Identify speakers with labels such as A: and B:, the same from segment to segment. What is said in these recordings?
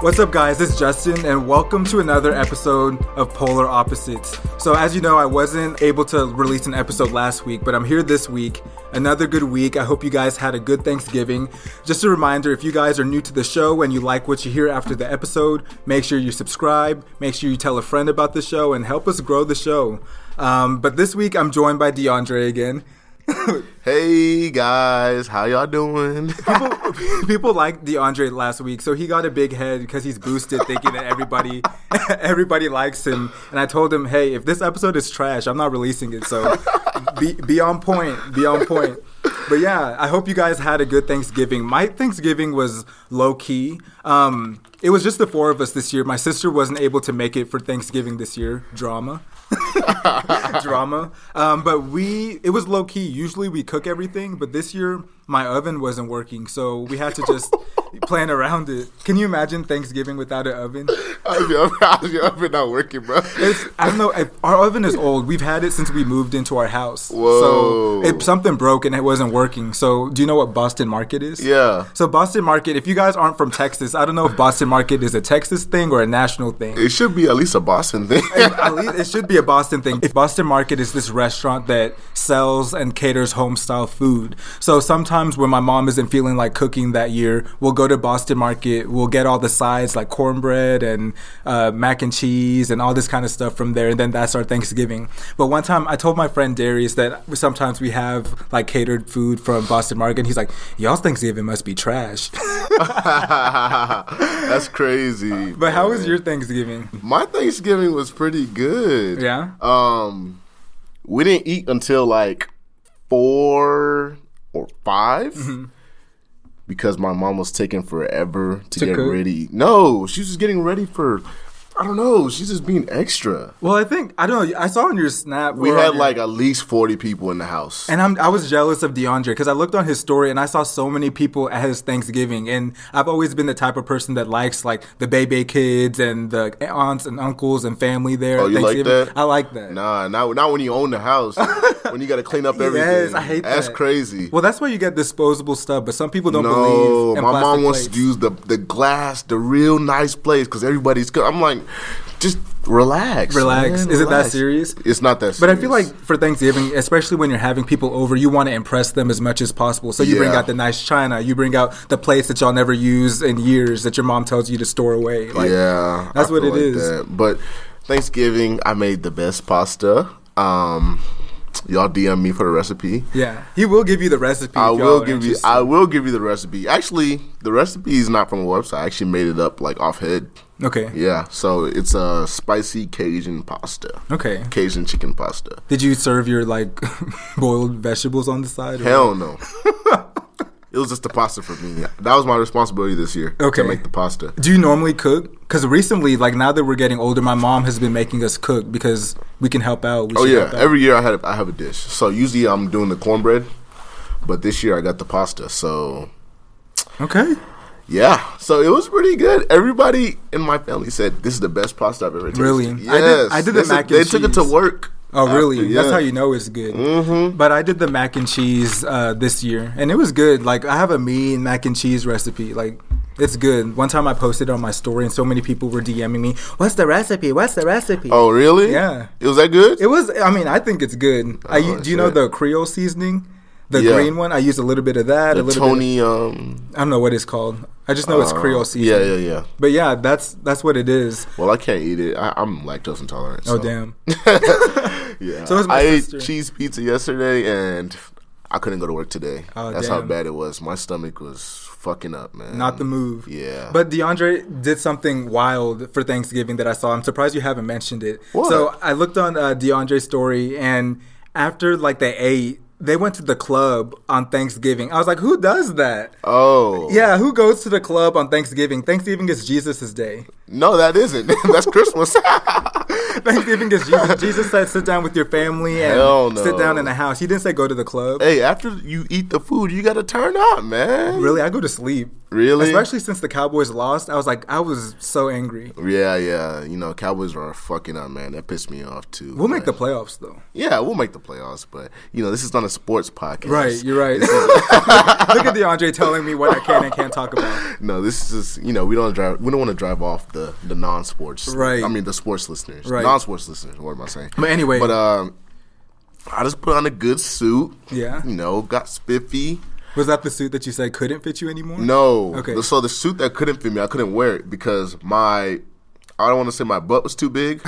A: What's up, guys? It's Justin, and welcome to another episode of Polar Opposites. So, as you know, I wasn't able to release an episode last week, but I'm here this week. Another good week. I hope you guys had a good Thanksgiving. Just a reminder if you guys are new to the show and you like what you hear after the episode, make sure you subscribe, make sure you tell a friend about the show, and help us grow the show. Um, but this week, I'm joined by DeAndre again.
B: Hey guys, how y'all doing?
A: People liked DeAndre last week, so he got a big head because he's boosted, thinking that everybody everybody likes him. And I told him, hey, if this episode is trash, I'm not releasing it. So be, be on point, be on point. But yeah, I hope you guys had a good Thanksgiving. My Thanksgiving was low key. Um, it was just the four of us this year. My sister wasn't able to make it for Thanksgiving this year. Drama. drama. Um, but we it was low key. Usually we cook everything, but this year my oven wasn't working, so we had to just plan around it. Can you imagine Thanksgiving without an oven?
B: How's your, how's your oven not working, bro?
A: It's, I don't know. If our oven is old. We've had it since we moved into our house.
B: Whoa.
A: So it, something broke and it wasn't working. So do you know what Boston Market is?
B: yeah,
A: So Boston Market, if you guys aren't from Texas, I don't know if Boston Market is a Texas thing or a national thing.
B: it should be at least a Boston thing.
A: At least it should be a Boston thing. If Boston Market is this restaurant that sells and caters home style food. So sometimes when my mom isn't feeling like cooking that year, we'll go to Boston Market. We'll get all the sides like cornbread and uh, mac and cheese and all this kind of stuff from there. And then that's our Thanksgiving. But one time I told my friend Darius that sometimes we have like catered food from Boston Market. And he's like, y'all's Thanksgiving must be trash.
B: That's crazy.
A: but how was your Thanksgiving?
B: My Thanksgiving was pretty good.
A: Yeah.
B: Um, we didn't eat until like four or 5 because my mom was taking forever to, get
A: cook?
B: ready. No, she was just getting ready for. I don't know. She's just being extra.
A: Well, I think, I don't know. I saw on your snap.
B: We
A: or on
B: had
A: your-
B: like at least forty people in the house.
A: And I'm, I was jealous of DeAndre because I looked on his story and I saw so many people at his Thanksgiving. And I've always been the type of person that likes like the baby kids and the aunts and uncles and family there.
B: Oh,
A: at
B: you like
A: Thanksgiving.
B: that?
A: I like that.
B: Nah, not not when you own the house. when you got to clean up everything.
A: Yes, I hate
B: That's
A: that.
B: crazy.
A: Well, that's why you get disposable stuff, but some people don't
B: no,
A: believe. in
B: my mom
A: plastic
B: wants to
A: plates.
B: use the the glass, the real nice place because everybody's. co- I'm like, just relax,
A: Relax.
B: man,
A: Is it that
B: relax.
A: serious?
B: It's not that. serious.
A: But I feel like for Thanksgiving, especially when you're having people over, you want to impress them as much as possible. So you bring
B: Yeah.
A: out the nice china, you bring out the plates that y'all never use in years that your mom tells you to store away. Like,
B: yeah,
A: that's
B: I
A: what
B: feel
A: it
B: like
A: is.
B: that. But Thanksgiving, I made the best pasta. Um, y'all DM me for the recipe.
A: Yeah, he will give you the recipe.
B: I
A: if y'all
B: will
A: are
B: give you.
A: interested.
B: I will give you the recipe. Actually, the recipe is not from a website. I actually made it up like off head.
A: okay.
B: Yeah, so it's a spicy Cajun pasta.
A: Okay.
B: Cajun chicken pasta.
A: Did you serve your like boiled vegetables on the side? or-
B: Hell no. it was just the pasta for me. That was my responsibility this year
A: Okay.
B: to make the pasta.
A: Do you normally cook? Because recently, like now that we're getting older, my mom has been making us cook because we can help out. We
B: Oh
A: should
B: yeah,
A: help out.
B: every year I had a, I have a dish. So usually I'm doing the cornbread, but this year I got the pasta. So
A: okay.
B: yeah, so it was pretty good. Everybody in my family said this is the best pasta I've ever tasted.
A: Really? I did-
B: Yes.
A: I did the
B: This is-
A: mac and
B: They took it to
A: cheese.
B: work.
A: Oh
B: after,
A: really? That's
B: yeah.
A: how you know it's good. Mm-hmm. But I did the mac and cheese uh, this year, and it was good. Like I have a mean mac and cheese recipe. Like it's good. One time I posted on my story, and so many people were DMing me, "What's the recipe? What's the recipe?"
B: Oh really?
A: Yeah.
B: It was that good?
A: It was. I mean, I think it's good. I, u-
B: Oh,
A: do you know
B: shit.
A: the Creole seasoning, the
B: Yeah.
A: green one? I use a little bit of that. a
B: the
A: little Bit
B: Tony. Um,
A: of, I don't know what it's called. I just know it's Creole
B: yeah,
A: seasoning.
B: yeah, yeah.
A: But yeah, that's that's what it is.
B: Well, I can't eat it. I, I'm lactose intolerant.
A: Oh
B: so.
A: damn.
B: Yeah.
A: So is my
B: I
A: sister.
B: ate cheese pizza yesterday and I couldn't go to work today.
A: Oh,
B: That's how
A: damn.
B: bad it was. My stomach was fucking up, man.
A: Not the move.
B: Yeah.
A: But DeAndre did something wild for Thanksgiving that I saw. I'm surprised you haven't mentioned it.
B: What?
A: So I looked on uh, DeAndre's story, and after like they ate, they went to the club on Thanksgiving. I was like, who does that?
B: Oh.
A: Yeah, who goes to the club on Thanksgiving? Thanksgiving is Jesus' day.
B: No, that isn't. That's Christmas.
A: Thanksgiving is Jesus. Jesus said, "Sit down with your family and
B: Hell no.
A: sit down in the house." He didn't say go to the club.
B: hey, after you eat the food, you got to turn up, man.
A: Really, I go to sleep.
B: Really?
A: Especially since the Cowboys lost, I was like, I was so angry.
B: yeah, yeah. You know, Cowboys are fucking up, man. That pissed me off too.
A: We'll make
B: but-
A: the playoffs though.
B: yeah, we'll make the playoffs, but you know, this is not a sports podcast,
A: Right, you're right. Look at DeAndre telling me what I can and can't talk about.
B: No, this is you know we don't drive we don't want to drive off the the non-sports
A: Right.
B: I mean the sports listeners,
A: Right.
B: non-sports listeners. What am I saying?
A: But anyway.
B: but um, I just put on a good suit.
A: Yeah.
B: you know, got spiffy.
A: Was that the suit that you said couldn't fit you anymore?
B: No,
A: Okay.
B: So the suit that couldn't fit me, I couldn't wear it because my I don't want to say my butt was too big,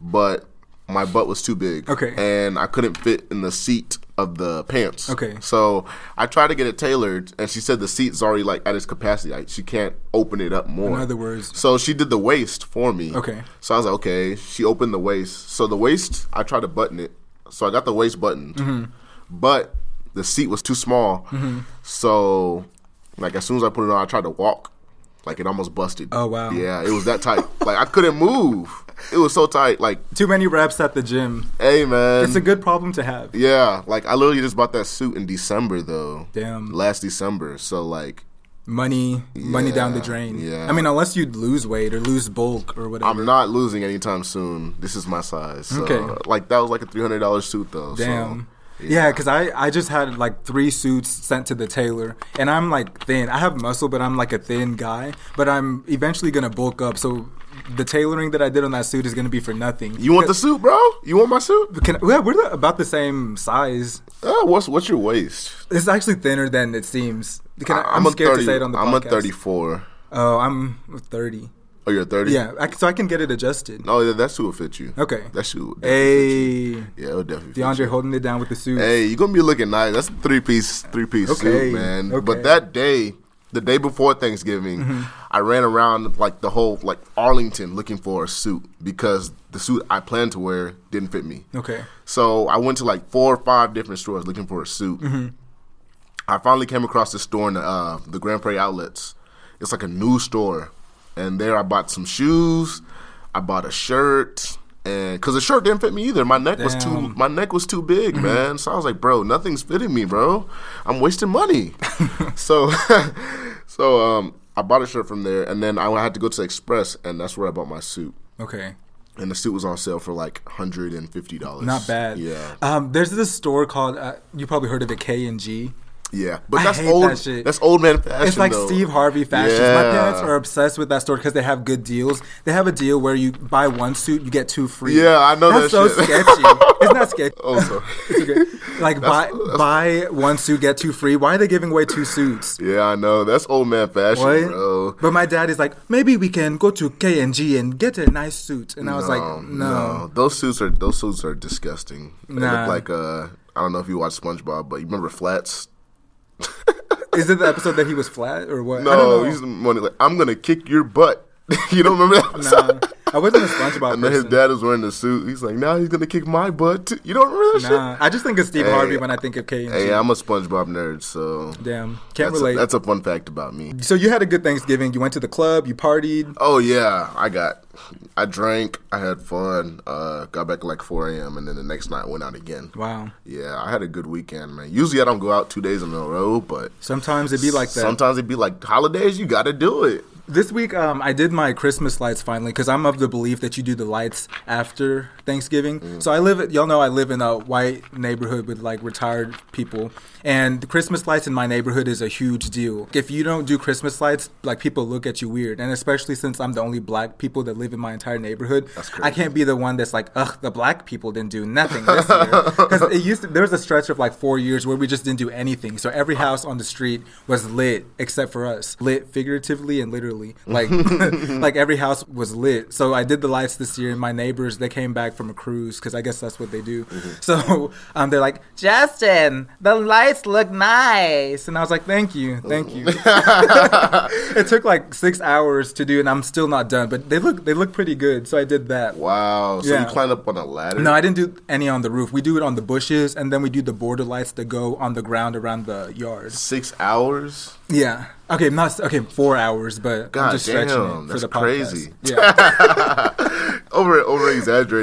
B: but my butt was too big.
A: Okay.
B: and I couldn't fit in the seat of the pants.
A: Okay.
B: So I tried to get it tailored, and she said the seat's already like at its capacity. Like she can't open it up more.
A: In other words-
B: so she did the waist for me.
A: Okay.
B: So I was like, okay. She opened the waist. So the waist, I tried to button it. So I got the waist buttoned,
A: Mm-hmm.
B: but the seat was too small. So, like as soon as I put it on, I tried to walk. Like it almost busted.
A: Oh, wow.
B: Yeah, it was that tight. like I couldn't move. It was so tight. Like,
A: Too many reps at the gym.
B: hey man,
A: It's a good problem to have.
B: yeah, like I literally just bought that suit in December though.
A: Damn.
B: Last December. So like
A: Money, money down the drain.
B: yeah.
A: I mean, unless you lose weight or lose bulk or whatever.
B: I'm not losing anytime soon. This is my size. So, uh,
A: Okay.
B: Like that was like a three hundred dollar suit though.
A: Damn.
B: So,
A: yeah, because I, I just had like three suits sent to the tailor, and I'm like thin. I have muscle, but I'm like a thin guy. But I'm eventually gonna bulk up, so the tailoring that I did on that suit is gonna be for nothing.
B: You want the suit, bro? You want my suit?
A: Can, yeah, we're the- about the same size.
B: Uh, what's what's your waist?
A: It's actually thinner than it seems. Can I, I'm,
B: a
A: scared to say it on the
B: I'm
A: podcast.
B: a thirty four.
A: Oh, I'm 30.
B: Oh, you're thirty.
A: Yeah, I, c- so I can get it adjusted.
B: No, that, that suit will fit you.
A: Okay.
B: That suit. Will definitely fit
A: Hey,
B: you. Yeah, it'll definitely. fit you.
A: DeAndre holding it down with the suit.
B: Hey, you're gonna be looking nice. That's a three piece, three piece
A: Okay,
B: suit, man.
A: okay. Mm-hmm.
B: But that day, the day before Thanksgiving, I ran around like the whole like Arlington looking for a suit because the suit I planned to wear didn't fit me.
A: Okay.
B: So I went to like four or five different stores looking for a suit.
A: Mm-hmm.
B: I finally came across this store in the, uh, the Grand Prairie Outlets. It's like a new store, and there I bought some shoes. I bought a shirt, and because the shirt didn't fit me either, my neck was too
A: Damn. Mm-hmm.
B: my neck was too big, man. So I was like, bro, nothing's fitting me, bro. I'm wasting money. so, so um, I bought a shirt from there, and then I had to go to Express, and that's where I bought my suit.
A: Okay.
B: And the suit was on sale for like hundred and fifty dollars.
A: Not bad.
B: Yeah.
A: Um, there's this store called uh, you probably heard of it K and G.
B: Yeah, but
A: I
B: that's
A: hate
B: old.
A: that shit.
B: That's old man fashion.
A: It's like
B: though.
A: Steve Harvey fashions. My
B: Yeah.
A: parents are obsessed with that store because they have good deals. They have a deal where you buy one suit, you get two free.
B: Yeah, I know
A: That's so
B: that shit.
A: sketchy. It's not sketchy.
B: Oh, sorry.
A: It's okay. Like buy buy one suit, get two free. Why are they giving away two suits?
B: yeah, I know. That's old man fashion,
A: What?
B: bro.
A: But my dad is like, maybe we can go to K and G and get a nice suit. And I was like,
B: Um,
A: no.
B: those suits are those suits are disgusting. They
A: Nah.
B: look like uh, I don't know if you watch SpongeBob, but you remember Flats?
A: Is it the episode that he was flat or what? I
B: No,
A: don't know.
B: he's the money. Like I'm gonna kick your butt. you don't remember that?
A: Nah, I wasn't a SpongeBob
B: And then his
A: person.
B: dad is wearing the suit. He's like, now he's gonna kick my butt. too." You don't remember that
A: Nah, I just think of Steve
B: Hey,
A: Harvey when I think of K and G.
B: shit? Hey, I'm a SpongeBob nerd, so
A: Damn, can't
B: that's a,
A: relate.
B: that's a fun fact about me.
A: so you had a good Thanksgiving. You went to the club. You partied.
B: Oh yeah, I got, I drank, I had fun, uh, got back at like 4 a.m. and then the next night went out again.
A: Wow.
B: Yeah, I had a good weekend, man. Usually I don't go out two days in a row, but
A: Sometimes it'd be like that.
B: sometimes it'd be like holidays. You got to do it.
A: This week, um, I did my Christmas lights finally because I'm of the belief that you do the lights after Thanksgiving. So I live, y'all know, I live in a white neighborhood with like retired people, and the Christmas lights in my neighborhood is a huge deal. If you don't do Christmas lights, like people look at you weird, and especially since I'm the only black people that live in my entire neighborhood, I can't be the one that's like, ugh, the black people didn't do nothing this year because it used to. There was a stretch of like four years where we just didn't do anything. So every house on the street was lit except for us, lit figuratively and literally. Like, like every house was lit. So I did the lights this year, and my neighbors they came back from a cruise because I guess that's what they do. So um, they're like, Justin, the lights look nice, and I was like, thank you, thank you. it took like six hours to do, and I'm still not done. But they look they look pretty good, so I did that.
B: Wow. So
A: Yeah.
B: you climbed up on a ladder.
A: No, I didn't do any on the roof. We do it on the bushes, and then we do the border lights that go on the ground around the yard.
B: Six hours.
A: Yeah. Okay, not okay. Four hours, but I'm
B: God
A: just
B: damn,
A: stretching it for
B: that's
A: the podcast.
B: crazy.
A: Yeah,
B: Over over exaggerating.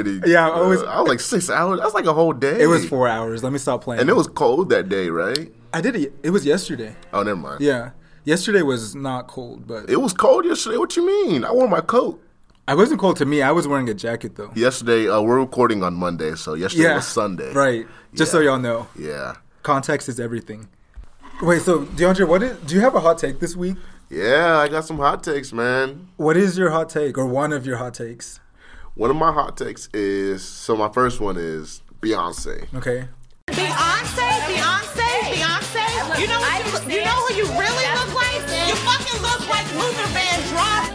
B: Uh,
A: Yeah, I always-
B: I was like six hours. That's like a whole day.
A: it was four hours. Let me stop playing.
B: And it was cold that day, right?
A: I did it. It was yesterday.
B: Oh, never mind.
A: Yeah, Yesterday was not cold, but
B: It was cold yesterday. What you mean? I wore my coat.
A: I wasn't cold to me. I was wearing a jacket though.
B: Yesterday, uh, we're recording on Monday, so yesterday was Sunday.
A: Right. Just so
B: Yeah.
A: y'all know,
B: Yeah.
A: context is everything. Wait, so DeAndre, what is, do you have a hot take this week?
B: Yeah, I got some hot takes, man.
A: What is your hot take or one of your hot takes?
B: One of my hot takes is so my first one is Beyonce.
A: Okay.
C: Beyonce, Beyonce, Beyonce. You know what you, you know who you really look like? You fucking look like Luther Vandross.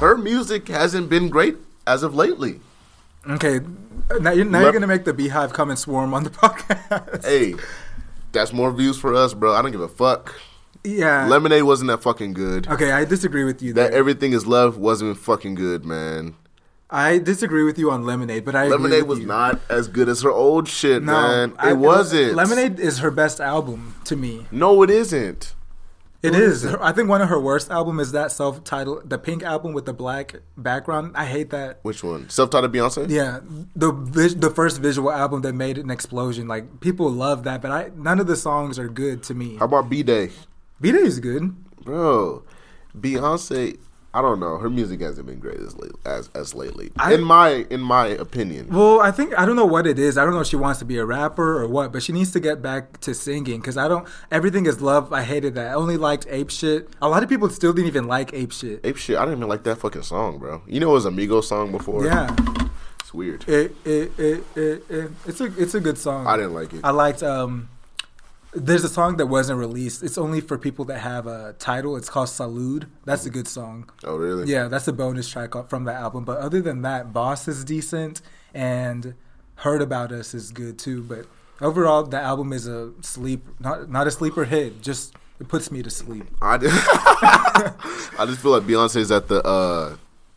B: Her music hasn't been great as of lately.
A: Okay. Now you're, now you're
B: Lep-
A: gonna make the beehive come and swarm on the podcast.
B: Hey, that's more views for us, bro. I don't give a fuck.
A: yeah.
B: Lemonade wasn't that fucking good.
A: okay, I disagree with you.
B: That
A: there.
B: Everything Is Love wasn't fucking good, man.
A: I disagree with you on Lemonade, but I agree
B: Lemonade
A: with
B: was
A: you.
B: not as good as her old shit,
A: No,
B: man. It
A: I-
B: wasn't.
A: Lemonade is her best album to me.
B: No, it isn't.
A: It is. Her- I think one of her worst album is that self-titled, the pink album with the black background. I hate that.
B: Which one? Self-titled Beyonce?
A: Yeah, the vis- the first visual album that made an explosion. Like people love that, but I none of the songs are good to me.
B: How about B Day?
A: B Day is good.
B: Bro, Beyonce, I don't know. Her music hasn't been great as late, as, as lately.
A: I-
B: in my in my opinion.
A: Well, I think I don't know what it is. I don't know if she wants to be a rapper or what, but she needs to get back to singing because I don't. Everything is love. I hated that. I only liked ape shit. A lot of people still didn't even like ape shit.
B: Ape shit, I didn't even like that fucking song, bro. You know it was a Migos song before?
A: Yeah,
B: It's weird.
A: it, it, it, it, it, it's a it's a good song.
B: I didn't like it.
A: I liked um there's a song that wasn't released. It's only for people that have a title. It's called Salud. That's a good song.
B: oh, really?
A: Yeah, that's a bonus track off- from that album. But other than that, Boss is decent and Heard About Us is good too. But overall the album is a sleep not not a sleeper hit. Just it puts me to sleep.
B: I just, I just feel like Beyonce's at the uh,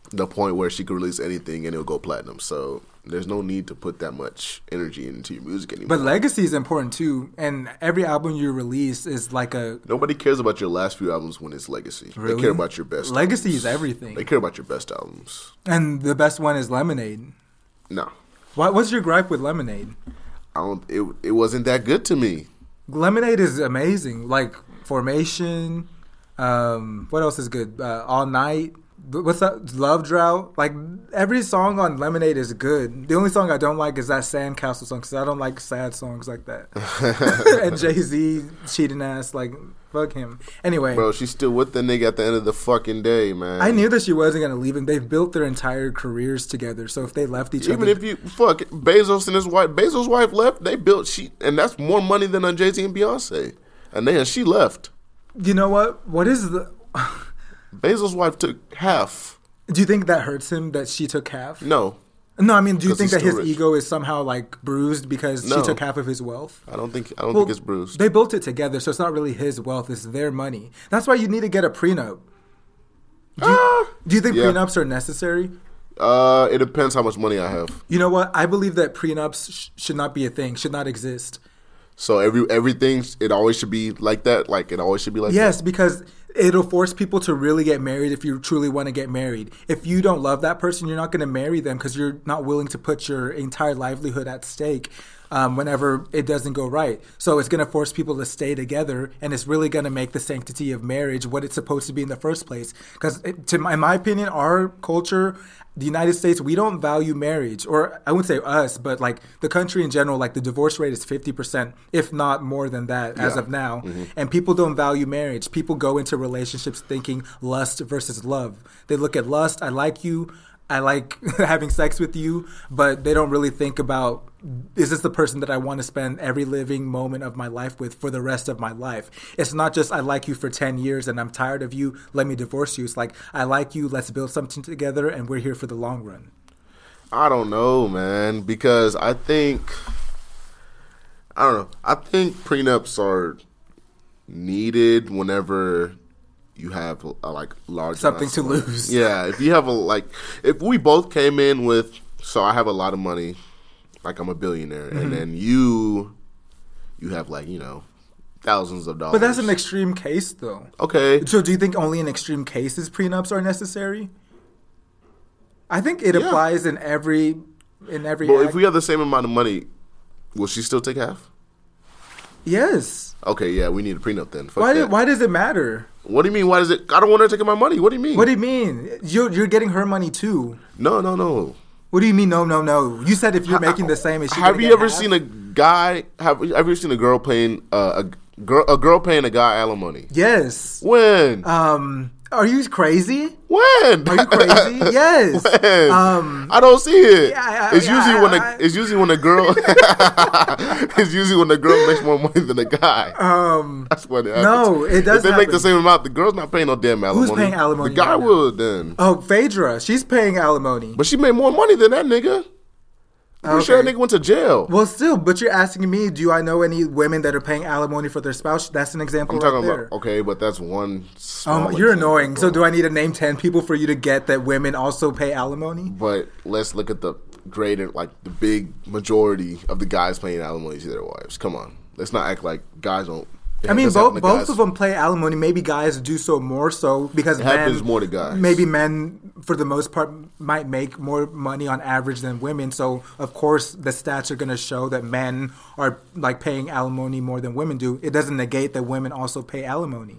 B: the point where she could release anything and it'll go platinum. So there's no need to put that much energy into your music anymore.
A: But legacy is important too. And every album you release is like a
B: Nobody cares about your last few albums when it's legacy. They
A: Really?
B: care about your best.
A: legacy
B: albums.
A: is everything.
B: They care about your best albums.
A: And the best one is Lemonade.
B: No,
A: What, what's your gripe with Lemonade?
B: I don't. It it wasn't that good to me.
A: Lemonade is amazing. Like formation. Um, what else is good? Uh, All night. Th- What's that? Love drought. Like every song on Lemonade is good. The only song I don't like is that Sandcastle song because I don't like sad songs like that. and Jay Z cheating ass. Like fuck him. Anyway,
B: Bro, she's still with the nigga at the end of the fucking day, man.
A: I knew that she wasn't gonna leave him. They've built their entire careers together. So if they left each
B: Even
A: other,
B: if you fuck Bezos and his wife, Bezos' wife left. They built she, and that's more money than on Jay Z and Beyonce. And then she left.
A: you know what? What is the?
B: Bezos' wife took half.
A: Do you think that hurts him that she took half?
B: No,
A: No, I mean, do you
B: 'Cause
A: think
B: he's
A: that his
B: still rich.
A: ego is somehow like bruised because
B: No.
A: she took half of his wealth?
B: I don't think I don't think it's bruised.
A: They built it together, so it's not really his wealth; it's their money. That's why you need to get a prenup.
B: Ah!
A: Do you think
B: Yeah.
A: prenups are necessary?
B: Uh, it depends how much money I have.
A: You know what? I believe that prenups sh- should not be a thing; should not exist.
B: So every everything it always should be like that. Like it always should be like that.
A: Yes, because it'll force people to really get married if you truly want to get married. If you don't love that person, you're not going to marry them because you're not willing to put your entire livelihood at stake um, whenever it doesn't go right. So it's going to force people to stay together, and it's really going to make the sanctity of marriage what it's supposed to be in the first place. Because, to my, in my opinion, our culture. The United States, we don't value marriage, or I wouldn't say us, but like the country in general, like the divorce rate is 50%, if not more than that, as
B: Yeah. Mm-hmm.
A: of now now and people don't value marriage people go into relationships thinking lust versus love they look at lust i like you i like having sex with you but they don't really think about is this the person that i want to spend every living moment of my life with for the rest of my life it's not just i like you for 10 years and i'm tired of you let me divorce you it's like i like you let's build something together and we're here for the long run
B: I don't know, man, because I think I don't know. I think prenups are needed whenever you have a, like large
A: Something
B: amounts
A: to
B: of money.
A: lose.
B: Yeah, if you have a like, if we both came in with, so I have a lot of money, like I'm a billionaire,
A: Mm-hmm.
B: and then you, you have like you know, thousands of dollars.
A: but that's an extreme case though
B: okay.
A: So, do you think only in extreme cases prenups are necessary? I think it applies in every in every.
B: But
A: act.
B: if we have the same amount of money, will she still take half?
A: Yes.
B: Okay, yeah, we need a prenup then. Fuck
A: Why?
B: that.
A: Why does it matter?
B: What do you mean? Why does it? I don't want her taking my money. What do you mean?
A: What do you mean? You're you're getting her money too.
B: no, no, no.
A: What do you mean? No, no, no. You said if you're making the same, is she
B: Have
A: gonna
B: you
A: get
B: ever
A: half?
B: seen a guy? Have, have you ever seen a girl paying uh, a girl a girl paying a guy alimony?
A: Yes.
B: When?
A: Um. Are you crazy?
B: when?
A: Are you crazy? yes.
B: when?
A: Um.
B: I don't see it.
A: yeah, I-
B: it's
A: yeah,
B: usually
A: I-
B: when a
A: I-
B: it's usually when a girl it's usually when the girl makes more money than the guy.
A: Um.
B: That's what it happens.
A: no, it does
B: If they make the
A: happen.
B: same amount, the girl's not paying no damn alimony.
A: paying alimony
B: The guy
A: right now?
B: will then.
A: Oh, Phaedra. She's paying alimony.
B: But she made more money than that nigga. I'm pretty sure that
A: Okay.
B: nigga went to jail.
A: Well, still, but you're asking me, do I know any women that are paying alimony for their spouse? That's an example
B: I'm
A: right
B: talking
A: there.
B: about okay, but that's one.
A: um,
B: small
A: you're
B: example.
A: annoying. So, do I need to name 10 people for you to get that women also pay alimony?
B: But let's look at the greater, like the big majority of the guys paying alimony to their wives. Come on, let's not act like guys don't.
A: I mean,
B: That's
A: both
B: happened to
A: both
B: guys.
A: of them play alimony. Maybe guys do so more so because men-
B: happens more to guys.
A: Maybe men, for the most part, might make more money on average than women. So of course, the stats are going to show that men are like paying alimony more than women do. It doesn't negate that women also pay alimony.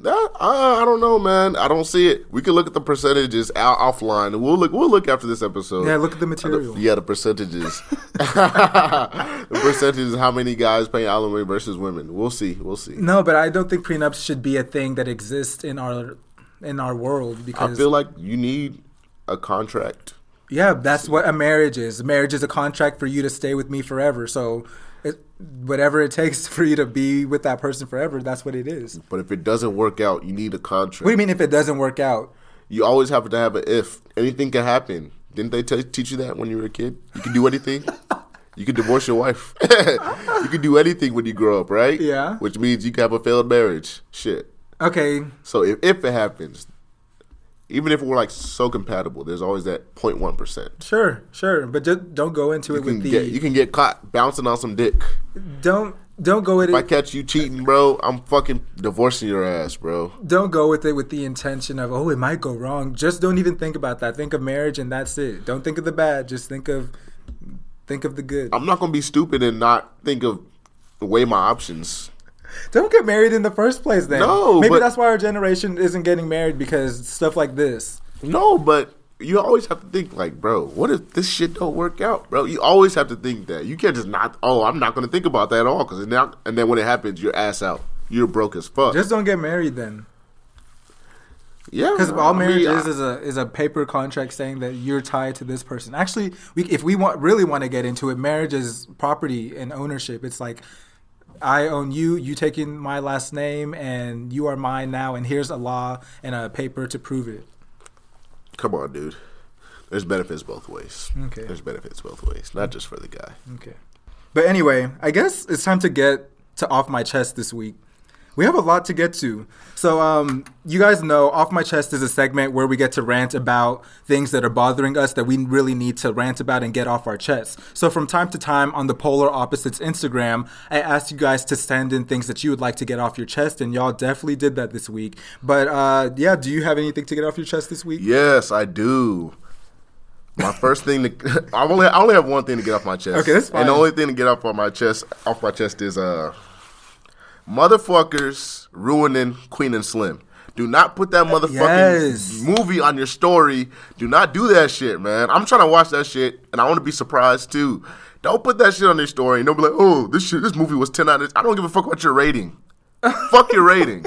B: That- I, I don't know, man. I don't see it. We can look at the percentages out, offline. We'll look. We'll look after this episode.
A: Yeah, look at the material.
B: yeah, the percentages. the percentages. How many guys paying alimony versus women? We'll see. We'll see.
A: No, but I don't think prenups should be a thing that exists in our in our world
B: I
A: because
B: feel like you need a contract.
A: yeah, that's what a marriage is. Marriage is a contract for you to stay with me forever. So it, whatever it takes for you to be with that person forever, that's what it is. What
B: But if it doesn't work out, you need a contract.
A: do you mean if it doesn't work out?
B: You always have to have an if. Anything can happen. Didn't they t- teach you that when you were a kid? You can do anything. you can divorce your wife. you can do anything when you grow up, right?
A: Yeah.
B: Which means you can have a failed marriage. Shit.
A: Okay,
B: So if, if it happens, even if we're like so compatible, there's always that 0.1%.
A: sure, sure, but just don't go into it
B: You can,
A: with the
B: get, you can get caught bouncing on some dick.
A: don't don't go with
B: If I
A: it
B: catch you cheating, bro, I'm fucking divorcing your ass, bro.
A: don't go with it with the intention of oh it might go wrong. Just don't even think about that. Think of marriage and that's it. Don't think of the bad. Just think of think of the good.
B: I'm not going to be stupid and not think of weigh my options.
A: Don't get married in the first place, then.
B: No,
A: maybe
B: but-
A: that's why our generation isn't getting married because stuff like this.
B: No, but you always have to think like, bro, what if this shit don't work out, bro? You always have to think that. You can't just not. Oh, I'm not gonna think about that at all because now and then when it happens, you're ass out. You're broke as fuck.
A: Just don't get married then,
B: yeah,
A: because all
B: I mean,
A: marriage
B: I-
A: is is a is a paper contract saying that you're tied to this person. Actually, we, if we want really want to get into it, marriage is property and ownership. It's like I own you, you taking my last name, and you are mine now. And here's a law and a paper to prove it.
B: come on, dude. There's benefits both ways.
A: Okay.
B: There's benefits both ways, not just for the guy.
A: Okay. But anyway, I guess it's time to get to off my chest this week. We have a lot to get to. So, um, you guys know Off My Chest is a segment where we get to rant about things that are bothering us that we really need to rant about and get off our chests. So, from time to time on the Polar Opposites Instagram, I asked you guys to send in things that you would like to get off your chest, and y'all definitely did that this week. But, uh, yeah, do you have anything to get off your chest this week?
B: Yes, I do. My first thing to I only I only have one thing to get off my chest.
A: Okay, that's fine.
B: And the only thing to get off on my chest off my chest is uh motherfuckers ruining Queen and Slim. Do not put that motherfucking
A: Yes.
B: movie on your story. Do not do that shit, man. I'm trying to watch that shit and I want to be surprised too. Don't put that shit on your story and don't be like, oh, this shit, this movie was ten out of. I don't give a fuck about your rating. fuck your rating.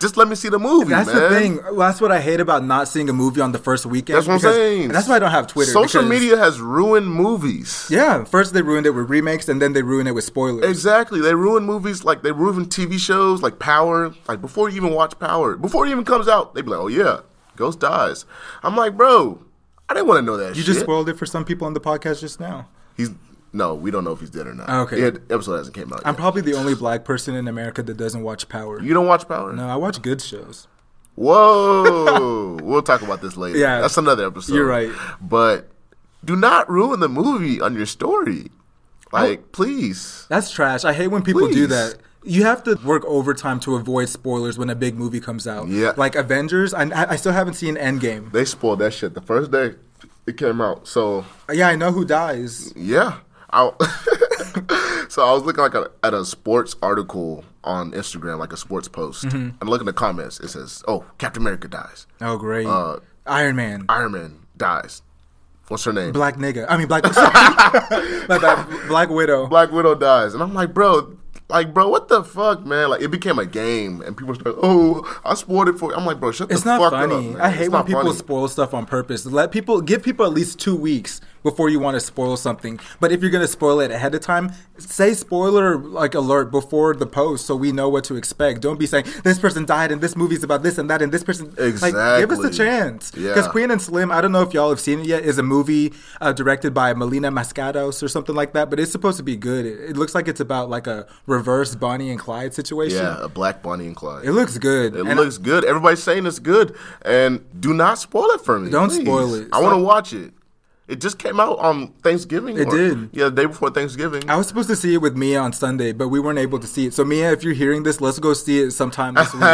B: Just let me see the movie.
A: That's
B: man.
A: the thing. Well, that's what I hate about not seeing a movie on the first weekend.
B: That's what I'm
A: because-
B: saying.
A: and That's why I don't have Twitter.
B: Social
A: because-
B: media has ruined movies.
A: Yeah, first they ruined it with remakes, and then they ruin it with spoilers.
B: Exactly. They ruin movies like they ruin TV shows like Power. Like before you even watch Power, before it even comes out, they be like, "Oh yeah, Ghost dies." I'm like, "Bro, I didn't want to know that."
A: you
B: shit.
A: just spoiled it for some people on the podcast just now.
B: He's no, we don't know if he's dead or not.
A: Oh, Okay.
B: Yeah, the episode hasn't came out.
A: I'm
B: yet.
A: probably the only black person in America that doesn't watch Power.
B: You don't watch Power?
A: No, I watch good shows.
B: Whoa. we'll talk about this later.
A: Yeah.
B: That's another episode.
A: You're right.
B: But do not ruin the movie on your story. Like, please.
A: That's trash. I hate when people do
B: Please.
A: that. You have to work overtime to avoid spoilers when a big movie comes out.
B: Yeah.
A: Like Avengers, I, I still haven't seen Endgame.
B: They spoiled that shit the first day it came out. So
A: Yeah, I know who dies.
B: Yeah. I so I was looking like a, at a sports article on Instagram, like a sports post, and look in the comments. It says, "Oh, Captain America dies.
A: Mm-hmm. Oh, great.
B: Uh,
A: Iron Man.
B: Iron Man dies. What's her name?
A: Black nigga. I mean, black. My bad. Black Widow.
B: Black Widow dies, and I'm like, bro, like, bro, what the fuck, man? Like, it became a game, and people started, oh, I spoiled it for. You. I'm like, bro, shut
A: it's
B: the
A: not
B: fuck up.
A: funny.
B: man.
A: I
B: It's
A: hate when
B: not
A: people
B: funny.
A: spoil stuff on purpose. Let people give people at least two weeks before you want to spoil something. But if you're gonna spoil it ahead of time, say spoiler like alert before the post so we know what to expect. Don't be saying this person died and this movie's about this and that and this person. Like, give us the
B: Exactly.
A: chance.
B: Yeah.
A: Queen and Slim. I don't know if y'all have seen it yet. Is a movie uh, directed by Melina Mascados or something like that. But it's supposed to be good. It, it looks like it's about like a reverse Bonnie and Clyde situation.
B: Yeah, a black Bonnie and Clyde.
A: It looks good.
B: It
A: And
B: looks good. Everybody's saying it's good, and do not spoil it for me.
A: Don't
B: please.
A: spoil it.
B: I want to watch it. It just came out on Thanksgiving.
A: It
B: or-
A: did.
B: Yeah, the day before Thanksgiving.
A: I was supposed to see it with Mia on Sunday, but we weren't able to see it. So Mia, if you're hearing this, let's go see it sometime this week.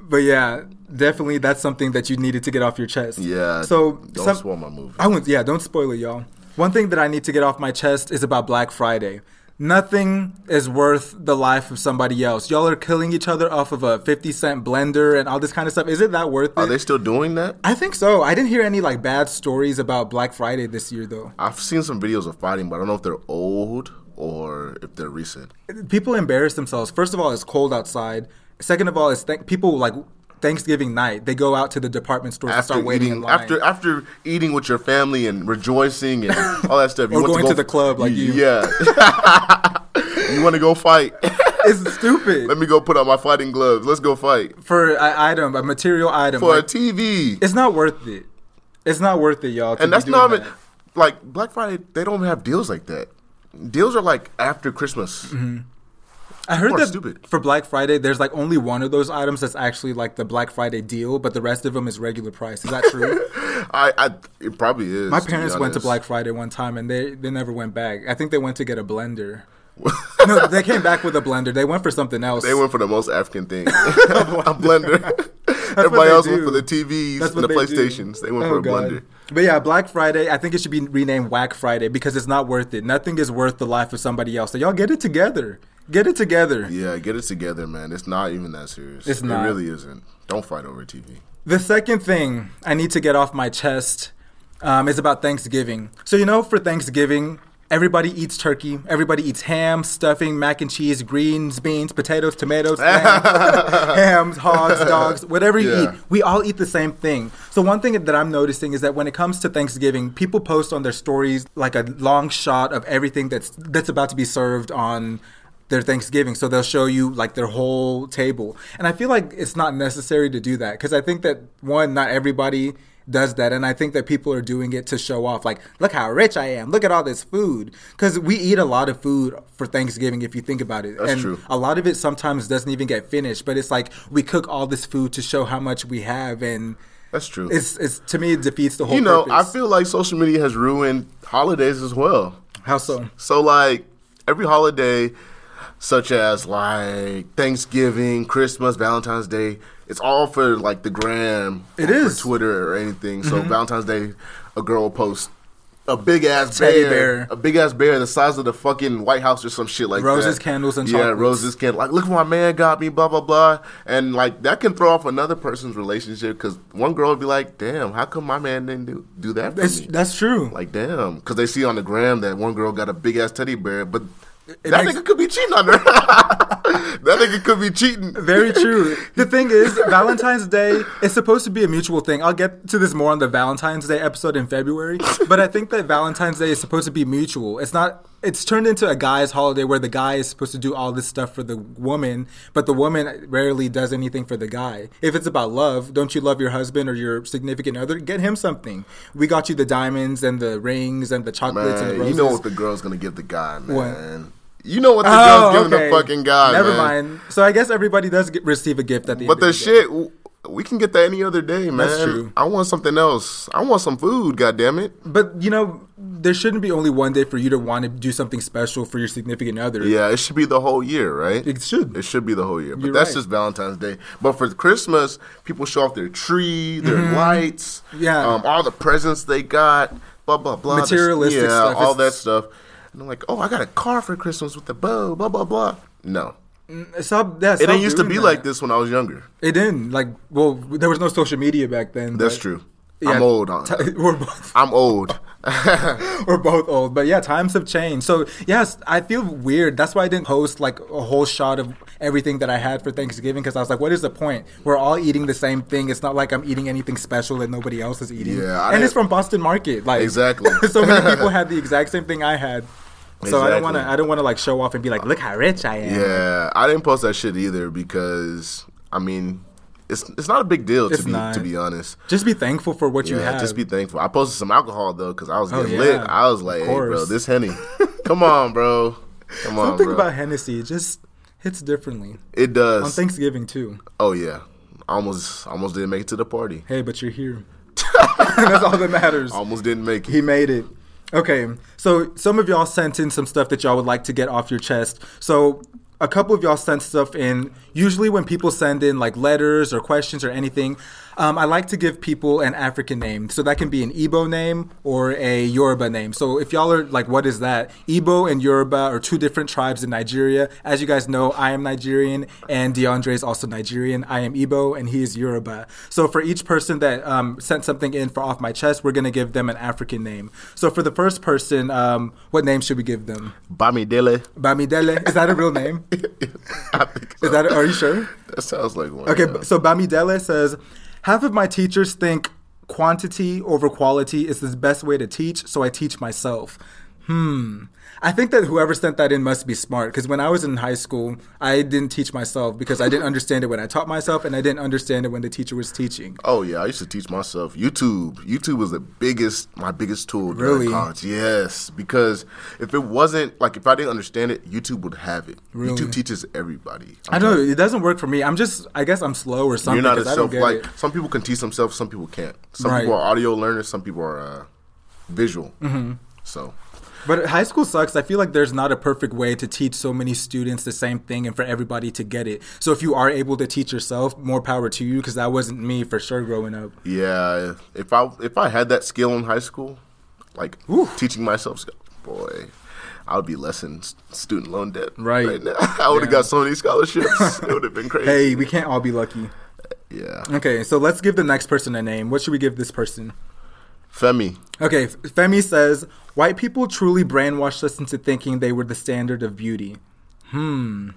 A: but yeah, definitely that's something that you needed to get off your chest.
B: yeah.
A: So
B: don't
A: some-
B: spoil my movie.
A: I won't. Yeah, don't spoil it, y'all. One thing that I need to get off my chest is about Black Friday. Nothing is worth the life of somebody else. Y'all are killing each other off of a 50 cent blender and all this kind of stuff. Is it that worth
B: Are
A: it?
B: they still doing that?
A: I think so. I didn't hear any like bad stories about Black Friday this year though.
B: I've seen some videos of fighting, but I don't know if they're old or if they're recent.
A: people embarrass themselves. First of all, it's cold outside. Second of all, it's th- people like Thanksgiving night. They go out to the department store and
B: After
A: start waiting in
B: eating,
A: line.
B: after after eating with your family and rejoicing and all that stuff, you
A: Or
B: want
A: going
B: to, go
A: to the club like you.
B: Yeah, you want to go fight.
A: it's stupid
B: Let me go put on my fighting gloves. Let's go fight
A: for an item, a material item.
B: for a
A: like,
B: TV.
A: it's not worth it. It's not worth it, y'all. to be
B: and that's
A: doing
B: not even
A: that.
B: like Black Friday. They don't have deals like that. Deals are like after Christmas.
A: Mm-hmm. I heard
B: People are
A: that
B: stupid.
A: for Black Friday, there's like only one of those items that's actually like the Black Friday deal, but the rest of them is regular price. Is that true?
B: I, I, it probably is.
A: My
B: be
A: parents went to
B: honest.
A: Black Friday one time and they, they never went back. I think they went to get a blender. no, they came back with a blender. They went for something else.
B: They went for the most African thing, a blender. Everybody
A: they
B: else went
A: do.
B: for the TVs
A: That's
B: and
A: what
B: the
A: they do.
B: PlayStations. They went
A: Oh,
B: for a
A: God.
B: blender.
A: But yeah, Black Friday, I think it should be renamed Whack Friday because it's not worth it. Nothing is worth the life of somebody else. So y'all get it together. Get it together.
B: Yeah, get it together, man. It's not even that serious.
A: It's not.
B: It really isn't. Don't fight over TV.
A: The second thing I need to get off my chest um, is about Thanksgiving. So, you know, for Thanksgiving, everybody eats turkey, everybody eats ham, stuffing, mac and cheese, greens, beans, potatoes, tomatoes, lamb, hams, hogs, dogs, whatever you
B: Yeah.
A: eat. We all eat the same thing. So, one thing that I'm noticing is that when it comes to Thanksgiving, people post on their stories like a long shot of everything that's that's about to be served on their Thanksgiving. So they'll show you like their whole table. And I feel like it's not necessary to do that because I think that one, not everybody does that. And I think that people are doing it to show off, like, look how rich I am. Look at all this food. Because we eat a lot of food for Thanksgiving if you think about it.
B: That's
A: and
B: true.
A: a lot of it sometimes doesn't even get finished, but it's like we cook all this food to show how much we have. And
B: That's true.
A: it's, it's to me, it defeats the whole
B: you know,
A: purpose.
B: I feel like social media has ruined holidays as well.
A: how so?
B: So like every holiday, such as like Thanksgiving, Christmas, Valentine's Day, it's all for like the gram.
A: It
B: It is
A: is. Mm-hmm.
B: Twitter or anything. So Valentine's Day, a girl will post a big ass
A: Teddy
B: bear,
A: bear.
B: a big ass bear the size of the fucking White House or some shit like that.
A: Roses, candles, and
B: yeah,
A: chocolates.
B: roses, candles. Like look, what my man got me, blah blah blah, and like that can throw off another person's relationship because one girl would be like, damn, how come my man didn't do do that for
A: It's,
B: me?
A: that's true.
B: Like, damn, because they see on the gram that one girl got a big ass teddy bear, but
A: it
B: that
A: makes-
B: nigga could be cheating on her. that nigga could be cheating.
A: Very true. The thing is, Valentine's Day is supposed to be a mutual thing. I'll get to this more on the Valentine's Day episode in February, but I think that Valentine's Day is supposed to be mutual. It's not. It's turned into a guy's holiday where the guy is supposed to do all this stuff for the woman, but the woman rarely does anything for the guy. If it's about love, don't you love your husband or your significant other? Get him something. We got you the diamonds and the rings and the chocolates and the
B: Man, you
A: roses.
B: know what the girl's gonna give the guy,
A: What? Oh,
B: man. You know what the girl's giving
A: okay.
B: the fucking guy,
A: Never
B: man.
A: mind. So I guess everybody does get, receive a gift at the end.
B: But
A: of
B: the
A: day.
B: shit, w- we can get that any other day, man.
A: That's true.
B: I want something else. I want some food, goddammit.
A: But you know, there shouldn't be only one day for you to want to do something special for your significant other.
B: Yeah, it should be the whole year, right?
A: It should.
B: It should be the whole year. But
A: You're
B: that's
A: right.
B: just Valentine's Day. But for Christmas, people show off their tree, their lights,
A: Mm-hmm. Yeah.
B: um, all the presents they got, blah blah blah.
A: Materialistic
B: yeah,
A: stuff.
B: all
A: It's-
B: that stuff. And I'm like, oh, I got a car for Christmas with the bow, blah blah blah. No,
A: Stop that.
B: it didn't used to be like this when I was younger.
A: It didn't. Like, well, there was no social media back then.
B: That's
A: but-
B: true.
A: Yeah,
B: I'm old. On
A: ti- we're both
B: I'm old.
A: we're both old, but yeah, times have changed. So yes, I feel weird. That's why I didn't post like a whole shot of everything that I had for Thanksgiving because I was like, what is the point? We're all eating the same thing. It's not like I'm eating anything special that nobody else is eating.
B: Yeah, I
A: and it's
B: didn't-
A: from Boston Market. Like
B: Exactly.
A: so many people had the exact same thing I had. So I don't want to.
B: Exactly.
A: I don't want to like show off and be like, look how rich I am.
B: Yeah, I didn't post that shit either because I mean, it's it's not a big deal
A: It's
B: to be
A: not.
B: to be honest.
A: Just be thankful for what you
B: Yeah,
A: have.
B: just be thankful. I posted some alcohol though because I was
A: Oh,
B: getting
A: yeah.
B: lit. I was like,
A: Of
B: hey, bro,
A: course.
B: this henny, come on, bro, come on,
A: Something
B: bro.
A: about Hennessy it just hits differently
B: it
A: on
B: does.
A: Thanksgiving too.
B: oh yeah, almost almost didn't make it to the party.
A: Hey, but you're here. That's all that matters.
B: Almost didn't make
A: He
B: it.
A: made it. Okay, so some of y'all sent in some stuff that y'all would like to get off your chest. So a couple of y'all sent stuff in. Usually, when people send in like letters or questions or anything, um, I like to give people an African name. So that can be an Igbo name or a Yoruba name. So if y'all are like, what is that? Igbo and Yoruba are two different tribes in Nigeria. As you guys know, I am Nigerian and DeAndre is also Nigerian. I am Igbo and he is Yoruba. So for each person that um, sent something in for Off My Chest, we're going to give them an African name. So for the first person, um, what name should we give them?
B: Bami Dele.
A: Bamidele. Is that a real name?
B: I think
A: Is
B: so.
A: that, are you sure?
B: That sounds like one.
A: Okay,
B: yeah.
A: so Bamidele says, half of my teachers think quantity over quality is the best way to teach, so I teach myself. Hmm. I think that whoever sent that in must be smart because when I was in high school, I didn't teach myself because I didn't understand it when I taught myself and I didn't understand it when the teacher was teaching.
B: Oh yeah, I used to teach myself YouTube. YouTube was the biggest, my biggest tool during
A: Really?
B: college. Yes, because if it wasn't like if I didn't understand it, YouTube would have it.
A: Really?
B: YouTube teaches everybody.
A: I don't know. It doesn't work for me. I'm just, I guess I'm slow or something.
B: You're not
A: 'cause I
B: a
A: don't
B: self
A: get
B: like
A: it.
B: some people can teach themselves, some people can't. Some
A: Right.
B: people are audio learners, some people are uh, visual. Mm-hmm. So
A: But high school sucks. I feel like there's not a perfect way to teach so many students the same thing and for everybody to get it. So if you are able to teach yourself, more power to you because that wasn't me for sure growing up.
B: yeah, if I if I had that skill in high school, like teaching myself, boy. I would be less in s- student loan debt
A: Right.
B: now. I would have
A: Yeah.
B: got so many scholarships. it would have been crazy.
A: Hey, we can't all be lucky.
B: Yeah.
A: Okay, so let's give the next person a name. What should we give this person?
B: Femi.
A: Okay, F- Femi says white people truly brainwashed us into thinking they were the standard of beauty. Hmm.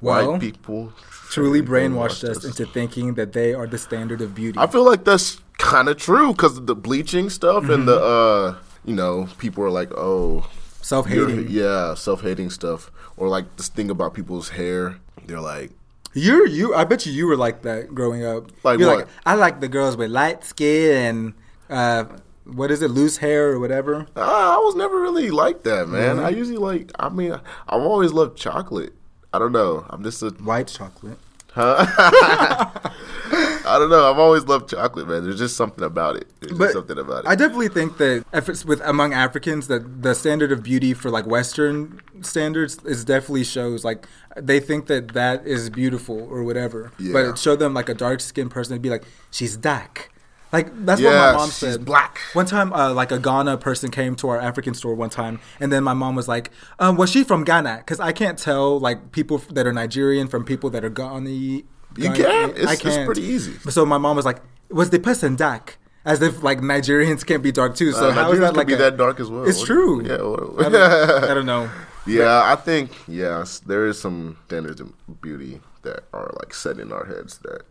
A: Well,
B: white people
A: truly brainwashed us into thinking that they are the standard of beauty.
B: I feel like that's kind of true because the bleaching stuff and the uh, you know, people are like, oh, you're-
A: Mm-hmm. Self-hating.
B: yeah, self-hating stuff, or like this thing about people's hair. They're like,
A: You're you. I bet you you were like that growing up.
B: Like
A: You're
B: what?
A: Like, I like the girls with light skin and uh, what is it, loose hair or whatever.
B: ah, I was never really like that, man.
A: Mm-hmm.
B: I usually like, I mean, I've always loved chocolate. I don't know. I'm just a,
A: White chocolate.
B: I don't know. I've always loved chocolate, man. There's just something about it. There's
A: But
B: just something about it.
A: I definitely think that if it's with among Africans, that the standard of beauty for like Western standards is definitely shows. Like they think that that is beautiful or whatever. But
B: Yeah.
A: it show them like a dark skinned person and be like, she's dark. Like that's what my
B: Yeah,
A: mom
B: she's
A: said.
B: black.
A: One time, uh, like a Ghana person came to our African store one time, and then my mom was like, um, "Was she from Ghana?" Because I can't tell like people f- that are Nigerian from people that are Ghanaian.
B: You can. It's- it's pretty easy.
A: So my mom was like, "Was the person dark?" As if like Nigerians can't be dark too. So
B: Uh,
A: how is
B: Nigerians
A: that
B: can
A: like
B: be
A: a-
B: that dark as well?
A: It's
B: What-
A: true.
B: Yeah, what-
A: I, don't, I don't know.
B: Yeah, I think yes, there is some standards of beauty that are like set in our heads that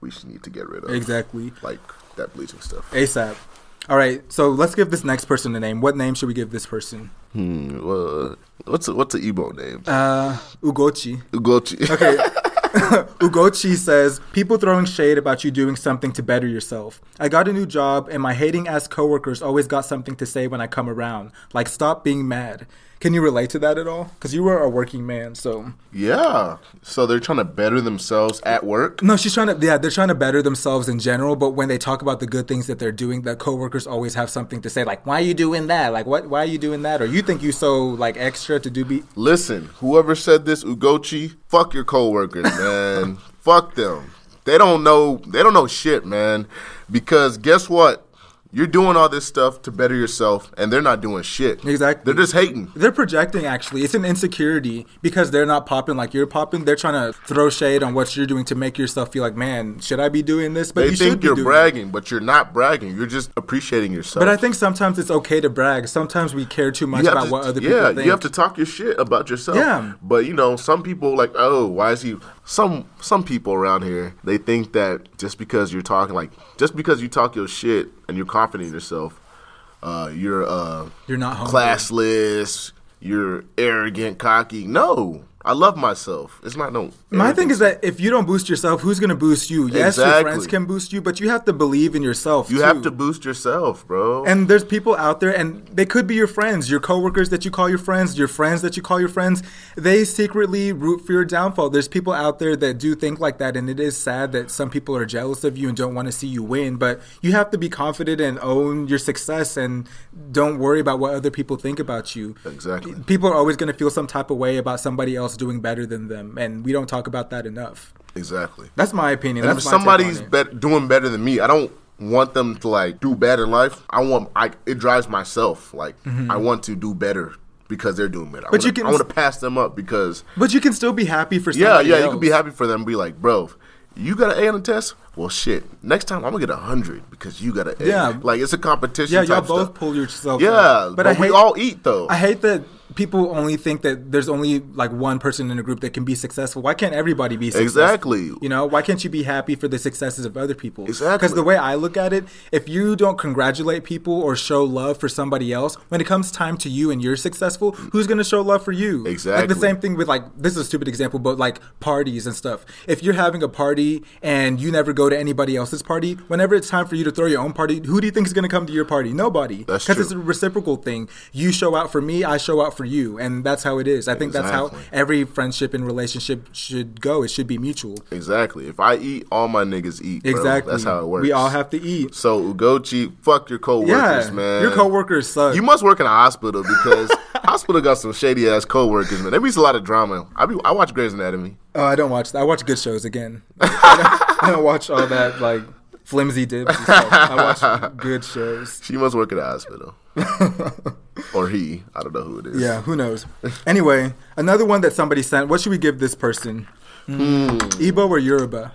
B: we should need to get rid of.
A: Exactly.
B: Like that bleaching stuff.
A: ASAP. All right. So let's give this next person a name. What name should we give this person?
B: Hmm, well, what's a, what's an Igbo name?
A: Uh, Ugochi.
B: Ugochi.
A: Okay. Ugochi says, people throwing shade about you doing something to better yourself. I got a new job, and my hating ass coworkers always got something to say when I come around. Like, stop being mad. Can you relate to that at all? Because you were a working man, so.
B: yeah. So they're trying to better themselves at work.
A: No, she's trying to, yeah, they're trying to better themselves in general, but when they talk about the good things that they're doing, the coworkers always have something to say, like, why are you doing that? Like, what, why are you doing that? Or you think you so, like, extra to do be.
B: Listen, whoever said this, Ugochi, fuck your coworkers, man. fuck them. They don't know. They don't know shit, man. Because guess what? You're doing all this stuff to better yourself, and they're not doing shit.
A: Exactly.
B: They're just hating.
A: They're projecting actually. It's an insecurity because they're not popping like you're popping. They're trying to throw shade on what you're doing to make yourself feel like, man, should I be doing this? But
B: They
A: you should
B: think
A: be
B: you're
A: doing it.
B: bragging, but you're not bragging. You're just appreciating yourself.
A: But I think sometimes it's okay to brag. Sometimes we care too much
B: You have
A: about
B: to-
A: what other
B: yeah,
A: people think.
B: you have to talk your shit about yourself.
A: Yeah.
B: But you know, some people like, oh, why is he? Some some people around here they think that just because you're talking like just because you talk your shit and you're confident in yourself, uh, you're uh,
A: You're not humble.
B: classless, you're arrogant, cocky. No, I love myself. It's not no.
A: My thing
B: arrogance.
A: is that if you don't boost yourself, who's going to boost you? Yes, your friends
B: Exactly.
A: can boost you, but you have to believe in yourself.
B: you
A: too.
B: have to boost yourself, bro.
A: And there's people out there, and they could be your friends, your coworkers that you call your friends, your friends that you call your friends. They secretly root for your downfall. There's people out there that do think like that, and it is sad that some people are jealous of you and don't want to see you win. But you have to be confident and own your success, and don't worry about what other people think about you.
B: Exactly.
A: People are always going to feel some type of way about somebody else doing better than them, and we don't talk about that enough.
B: exactly.
A: That's my opinion.
B: And
A: That's my
B: if
A: take on
B: somebody's
A: it.
B: bet- doing better than me, I don't want them to like do bad in life. I want I it drives myself. Like I want to do better because they're doing better.
A: Mm-hmm.
B: I
A: But
B: wanna,
A: you can-
B: I want to pass them up because
A: But you can still be happy for
B: yeah,
A: somebody
B: yeah, you
A: else.
B: can be happy for them. and Be like, bro, you got an A on the test. Well, shit. Next time I'm gonna get a hundred because you got an A.
A: Yeah.
B: like it's a competition.
A: Yeah,
B: type
A: y'all both
B: stuff.
A: pull yourself.
B: Yeah,
A: up.
B: but, we all eat though.
A: I hate that people only think that there's only like one person in a group that can be successful. Why can't everybody be successful?
B: Exactly.
A: You know, why can't you be happy for the successes of other people?
B: Exactly.
A: Because the way I look at it, if you don't congratulate people or show love for somebody else, when it comes time to you and you're successful, who's going to show love for you? Like
B: Exactly.
A: the same thing with like this is a stupid example, but like parties and stuff. If you're having a party and you never go to anybody else's party, whenever it's time for you to throw your own party, who do you think is going to come to your party? Nobody.
B: That's
A: Because it's a
B: true.
A: reciprocal thing. You show out for me, I show out for you, and that's how it is. I think that's how
B: Exactly.
A: every friendship and relationship should go. It should be mutual.
B: exactly. If I eat, all my niggas eat. bro.
A: Exactly.
B: That's how it works.
A: We all have to eat.
B: So Ugochi, fuck your coworkers,
A: yeah,
B: man.
A: your coworkers suck.
B: You must work in a hospital because hospital got some shady ass coworkers, man. There be a lot of drama. I be I watch Grey's Anatomy.
A: oh, I don't watch. That. I watch good shows again. I, don't, I don't watch all that like flimsy dibs. And stuff. I watch good shows.
B: She must work in a hospital, or he. I don't know who it is.
A: Yeah, who knows? Anyway, another one that somebody sent. What should we give this person?
B: Hmm.
A: Mm. Igbo or Yoruba?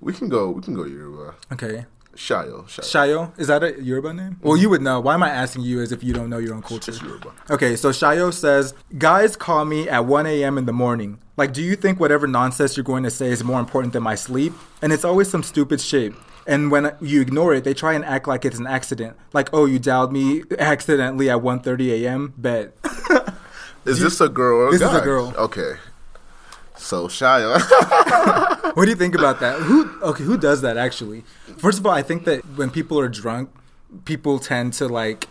B: we can go. We can go Yoruba.
A: Okay.
B: Shayo, Shayo.
A: Shayo, is that a Yoruba name? Well, you would know. Why am I asking you as if you don't know your own culture?
B: It's Yoruba.
A: Okay, so Shayo says, Guys call me at 1 a.m. in the morning. Like, do you think whatever nonsense you're going to say is more important than my sleep? And it's always some stupid shit. And when you ignore it, they try and act like it's an accident. Like, oh, you dialed me accidentally at 1.30 a.m.? Bet.
B: Is this a girl? Or a
A: This is a
B: guy?
A: girl.
B: Okay. So Shayo,
A: what do you think about that? Who okay? Who does that actually? First of all, I think that when people are drunk, people tend to like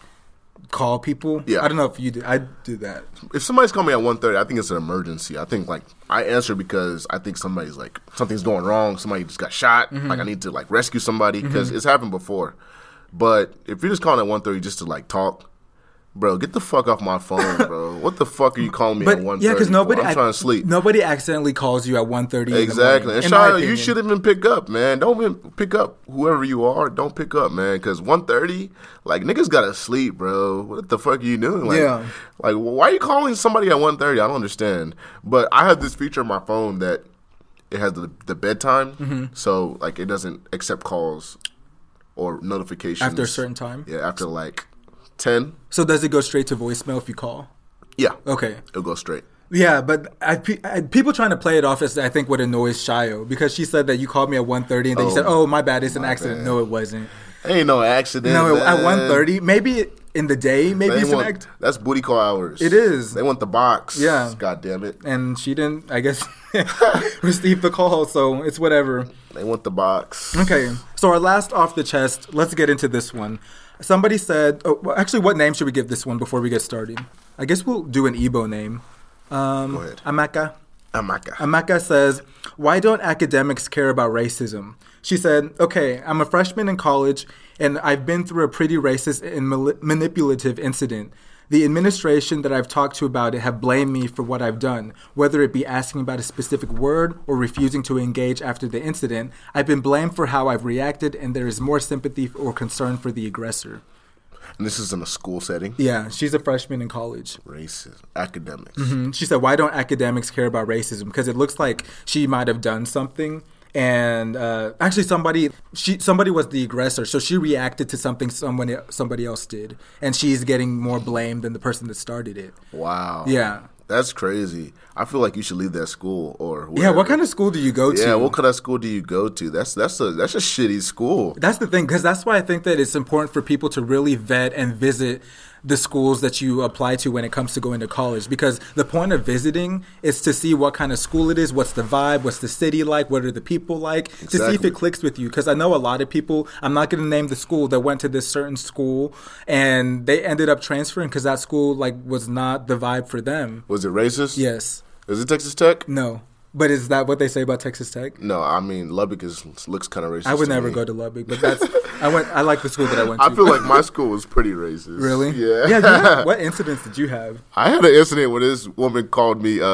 A: call people.
B: Yeah.
A: I don't know if you do. I do that.
B: if somebody's calling me at 1.30, I think it's an emergency. I think like I answer because I think somebody's like something's going wrong. Somebody just got shot.
A: Mm-hmm.
B: Like I need to like rescue somebody because it's happened before. But if you're just calling at 1.30 just to like talk, bro, get the fuck off my phone, bro. what the fuck are you calling me
A: But
B: at 1.30?
A: yeah, because nobody.
B: for? I'm
A: ac-
B: trying to sleep.
A: Nobody accidentally calls you at 1.30
B: Exactly.
A: In
B: And
A: the morning, in my
B: Shia, you
A: opinion.
B: should even pick up, man. Don't even pick up whoever you are. Don't pick up, man. Because 1.30, like, niggas got to sleep, bro. What the fuck are you doing? Like,
A: Yeah.
B: like, why are you calling somebody at 1.30? I don't understand. But I have this feature on my phone that it has the, the bedtime.
A: Mm-hmm.
B: So, like, it doesn't accept calls or notifications.
A: After a certain time?
B: Yeah, after, like, 10.
A: So does it go straight to voicemail if you call?
B: Yeah.
A: Okay.
B: It'll go straight.
A: Yeah, but I, pe- I, people trying to play it off as I think what annoys Shio because she said that you called me at 1.30 and then you said,
B: Oh,
A: "Oh, my bad, it's an accident."
B: bad.
A: No, it wasn't.
B: Ain't no accident.
A: No, at
B: man.
A: 1.30, maybe in the day, maybe
B: They
A: it's an
B: want-
A: act.
B: that's booty call hours.
A: It is.
B: They want the box.
A: Yeah.
B: God damn it.
A: and she didn't i guess receive the call so it's whatever
B: They want the box.
A: okay so our last off the chest let's get into this one somebody said oh, well, actually what name should we give this one before we get started i guess we'll do an ebo name um
B: Go ahead.
A: amaka
B: Amaka.
A: Amaka says, Why don't academics care about racism? She said, Okay, I'm a freshman in college and I've been through a pretty racist and mal- manipulative incident. The administration that I've talked to about it have blamed me for what I've done, whether it be asking about a specific word or refusing to engage after the incident. I've been blamed for how I've reacted, and there is more sympathy or concern for the aggressor.
B: And this is in a school setting.
A: Yeah, she's a freshman in college.
B: Racism, academics.
A: She said, "Why don't academics care about racism? Because it looks like she might have done something." And uh, actually, somebody she somebody was the aggressor, so she reacted to something someone somebody else did, and she's getting more blame than the person that started it.
B: Wow.
A: Yeah.
B: That's crazy. I feel like you should leave that school or
A: Yeah,
B: whatever.
A: what kind of school do you go to?
B: yeah, what kind of school do you go to? That's that's a that's a shitty school.
A: That's the thing, because that's why I think that it's important for people to really vet and visit the schools that you apply to when it comes to going to college. Because the point of visiting is to see what kind of school it is, what's the vibe, what's the city like, what are the people like, to see if
B: Exactly.
A: it clicks with you. Because I know a lot of people. I'm not going to name the school that went to this certain school and they ended up transferring because that school like was not the vibe for them.
B: Was it racist?
A: Yes,
B: Is it Texas Tech?
A: no, but is that what they say about Texas Tech?
B: No, I mean Lubbock is looks kind of racist.
A: I would
B: to
A: never
B: me.
A: go to Lubbock, but that's I went. I like the school that I went to.
B: I feel like my school was pretty racist.
A: Really? Yeah.
B: Yeah.
A: You had, what incidents did you have?
B: I had an incident where this woman called me. uh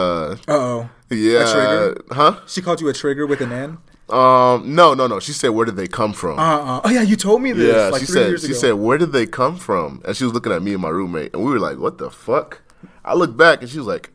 A: Uh oh.
B: Yeah.
A: trigger?
B: Huh?
A: She called you a trigger with an N.
B: Um. No, no, no. She said, "Where did they come from?"
A: Uh uh Oh yeah, you told me this.
B: yeah.
A: like
B: she
A: three
B: said.
A: Years
B: she
A: ago.
B: said, "Where did they come from?" And she was looking at me and my roommate, and we were like, "What the fuck?" I looked back, and she was like,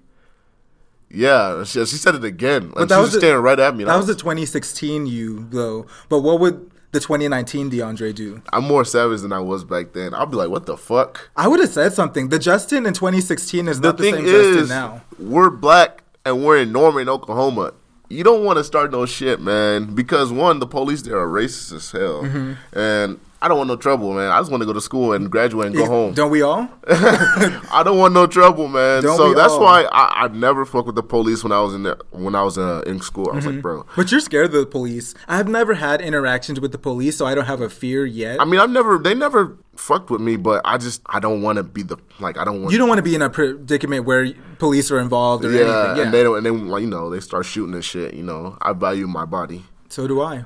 B: "Yeah." She, she said it again, and she was,
A: the-
B: staring right at me. and
A: That
B: I
A: was the 2016 you though. But what would the 2019 DeAndre do?
B: I'm more savage than I was back then. I'll be like, "What the fuck?"
A: I would have said something. The Justin in 2016 is not the
B: thing
A: same Justin
B: is,
A: now.
B: we're black and we're in Norman, Oklahoma. You don't want to start no shit, man, because one, the police there are racist as hell,
A: Mm-hmm.
B: and I don't want no trouble, man. I just want to go to school and graduate and go home.
A: Don't we all?
B: I don't want no trouble, man.
A: Don't
B: so
A: we
B: that's
A: all?
B: why I, I never fuck with the police when I was in there, when I was uh, in school. I was
A: Mm-hmm.
B: like, bro.
A: But you're scared of the police. I've never had interactions with the police, so I don't have a fear yet.
B: I mean, I've never they never fucked with me, but I just I don't want to be the like I don't want
A: you don't want to be in a predicament where police are involved or
B: yeah,
A: anything. Yeah.
B: and they don't and then like you know they start shooting and shit. You know, I value my body.
A: So do I.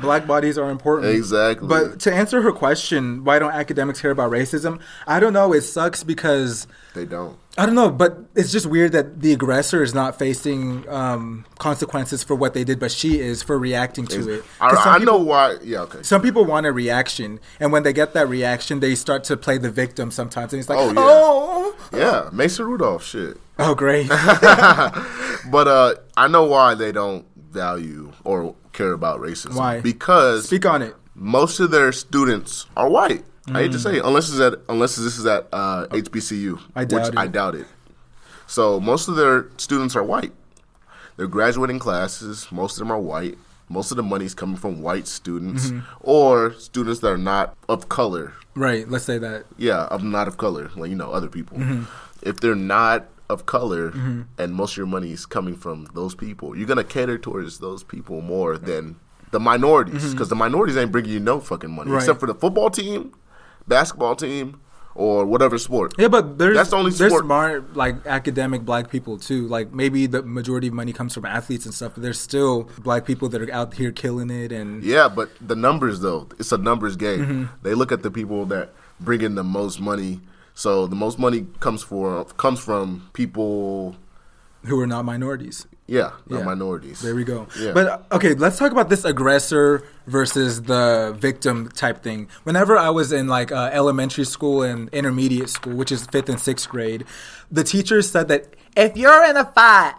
A: Black bodies are important.
B: Exactly.
A: But to answer her question, why don't academics care about racism? I don't know. It sucks because
B: They don't.
A: I don't know, but it's just weird that the aggressor is not facing um, consequences for what they did, but she is for reacting to it. 'Cause
B: I,
A: some
B: I
A: people-
B: know why. Yeah, okay.
A: Some people want a reaction, and when they get that reaction, they start to play the victim sometimes, and it's like,
B: Oh,
A: oh,
B: yeah.
A: oh,
B: Yeah, Mason Rudolph shit.
A: great.
B: But uh, I know why they don't value or care about racism.
A: Why?
B: Because
A: Speak on it.
B: most of their students are white. I hate to say, it, unless it's at unless this is at uh, HBCU,
A: Mm. I doubt
B: which
A: it.
B: I doubt it. So most of their students are white. They're graduating classes. Most of them are white. Most of the money's coming from white students
A: Mm-hmm.
B: or students that are not of color.
A: Right, let's say that.
B: Yeah, of not of color, like you know, other people.
A: Mm-hmm.
B: If they're not of color and most of your money's coming from those people, you're gonna cater towards those people more than the minorities because the minorities ain't bringing you no fucking money
A: Mm-hmm. Right.
B: except for the football team, basketball team, or whatever sport.
A: Yeah, but there's
B: That's the only
A: there's
B: sport-
A: smart like academic black people too. Like maybe the majority of money comes from athletes and stuff, but there's still black people that are out here killing it and
B: Yeah, but the numbers though, it's a numbers game.
A: Mm-hmm.
B: They look at the people that bring in the most money. So the most money comes for comes from people,
A: who are not minorities.
B: yeah, not
A: Yeah.
B: minorities.
A: There we go.
B: Yeah.
A: But uh, okay, let's talk about this aggressor versus the victim type thing. Whenever I was in like uh, elementary school and intermediate school, which is fifth and sixth grade, the teachers said that if you're in a fight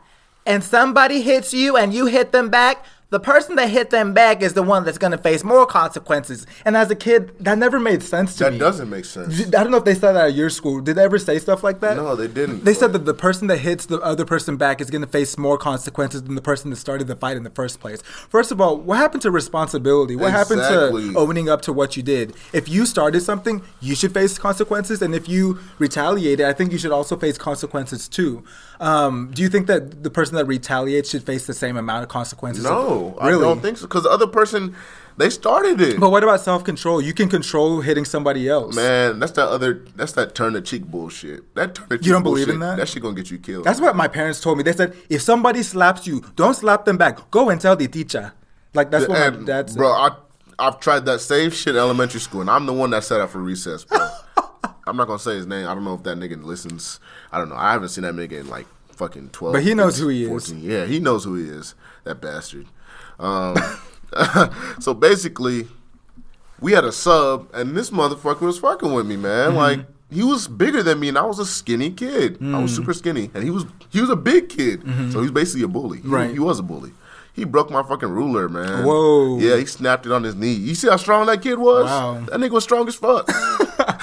A: and somebody hits you and you hit them back, the person that hit them back is the one that's going to face more consequences. And as a kid, that never made sense to
B: That
A: me.
B: doesn't make sense.
A: I don't know if they said that at your school. Did they ever say stuff like that?
B: No, they didn't.
A: They said that the person that hits the other person back is going to face more consequences than the person that started the fight in the first place. First of all, what happened to responsibility? What happened
B: Exactly.
A: to owning up to what you did? If you started something, you should face consequences, and if you retaliated, I think you should also face consequences too. Um, do you think that the person that retaliates should face the same amount of consequences?
B: No,
A: really.
B: I don't think so. Because the other person, They started it.
A: But what about self control? You can control hitting somebody else.
B: Man, that's that other. That's that turn the cheek bullshit. That turn the cheek.
A: You don't believe
B: bullshit,
A: in that?
B: That shit gonna get you killed.
A: That's what my parents told me. They said if somebody slaps you, don't slap them back. Go and tell the teacher. Like that's what my
B: and,
A: dad said.
B: bro. I I've tried that same shit in elementary school, and I'm the one that set up for recess, bro. I'm not gonna say his name. I don't know if that nigga listens. I don't know. I haven't seen that nigga in like fucking twelve.
A: But he knows who he is.
B: 14. Yeah, he knows who he is. That bastard. Um, so basically, we had a sub, and this motherfucker was fucking with me, man.
A: Mm-hmm.
B: Like he was bigger than me, and I was a skinny kid. I
A: Mm.
B: was super skinny, and he was he was a big kid. So he was basically a bully. He-
A: Mm-hmm. Right.
B: he was a bully. He broke my fucking ruler, man.
A: Whoa.
B: Yeah, he snapped it on his knee. You see how strong that kid was?
A: Wow.
B: That nigga was strong as fuck.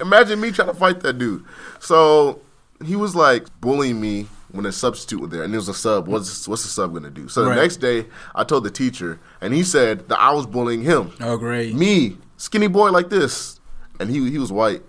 B: Imagine me trying to fight that dude. So he was like bullying me when a substitute was there, and it was a sub. What's what's the sub gonna do? So the
A: Right.
B: next day, I told the teacher, and he said that I was bullying him.
A: Oh, great.
B: Me, skinny boy like this, and he he was white.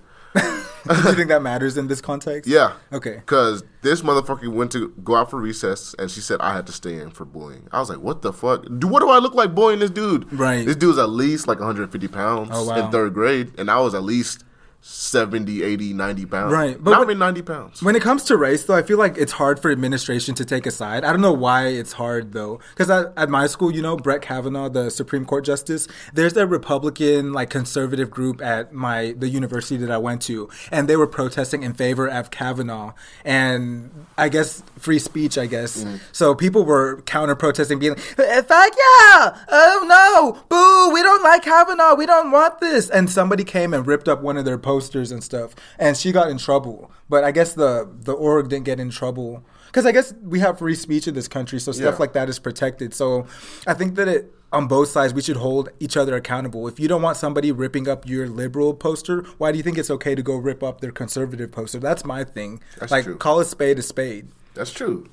A: Do you think that matters in this context?
B: Yeah.
A: Okay.
B: Because this motherfucker went to go out for recess, and she said I had to stay in for bullying. I was like, "What the fuck? Do what do I look like bullying this dude?
A: Right.
B: This dude's at least like 150 pounds
A: Oh, wow.
B: in third grade, and I was at least 70, 80, 90 pounds.
A: Right, but
B: But Not
A: when-
B: even 90 pounds.
A: When it comes to race, though, I feel like it's hard for administration to take a side. I don't know why it's hard, though. Because at, at my school, you know, Brett Kavanaugh, the Supreme Court Justice, there's a Republican, like, conservative group at my the university that I went to, and they were protesting in favor of Kavanaugh. And I guess free speech, I guess.
B: Mm.
A: So people were counter protesting, being like, "Eh, fuck yeah! Oh no! Boo! We don't like Kavanaugh! We don't want this! And somebody came and ripped up one of their posters and stuff, and she got in trouble. But I guess the, the org didn't get in trouble. Because I guess we have free speech in this country, so stuff
B: Yeah.
A: like that is protected. So I think that it. On both sides, we should hold each other accountable. If you don't want somebody ripping up your liberal poster, why do you think it's okay to go rip up their conservative poster? That's my thing.
B: That's
A: like,
B: true.
A: call a spade a spade.
B: That's true.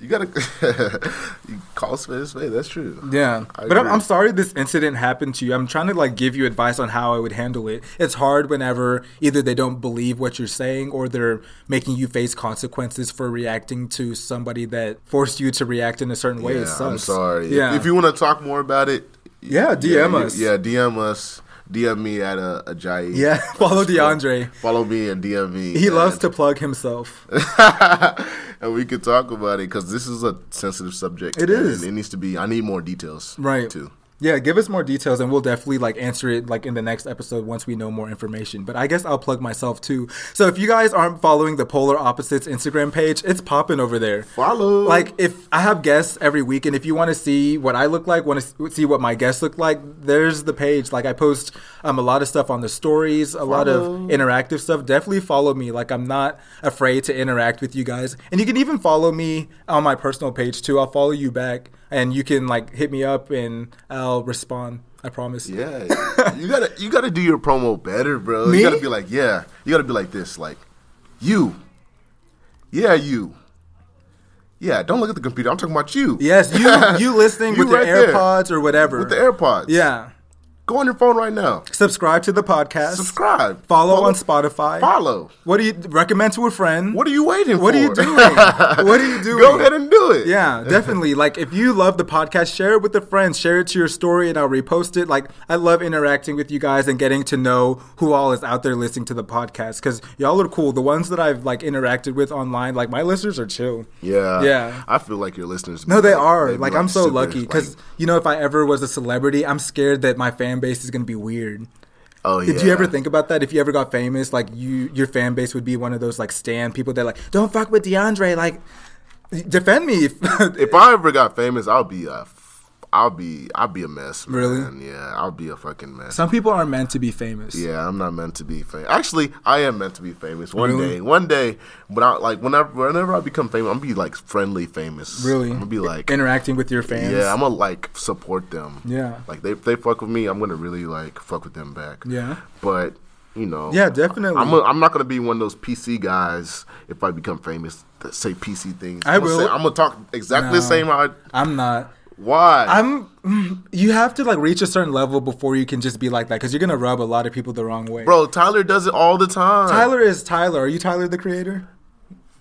B: You gotta you call a spade a spade. That's true.
A: Yeah,
B: I
A: but I'm,
B: agree.
A: I'm sorry this incident happened to you. I'm trying to like give you advice on how I would handle it. It's hard whenever either they don't believe what you're saying or they're making you face consequences for reacting to somebody that forced you to react in a certain way. it
B: Yeah,
A: sucks.
B: I'm sorry. If-
A: Yeah,
B: If, you want to talk more about it,
A: Yeah, DM
B: you-
A: us.
B: Yeah, DM us. DM me at a uh, Ajayi.
A: Yeah, follow DeAndre.
B: Follow me and DM me.
A: he loves
B: and-
A: to plug himself.
B: and we could talk about it because this is a sensitive subject.
A: It
B: and
A: is.
B: It needs to be. I need more details.
A: Right.
B: Too.
A: Yeah, give us more details and we'll definitely like answer it like in the next episode once we know more information. But I guess I'll plug myself too. So if you guys aren't following the Polar Opposites Instagram page, it's popping over there.
B: Follow.
A: Like if I have guests every week and if you want to see what I look like, want to see what my guests look like, there's the page. Like I post um a lot of stuff on the stories, a lot of interactive stuff. Definitely follow me. Like I'm not afraid to interact with you guys. And you can even follow me on my personal page too. I'll follow you back and you can like hit me up and I'll respond. I promise.
B: Yeah. you gotta. You gotta do your promo better, bro.
A: Me?
B: You gotta be like, yeah. You gotta be like this. Like, you. Yeah, you. Yeah. Don't look at the computer. I'm talking about you.
A: Yes, you you listening
B: You
A: with your
B: right there.
A: AirPods or whatever.
B: With the AirPods.
A: Yeah.
B: Go on your phone right now.
A: Subscribe to the podcast.
B: Subscribe.
A: Follow, on Spotify.
B: Follow.
A: What do you recommend to a friend?
B: What are you waiting for?
A: What are you doing? what are you doing?
B: Go ahead and do it.
A: yeah, definitely. Like, if you love the podcast, share it with a friend. Share it to your story, and I'll repost it. Like, I love interacting with you guys and getting to know who all is out there listening to the podcast because y'all are cool. The ones that I've like interacted with online, like my listeners are chill.
B: Yeah.
A: yeah.
B: I feel like your listeners.
A: No,
B: be
A: they
B: like-
A: are.
B: they be
A: Like, I'm so
B: super,
A: lucky because
B: like,
A: you know, if I ever was a celebrity, I'm scared that my fan base is gonna be weird.
B: oh yeah.
A: Did you ever think about that? If you ever got famous, like you, your fan base would be one of those like stand people that like don't fuck with DeAndre. Like, defend me. If,
B: If I ever got famous, I'll be a, f- I'll be, I'll be a mess. Man.
A: Really?
B: Yeah, I'll be a fucking mess.
A: Some people are meant to be famous.
B: yeah, I'm not meant to be famous. Actually, I am meant to be famous one
A: Really?
B: day. One day, but I like whenever, whenever I become famous, I'm gonna be like friendly famous.
A: Really.
B: I'm gonna be like,
A: interacting with your fans.
B: yeah, I'm gonna like support them.
A: Yeah.
B: like they if they fuck with me, I'm gonna really like fuck with them back.
A: Yeah.
B: but you know,
A: Yeah, definitely.
B: I'm, a, I'm not gonna be one of those PC guys if I become famous that say PC things.
A: I
B: I'm gonna
A: will.
B: Say, I'm gonna talk exactly the
A: No.
B: same. How I,
A: I'm not.
B: why?
A: I'm. mm, You have to like reach a certain level before you can just be like that because you're gonna rub a lot of people the wrong way.
B: Bro, Tyler does it all the time.
A: Tyler is Tyler. Are you Tyler the creator?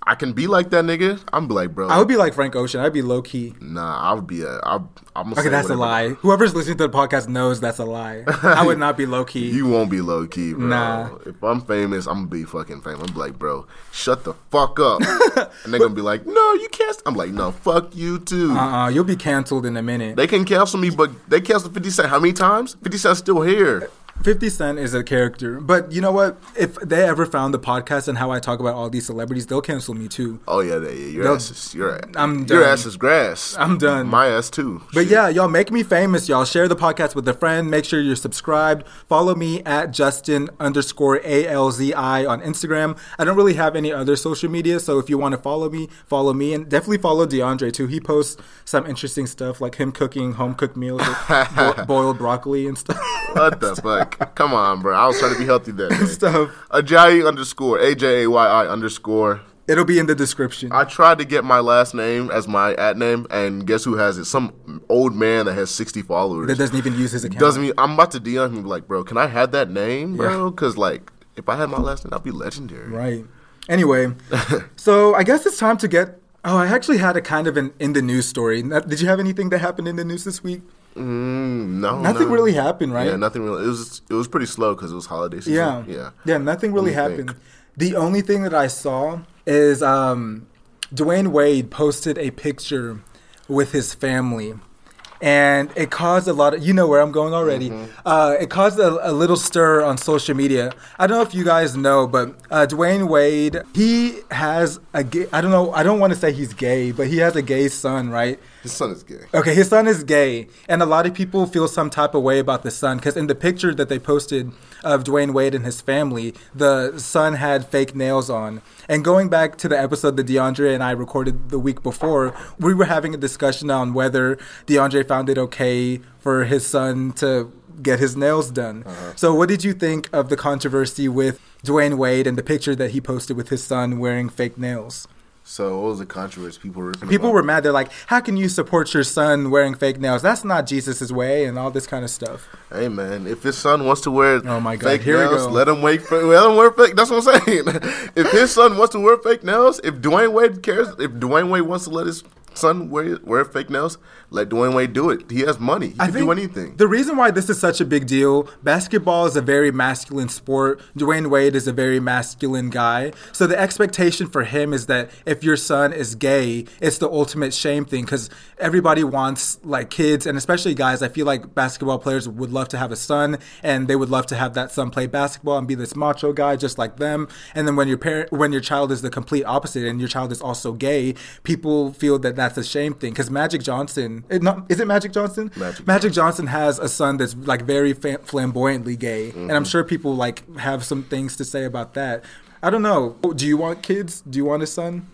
B: I can be like that nigga, I'm be like, bro.
A: I would be like Frank Ocean. I'd be low key.
B: nah, I would be a. I, I'm gonna
A: Okay,
B: say
A: that's a lie.
B: whatever.
A: Whoever's listening to the podcast knows that's a lie. I would not be low key.
B: You won't be low key, bro.
A: Nah.
B: If I'm famous, I'm gonna be fucking famous. I'm like, bro, shut the fuck up. and they're gonna be like, no, you can't. st-" I'm like, no, fuck you too.
A: uh-uh, you'll be canceled in a minute.
B: They can cancel me, but they canceled 50 Cent how many times? 50 Cent's still here.
A: 50 Cent is a character. But you know what? If they ever found the podcast and how I talk about all these celebrities, they'll cancel me too.
B: Oh, yeah, they, your
A: No,
B: ass is. Your,
A: I'm
B: your
A: done.
B: ass is grass.
A: I'm done.
B: My ass too.
A: But
B: Shit.
A: yeah, y'all make me famous. Y'all share the podcast with a friend. Make sure you're subscribed. Follow me at Justin underscore A L Z I on Instagram. I don't really have any other social media, so if you want to follow me, follow me, and definitely follow DeAndre too. He posts some interesting stuff like him cooking home cooked meals, like bo- boiled broccoli and stuff.
B: What the fuck? Come on, bro. I was trying to be healthy that day.
A: stuff.
B: Ajayi underscore A J A Y I underscore.
A: It'll be in the description.
B: I tried to get my last name as my at name, and guess who has it? Some old man that has sixty followers.
A: that doesn't even use his account.
B: Doesn't mean I'm about to DM him and be like, bro, can I have that name, bro? Because like, if I had my last name, I'd be legendary.
A: Right. Anyway, so I guess it's time to get. Oh, I actually had a kind of an in the news story. Not- Did you have anything that happened in the news this week?
B: Mm, no,
A: Nothing
B: no.
A: really happened, right?
B: Yeah, nothing really. It was it was pretty slow because it was holiday season.
A: Yeah.
B: yeah,
A: nothing
B: Let
A: really
B: me
A: happened.
B: think.
A: The only thing that I saw is um, Dwayne Wade posted a picture with his family. And it caused a lot of, you know where I'm going already.
B: Mm-hmm.
A: Uh, it caused a, a little stir on social media. I don't know if you guys know, but uh, Dwayne Wade, he has a gay, I don't know, I don't want to say he's gay, but he has a gay son, right?
B: His son is gay.
A: Okay, his son is gay, and a lot of people feel some type of way about the son because in the picture that they posted of Dwayne Wade and his family, the son had fake nails on. And going back to the episode that DeAndre and I recorded the week before, we were having a discussion on whether DeAndre found it okay for his son to get his nails done. So, what did you think of the controversy with Dwayne Wade and the picture that he posted with his son wearing fake nails?
B: So what was the controversy? People were
A: People were mad. They're like, "How can you support your son wearing fake nails? That's not Jesus' way," and all this kind of stuff.
B: Hey man, if his son wants to wear
A: Oh my God,
B: fake
A: here we
B: nails,
A: go.
B: let him wait. For, let him wear fake. That's what I'm saying. if his son wants to wear fake nails, if Dwayne Wade cares, if Dwayne Wade wants to let his son wear wear fake nails, let Dwayne Wade do it. He has money. He can do anything.
A: The reason why this is such a big deal, basketball is a very masculine sport. Dwayne Wade is a very masculine guy. So the expectation for him is that if your son is gay, it's the ultimate shame thing because everybody wants like kids and especially guys. I feel like basketball players would love to have a son and they would love to have that son play basketball and be this macho guy just like them. And then when your parent, when your child is the complete opposite and your child is also gay, people feel that that's a shame thing because Magic Johnson, eh, no, is it Magic Johnson?
B: Magic
A: Magic Johnson has a son that's like very fa- flamboyantly gay, and
B: Mm-hmm.
A: I'm sure people like have some things to say about that. I don't know. Do you want kids? Do you want a son?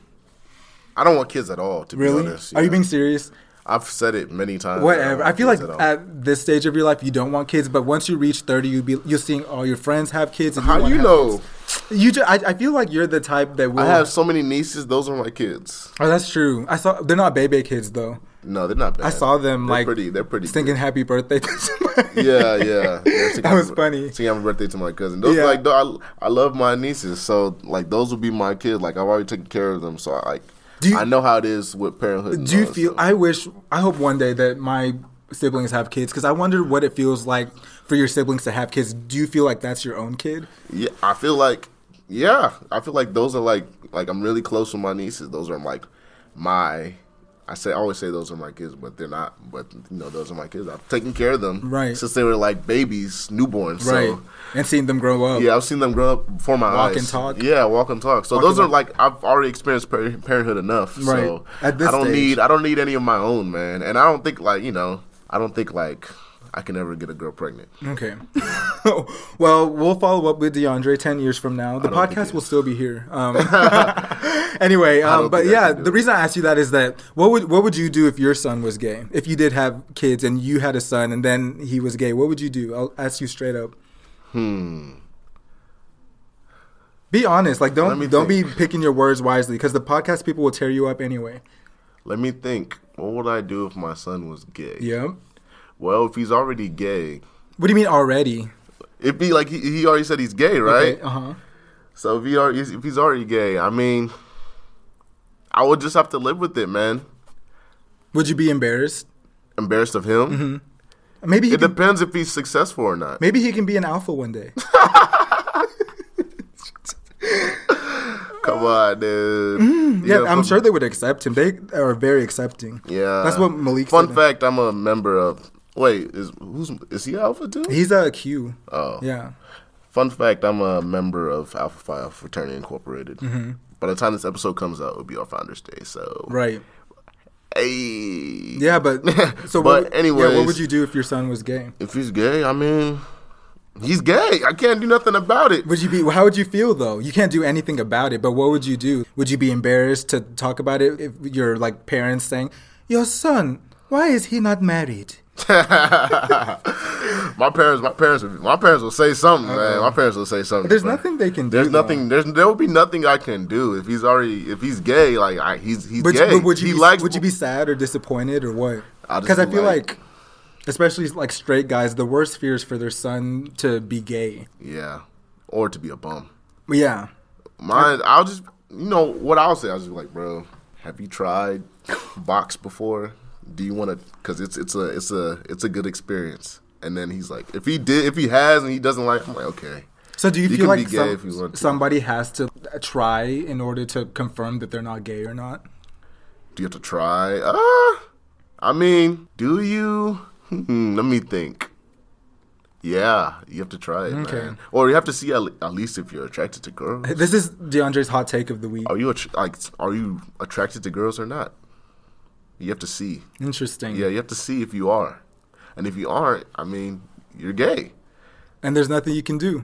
B: I don't want kids at all. To
A: Really?
B: be honest,
A: Are you
B: yeah.
A: being serious?
B: I've said it many times.
A: Whatever. I
B: don't
A: feel
B: want
A: like
B: kids at all.
A: at this stage of your life, you don't want kids, but once you reach 30, you be you're seeing all your friends have kids. And
B: how do
A: wanna
B: you
A: have
B: know?
A: kids. You, ju- I, I feel like you're the type that will.
B: I have so many nieces. Those are my kids.
A: oh, that's true. I saw they're not baby kids though.
B: No, they're not bad.
A: I saw them
B: They're
A: like
B: pretty. They're pretty.
A: singing
B: good.
A: happy birthday to somebody.
B: yeah, yeah. yeah sing
A: That
B: happy
A: was
B: bir-
A: funny.
B: Sing happy birthday to my cousin. Those
A: Yeah.
B: like tho- I, I love my nieces, so like those will be my kids. Like I've already taken care of them, so I like
A: Do you-
B: I know how it is with parenthood. and
A: Do you
B: all that
A: feel?
B: stuff.
A: I wish. I hope one day that my siblings have kids because I wonder what it feels like for your siblings to have kids. Do you feel like that's your own kid?
B: yeah, I feel like yeah, I feel like those are like like I'm really close with my nieces. Those are like my. I say I always say those are my kids, but they're not. But you know, those are my kids. I've taken care of them
A: Right.
B: since they were like babies, newborns.
A: Right.
B: So
A: And seeing them grow up.
B: Yeah, I've seen them grow up before my
A: Walk
B: eyes.
A: and talk.
B: Yeah, walk and talk. So
A: Walk
B: those
A: and
B: are like I've already experienced par- parenthood enough.
A: Right.
B: So
A: At this
B: I don't
A: stage.
B: need I don't need any of my own, man. And I don't think like you know I don't think like I can ever get a girl pregnant.
A: Okay. well, we'll follow up with DeAndre ten years from now. The
B: don't think
A: podcast
B: it
A: will still be here. Um, anyway, um,
B: don't
A: but
B: think I
A: yeah,
B: can do
A: the
B: it.
A: reason I asked you that is that what would what would you do if your son was gay? If you did have kids and you had a son and then he was gay, what would you do? I'll ask you straight up. Hmm.
B: Hmm.
A: Be honest. Like
B: Let me
A: don't don't
B: think.
A: be picking your words wisely because the podcast people will tear you up anyway.
B: Let me think. What would I do if my son was gay?
A: Yeah.
B: Well, if he's already gay,
A: What do you mean already?
B: it'd be like he, he already said he's gay, right?
A: Uh huh.
B: So if he already, if he's already gay, I mean, I would just have to live with it, man.
A: Would you be embarrassed?
B: Embarrassed of him.
A: Mm-hmm. Maybe he
B: It
A: can,
B: depends if he's successful or not.
A: maybe he can be an alpha one day.
B: Come on,
A: Mm.
B: dude.
A: Yeah,
B: You know,
A: I'm
B: from-
A: sure they would accept him. They are very accepting.
B: Yeah,
A: that's what Malik.
B: Fun
A: said.
B: fact: I'm a member of. Wait, is who's is he Alpha too?
A: He's a Q.
B: Oh.
A: yeah.
B: Fun fact: I'm a member of Alpha Phi Fraternity Incorporated. By the time this episode comes out, it'll be our Founders Day. So,
A: Mm-hmm. Right.
B: hey,
A: Yeah, but so. what, would- yeah,
B: But
A: what
B: anyways-
A: would you do if your son was gay?
B: If he's gay, I mean, he's gay. I can't do nothing about it.
A: Would you be? How would you feel though? You can't do anything about it. But what would you do? Would you be embarrassed to talk about it if your like parents saying, "Your son, why is he not married?"
B: my parents, my parents, would- my parents will say something, man. My parents will say something.
A: There's
B: but
A: nothing they can do.
B: There's
A: though.
B: nothing. There's there will be nothing I can do if he's already if he's gay. Like I, he's he's
A: But,
B: gay.
A: but would you
B: he
A: be,
B: likes
A: would you be sad or disappointed or what?
B: I'll just
A: Because I
B: be
A: feel
B: like-
A: like, especially like straight guys, the worst fear is for their son to be gay.
B: yeah, or to be a bum.
A: But yeah,
B: Mine, I'll just, you know, what I'll say, I'll just be like, bro, have you tried box before? Do you want to? Because it's it's a it's a it's a good experience. And then he's like, if he did, if he has, and he doesn't like, I'm like, okay.
A: So do you,
B: You
A: feel
B: can
A: like
B: be gay
A: some-
B: if you want to.
A: somebody has to try in order to confirm that they're not gay or not?
B: Do you have to try? Uh, I mean, do you? Hmm, Let me think. Yeah, you have to try it,
A: Okay.
B: man. Or you have to see at, le- at least if you're attracted to girls.
A: This is DeAndre's hot take of the week.
B: Are you attr- like, are you attracted to girls or not? You have to see.
A: Interesting.
B: Yeah, you have to see if you are. And if you aren't, I mean, you're gay.
A: And there's nothing you can do.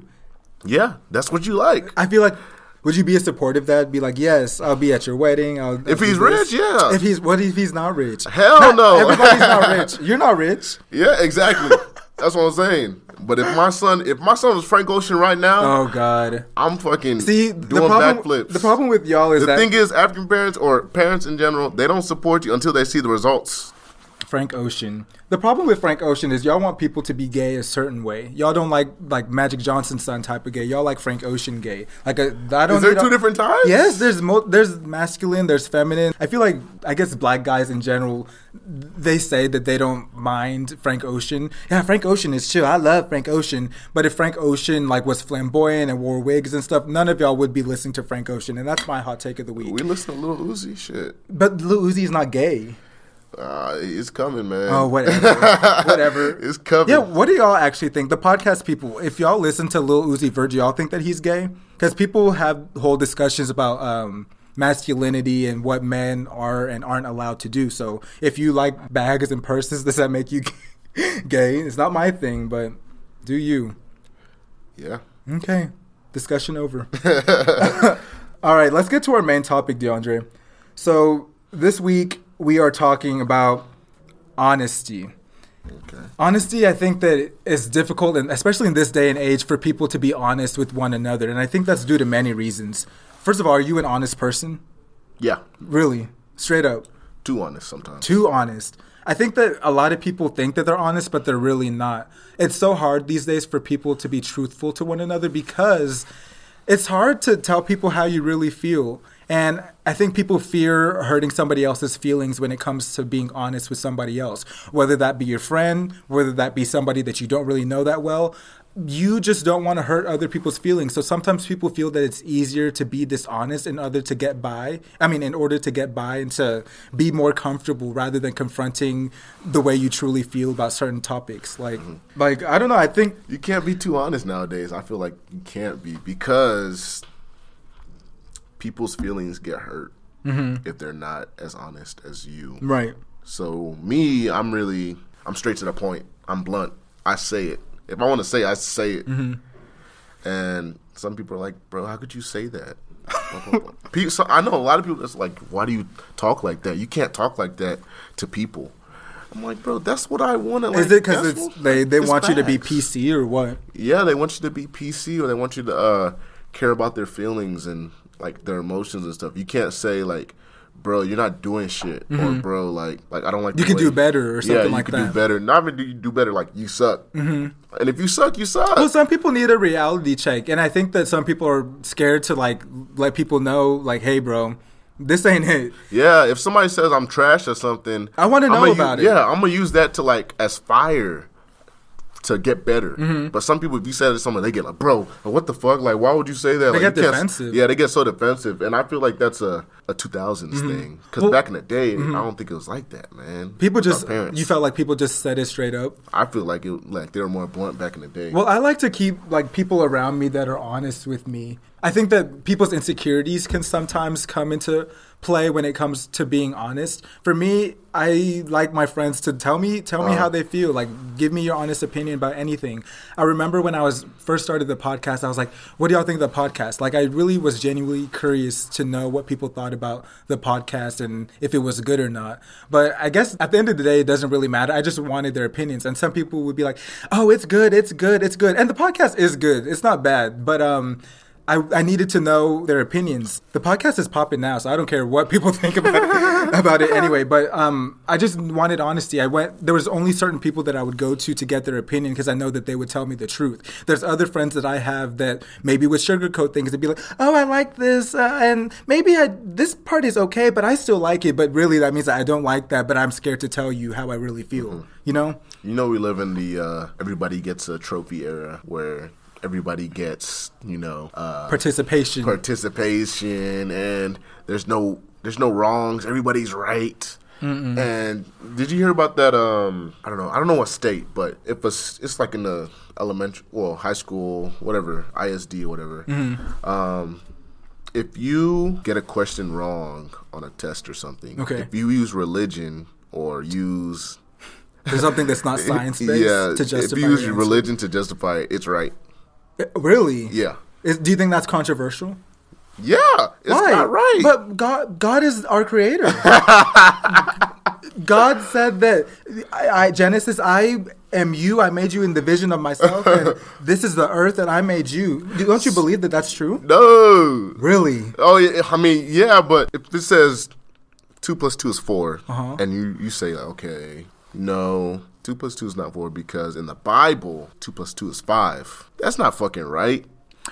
B: Yeah, that's what you like.
A: I feel like would you be supportive of that? Be like, yes, I'll be at your wedding. I'll,
B: If
A: I'll
B: he's
A: do this."
B: rich, yeah.
A: If he's what if he's not rich?
B: Hell no.
A: Everybody's not rich. You're not rich.
B: Yeah, exactly. that's what I'm saying. But if my son, if my son was Frank Ocean right now,
A: Oh God.
B: I'm fucking
A: See,
B: doing
A: the problem,
B: backflips.
A: the problem with y'all is
B: The
A: that
B: thing is, African parents or parents in general, they don't support you until they see the results.
A: Frank Ocean. The problem with Frank Ocean is y'all want people to be gay a certain way. Y'all don't like like Magic Johnson's son type of gay. Y'all like Frank Ocean gay. Like a, I don't.
B: Is there
A: need a-
B: two different types?
A: Yes, there's mo- there's masculine, there's feminine. I feel like I guess black guys in general, they say that they don't mind Frank Ocean. Yeah, Frank Ocean is chill. I love Frank Ocean. But if Frank Ocean like was flamboyant and wore wigs and stuff, none of y'all would be listening to Frank Ocean. And that's my hot take of the week.
B: We listen to Lil Uzi shit.
A: But Lil Uzi is not gay.
B: Uh, it's coming, man.
A: Oh, whatever. whatever.
B: It's covered.
A: Yeah, what do y'all actually think? The podcast people, if y'all listen to Lil Uzi Vert, do y'all think that he's gay? Because people have whole discussions about um, masculinity and what men are and aren't allowed to do. So if you like bags and purses, does that make you gay? It's not my thing, but do you?
B: Yeah.
A: Okay. Discussion over. All right, let's get to our main topic, DeAndre. So this week we are talking about honesty.
B: Okay.
A: Honesty, I think that it's difficult, and especially in this day and age, for people to be honest with one another. And I think that's due to many reasons. First of all, are you an honest person?
B: Yeah.
A: Really? Straight up.
B: Too honest sometimes.
A: Too honest. I think that a lot of people think that they're honest, but they're really not. It's so hard these days for people to be truthful to one another because it's hard to tell people how you really feel. And I think people fear hurting somebody else's feelings when it comes to being honest with somebody else, whether that be your friend, whether that be somebody that you don't really know that well. You just don't want to hurt other people's feelings. So sometimes people feel that it's easier to be dishonest in order to get by. I mean, in order to get by and to be more comfortable rather than confronting the way you truly feel about certain topics. Like,
B: Mm-hmm.
A: like I don't know. I think
B: You can't be too honest nowadays. I feel like you can't be because people's feelings get hurt if they're not as honest as you.
A: Mm-hmm. right.
B: So me, I'm really I'm straight to the point. I'm blunt. I say it. If I want to say, it, I say it.
A: Mm-hmm.
B: And some people are like, "Bro, how could you say that?" people, so I know a lot of people that's like, "Why do you talk like that? You can't talk like that to people." I'm like, "Bro, that's what I want to." Like,
A: Is it because
B: that's
A: it's
B: what-
A: they they
B: it's
A: want you to be
B: facts.
A: PC or what?
B: Yeah, they want you to be PC or they want you to uh, care about their feelings and like their emotions and stuff. You can't say like, "Bro, you're not doing shit," or "Bro, like, like I don't like."
A: Mm-hmm. You
B: the
A: could
B: way-
A: do better or
B: yeah,
A: something
B: you
A: like
B: could
A: that.
B: do better. Not even do you do better, like you suck. Mm-hmm. And if you suck, you suck.
A: Well, some people need a reality check, and I think that some people are scared to like let people know, like, "Hey, bro, This ain't it.
B: Yeah, if somebody says I'm trash or something,
A: I wanna
B: I'ma
A: know
B: u-
A: about it.
B: Yeah, I'm gonna use that to like as fire to get better.
A: Mm-hmm.
B: But some people, if you say that to someone, they get like, "Bro, what the fuck? Like, why would you say that?" They like,
A: get
B: you can't s-
A: defensive.
B: Yeah, they get so defensive, and I feel like that's a a 2000s thing because back in the day, I don't think it was like that, man.
A: Mm-hmm. People
B: With our
A: just uh,
B: parents.
A: you felt like people just said it straight up.
B: I feel like it like they were more blunt back in the day.
A: Well, I like to keep like people around me that are honest with me. I think that people's insecurities can sometimes come into play when it comes to being honest. For me, I like my friends to tell me tell me how they feel. Like give me your honest opinion about anything. I remember when I was first started the podcast, I was like, "What do y'all think of the podcast?" Like I really was genuinely curious to know what people thought about the podcast and if it was good or not. But I guess at the end of the day, it doesn't really matter. I just wanted their opinions, and some people would be like, "Oh, it's good, it's good, it's good," and the podcast is good. It's not bad, but um. I, I needed to know their opinions. The podcast is popping now, so I don't care what people think about it, about it anyway. But um, I just wanted honesty. I went. There was only certain people that I would go to to get their opinion because I know that they would tell me the truth. There's other friends that I have that maybe would sugarcoat things and be like, "Oh, I like this, uh, and maybe I, this part is okay, but I still like it." But really, that means that I don't like that. But I'm scared to tell you how I really feel. You know?
B: You know, we live in the uh, everybody gets a trophy era where everybody gets, you know, uh,
A: Participation.
B: participation and there's no there's no wrongs. Everybody's right. And did you hear about that? Um, I don't know. I don't know what state, but if it's it's like in the elementary, well, high school, whatever, ISD or whatever.
A: Mm-hmm.
B: Um, if you get a question wrong on a test or something,
A: Okay.
B: if you use religion or use
A: There's something that's not science based to justify.
B: if you use
A: your answer.
B: your
A: Eh,
B: religion to justify it, it's right.
A: really?
B: Yeah,
A: Is, do you think that's controversial?
B: yeah, it's not right.
A: But God, God is our creator. God said that I, I, Genesis, I am you. I made you in the vision of myself, and this is the earth that I made you. Do- Don't you believe that that's true?
B: no,
A: Really?
B: oh, yeah, I mean, yeah, but if it says two plus two is 4
A: Uh-huh.
B: and you you say like, okay, no, two plus two is not four because in the Bible, two plus two is five. That's not fucking right.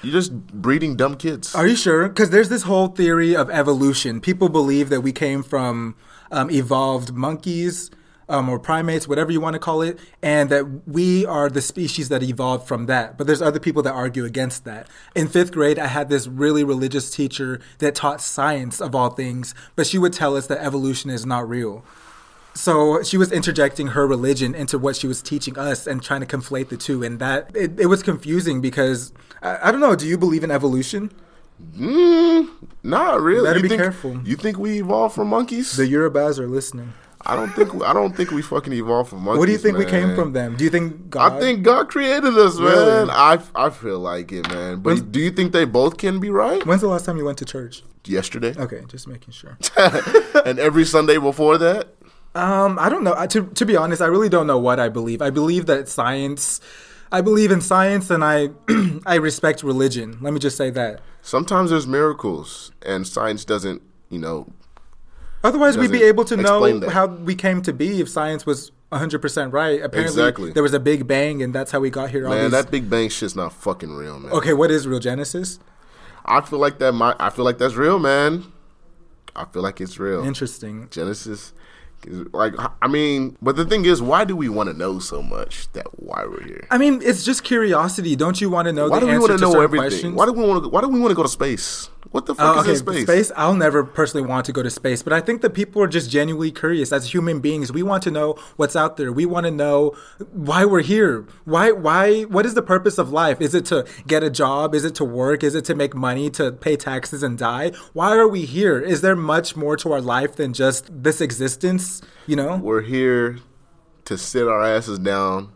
B: You're just breeding dumb kids.
A: Are you sure? Because there's this whole theory of evolution. People believe that we came from um, evolved monkeys um, or primates, whatever you want to call it, and that we are the species that evolved from that. But there's other people that argue against that. In fifth grade, I had this really religious teacher that taught science of all things, but she would tell us that evolution is not real. So she was interjecting her religion into what she was teaching us and trying to conflate the two. And that it, it was confusing because I, I don't know. Do you believe in evolution?
B: Mm, not really.
A: Better
B: you
A: be
B: think,
A: careful.
B: You think we evolved from monkeys?
A: The Eurobaz are listening.
B: I don't think I don't think we fucking evolved from monkeys.
A: What do you think we
B: man.
A: came from them? Do you think God?
B: I think God created us, man.
A: Really?
B: I, I feel like it, man. But do you think they both can be right?
A: When's the last time you went to church?
B: Yesterday
A: Okay, just making sure.
B: and every Sunday before that.
A: Um, I don't know. I, to to be honest, I really don't know what I believe. I believe that science. I believe in science, and I I respect religion. Let me just say that.
B: Sometimes there's miracles, and science doesn't, you know.
A: Otherwise, we'd be
B: Doesn't
A: able to know
B: explain that.
A: how we came to be if science was 100% right. Apparently,
B: Exactly.
A: there was a big bang, and that's how we got here. all
B: Man,
A: these-
B: that Big Bang shit's not fucking real, man.
A: okay, what is real Genesis?
B: I feel like that. My I feel like that's real, man. I feel like it's real.
A: Interesting.
B: Genesis. is- Like I mean, but the thing is, why do we want to know so much that why we're here?
A: I mean, it's just curiosity. Don't you want to know
B: Why
A: the
B: do we
A: answer
B: want to
A: to
B: know
A: certain
B: everything?
A: questions?
B: Why do we want to? Why do we want to go to space? What the fuck
A: Oh, okay,
B: is in space?
A: space. I'll never personally want to go to space, but I think that people are just genuinely curious. As human beings, we want to know what's out there. We want to know why we're here. Why? Why? What is the purpose of life? Is it to get a job? Is it to work? Is it to make money? To pay taxes and die? Why are we here? Is there much more to our life than just this existence? You know.
B: We're here to sit our asses down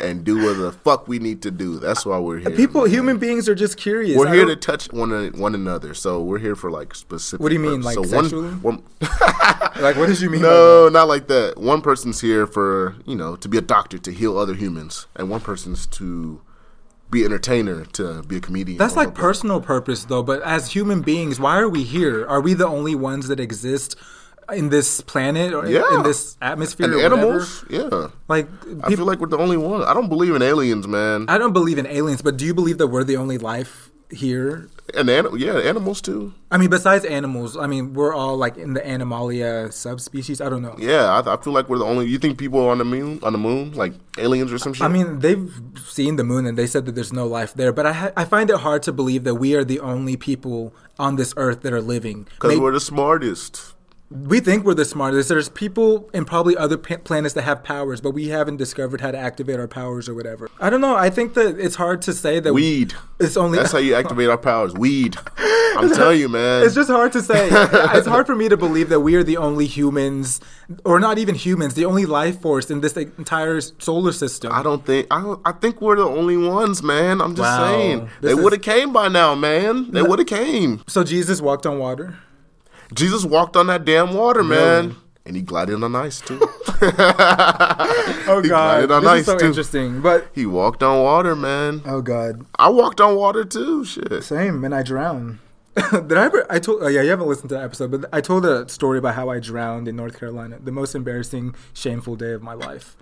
B: and do what the fuck we need to do. That's why we're here.
A: People,
B: man.
A: human beings are just curious.
B: We're
A: I
B: here to
A: don't-
B: touch one one another. So we're here for like specific.
A: What do you mean, like,
B: so one-
A: sexually?
B: one-
A: like, what did you mean? by that?
B: no, not like that. One person's here for you know to be a doctor to heal other humans, and one person's to be an entertainer to be a comedian.
A: That's
B: blah,
A: like
B: blah, blah.
A: personal purpose, though. But as human beings, why are we here? Are we the only ones that exist in this planet or in-
B: Yeah.
A: in this atmosphere?
B: and
A: or
B: animals. Yeah.
A: Whatever? Like
B: I feel
A: people,
B: like we're the only one. I don't believe in aliens, man.
A: I don't believe in aliens, but do you believe that we're the only life here.
B: And anim- yeah, animals too.
A: I mean, besides animals, I mean, we're all like in the Animalia subspecies. I don't know.
B: Yeah, I, I feel like we're the only. You think people are on the moon, on the moon, like aliens or some shit?
A: I mean, they've seen the moon and they said that there's no life there, but I, ha- I find it hard to believe that we are the only people on this earth that are living.
B: because
A: May-
B: we're the smartest.
A: we think we're the smartest. There's people and probably other p- planets that have powers, but we haven't discovered how to activate our powers or whatever. I don't know. I think that it's hard to say that
B: Weed.
A: It's only
B: That's how you activate our powers. Weed. I'm telling you, man.
A: It's just hard to say. it's hard for me to believe that we are the only humans, or not even humans, the only life force in this entire solar system.
B: I don't think I. Don't, I think we're the only ones, man. I'm just
A: Wow.
B: saying
A: This
B: they
A: is-
B: would have came by now, man. They would have came.
A: so Jesus walked on water.
B: Jesus walked on that damn water, man, and he glided on ice too.
A: Oh God,
B: glided on
A: this is
B: ice,
A: so
B: too.
A: interesting. But
B: he walked on water, man.
A: oh God,
B: I walked on water too. Shit.
A: same. And I drown. Did I ever? I told. Oh yeah, you haven't listened to that episode, but I told a story about how I drowned in North Carolina. The most embarrassing, shameful day of my life.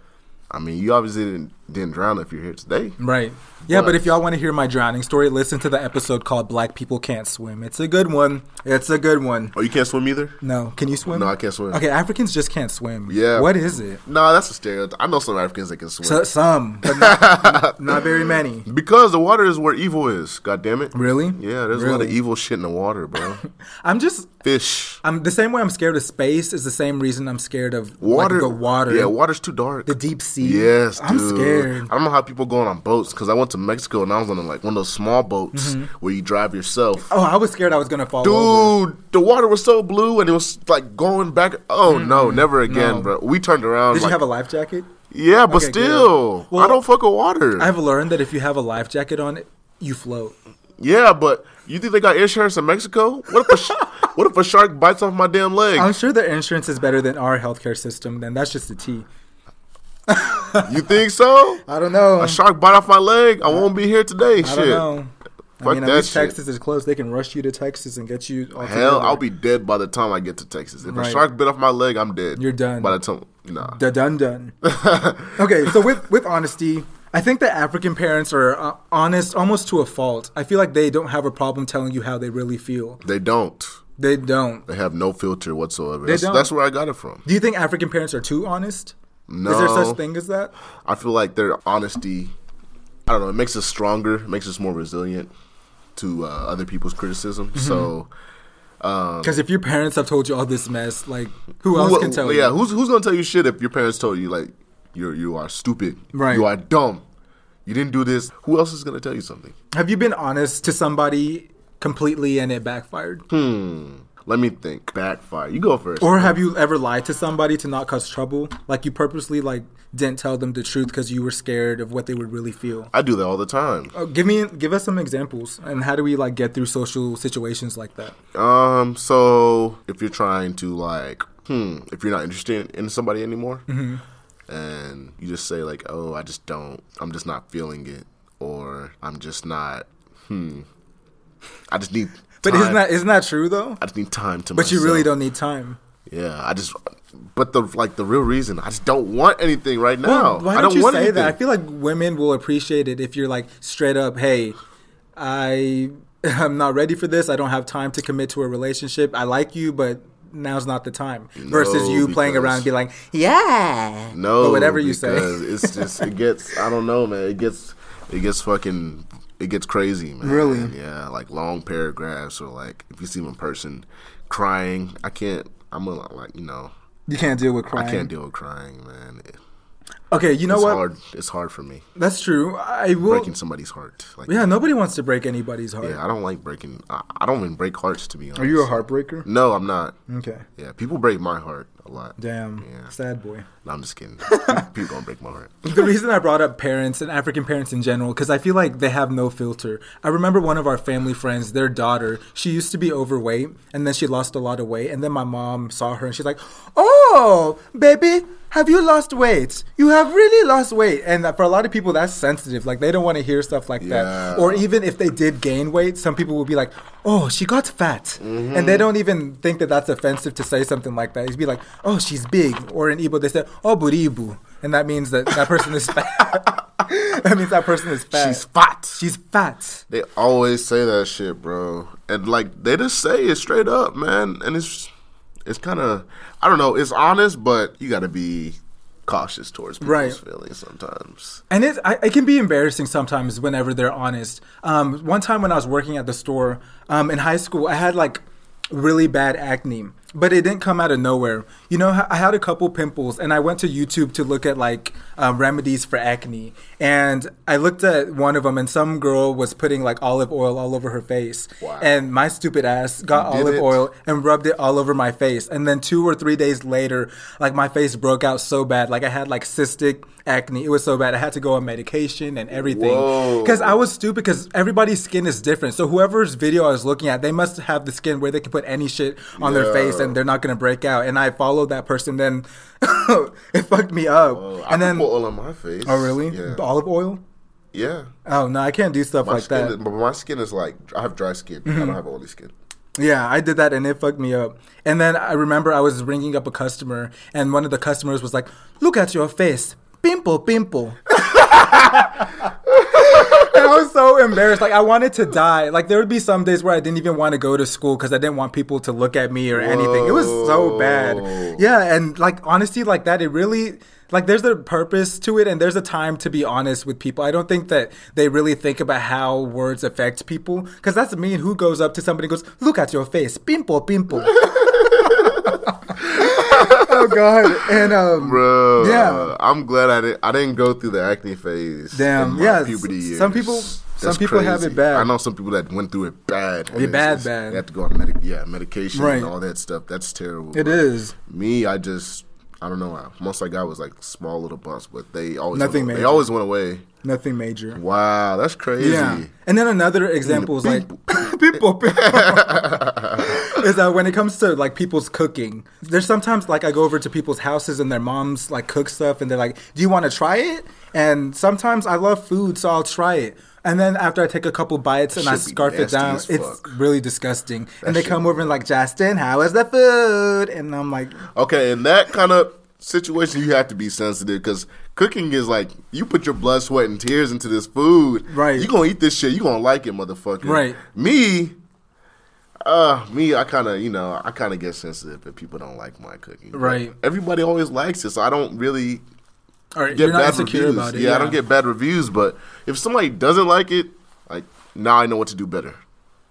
B: I mean, you obviously didn't, didn't drown if you're here today.
A: Right. Yeah, but
B: But-
A: if y'all want to hear my drowning story, listen to the episode called "Black People Can't Swim." It's a good one. It's a good one.
B: Oh, you can't swim either.
A: No, can you swim?
B: No, I can't swim.
A: Okay, Africans just can't swim.
B: Yeah.
A: What is it?
B: Nah, that's a stereotype. I know some Africans that can swim
A: So, some, but not, not very many.
B: because the water is where evil is. God damn it.
A: Really?
B: Yeah, there's a lot of
A: Really?
B: evil shit in the water, bro.
A: I'm just.
B: Fish,
A: I'm the same way I'm scared of space is the same reason I'm scared of
B: water,
A: like, the water,
B: Yeah, water's too dark.
A: the deep sea.
B: Yes,
A: I'm
B: dude.
A: scared.
B: I don't know how people going on boats because I went to Mexico and I was on like one of those small boats where you drive yourself.
A: Mm-hmm. Oh, I was scared I was gonna fall. over.
B: Dude, the water was so blue and it was like going back. Oh no, never again,
A: no.
B: bro. We turned around.
A: Did
B: like-
A: you have a life jacket?
B: Yeah, but
A: Okay, good.
B: still,
A: Well,
B: I don't fuck with water.
A: I've learned that if you have a life jacket on, you float.
B: yeah, but you think they got insurance in Mexico? What if a sh- what if a shark bites off my damn leg?
A: I'm sure their insurance is better than our healthcare system. Then that's just the tea.
B: you think so?
A: I don't know.
B: A shark bite off my leg? I won't be here today.
A: I
B: Shit.
A: don't know. I
B: Fuck
A: mean, at
B: that
A: least
B: shit.
A: Texas is close. They can rush you to Texas and get you. All
B: Hell,
A: together.
B: I'll be dead by the time I get to Texas. If
A: Right.
B: a shark bit off my leg, I'm dead.
A: You're done.
B: By the time, nah.
A: Da dun dun. okay, so with with honesty, I think that African parents are uh, honest almost to a fault. I feel like they don't have a problem telling you how they really feel.
B: They don't.
A: They don't.
B: They have no filter whatsoever. that's,
A: don't.
B: that's where I got it from.
A: Do you think African parents are too honest?
B: No,
A: Is there such thing as that?
B: I feel like their honesty. I don't know. It makes us stronger. It makes us more resilient to uh, other people's criticism.
A: Mm-hmm.
B: So Um,
A: Because if your parents have told you all this mess, like who else
B: who-
A: can tell
B: yeah,
A: you?
B: who's who's gonna tell you shit if your parents told you like you you are stupid,
A: Right.
B: You are dumb. You didn't do this. Who else is gonna tell you something?
A: Have you been honest to somebody completely and it backfired,
B: Hmm. Let me think. Backfire. You go first.
A: or have you ever lied to somebody to not cause trouble? Like you purposely like didn't tell them the truth because you were scared of what they would really feel.
B: I do that all the time.
A: Oh, give me give us some examples and how do we like get through social situations like that
B: Um, so if you're trying to like, hmm, if you're not interested in somebody anymore,
A: Mm-hmm.
B: and you just say like, oh, I just don't, I'm just not feeling it, or I'm just not, hmm, I just need.
A: but
B: time.
A: isn't that isn't that true though
B: I just need time to.
A: but you really
B: myself.
A: don't need time
B: Yeah, I just. But the like the real reason, I just don't want anything right now.
A: Well, why
B: I
A: don't,
B: don't
A: you
B: want
A: say
B: anything.
A: that i feel like women will appreciate it if you're like straight up hey i i'm not ready for this i don't have time to commit to a relationship i like you but now's not the time versus you playing
B: because-
A: around and be like yeah
B: No,
A: But whatever you say.
B: because it's just it gets. I don't know, man. It gets it gets fucking it gets crazy, man.
A: Really?
B: Yeah, like long paragraphs or like if you see one person crying, I can't. I'm a, like you know
A: you can't deal with crying
B: I can't deal with crying, man. It-
A: okay you know
B: it's
A: what
B: hard. It's hard for me
A: that's true i will
B: breaking somebody's heart. Like
A: yeah nobody wants to break anybody's heart
B: yeah, I don't like breaking. I, I don't even break hearts to be honest.
A: are you a heartbreaker
B: No, I'm not.
A: okay
B: Yeah, people break my heart a lot.
A: damn
B: Yeah.
A: sad boy
B: No, I'm just kidding. people, people don't break my heart.
A: the reason I brought up parents and African parents in general, because I feel like they have no filter. I remember one of our family friends, their daughter, she used to be overweight and then she lost a lot of weight. And then my mom saw her and she's like, Oh, baby, have you lost weight? You have really lost weight. And that- for a lot of people, that's sensitive. Like they don't want to hear stuff like that.
B: Yeah.
A: Or even if they did gain weight, some people will be like, Oh, she got fat. And they don't even think that that's offensive to say something like that. It'd be like, Oh, she's big. Or in Igbo, they say, Oh, buribu and that means that that person is fat. that means that person is fat.
B: She's fat.
A: She's fat.
B: They always say that shit, bro. And like they just say it straight up, man. And it's it's kind of I don't know. It's honest, but you got to be cautious towards people's
A: Right.
B: feelings sometimes.
A: And it, I, it can be embarrassing sometimes whenever they're honest. Um, one time when I was working at the store um, in high school, I had like really bad acne, but it didn't come out of nowhere. You know, I had a couple pimples, and I went to YouTube to look at like uh, remedies for acne. And I looked at one of them, and some girl was putting like olive oil all over her face.
B: Wow.
A: And my stupid ass got
B: You did
A: olive
B: it?
A: oil and rubbed it all over my face. And then two or three days later, like my face broke out so bad. Like I had like cystic acne. It was so bad. I had to go on medication and everything.
B: Whoa.
A: Because I was stupid because everybody's skin is different. So whoever's video I was looking at, they must have the skin where they can put any shit on their
B: Yeah.
A: face and they're not going to break out. And I followed that person. Then it fucked me up.
B: Oh, I
A: and
B: can
A: then,
B: put all on my face.
A: oh, really?
B: Yeah.
A: Olive oil?
B: yeah.
A: Oh, no, I can't do stuff
B: My
A: like
B: skin,
A: that. Mm-hmm.
B: is- but my skin is like I have dry skin. I don't have oily skin.
A: Yeah, I did that and it fucked me up. And then I remember I was ringing up a customer, and one of the customers was like, "Look at your face, pimple, pimple." and I was so embarrassed. Like I wanted to die. Like there would be some days where I didn't even want to go to school because I didn't want people to look at me or anything. It was so
B: Whoa.
A: bad. Yeah, and like honesty like that, it really like there's a purpose to it and there's a time to be honest with people. I don't think that they really think about how words affect people because that's mean. Who goes up to somebody and goes, "Look at your face, pimple, pimple." oh God! And um,
B: Bro,
A: Yeah.
B: I'm glad I didn't. I didn't go through the acne phase.
A: Damn,
B: in my
A: yeah,
B: puberty
A: s-
B: years.
A: some people- some people have it bad.
B: I know some people that went through it bad. and it's
A: bad,
B: just-
A: bad.
B: They have to go on medic, yeah, medication
A: Right.
B: and all that stuff. That's terrible.
A: it
B: bro.
A: is.
B: Me, I just, I don't know. I- Most I got was like small little bumps, but they always
A: Nothing
B: Went, they
A: major.
B: always went away.
A: Nothing major.
B: Wow, that's crazy.
A: Yeah. And then another example is like people, people. is that when it comes to like people's cooking, there's sometimes like I go over to people's houses and their moms like cook stuff and they're like, "Do you want to try it?" And sometimes I love food, so I'll try it. And then after I take a couple bites and I
B: Should be
A: scarf it
B: nasty
A: down,
B: as
A: it's
B: fuck.
A: really disgusting. and they
B: shit
A: come over and like, "Justin, how is the food?" And I'm like,
B: Okay, in that kind of situation, you have to be sensitive because cooking is like you put your blood, sweat, and tears into this food.
A: Right.
B: You gonna eat this shit. You gonna like it, motherfucker.
A: Right.
B: Me. Uh, me, I kind of, you know, I kind of get sensitive if people don't like my cooking. But
A: Right.
B: everybody always likes it, so I don't really
A: "All right,
B: get
A: you're not
B: bad
A: insecure
B: reviews.
A: about it."
B: yeah, I don't get bad reviews, but if somebody doesn't like it, like now I know what to do better.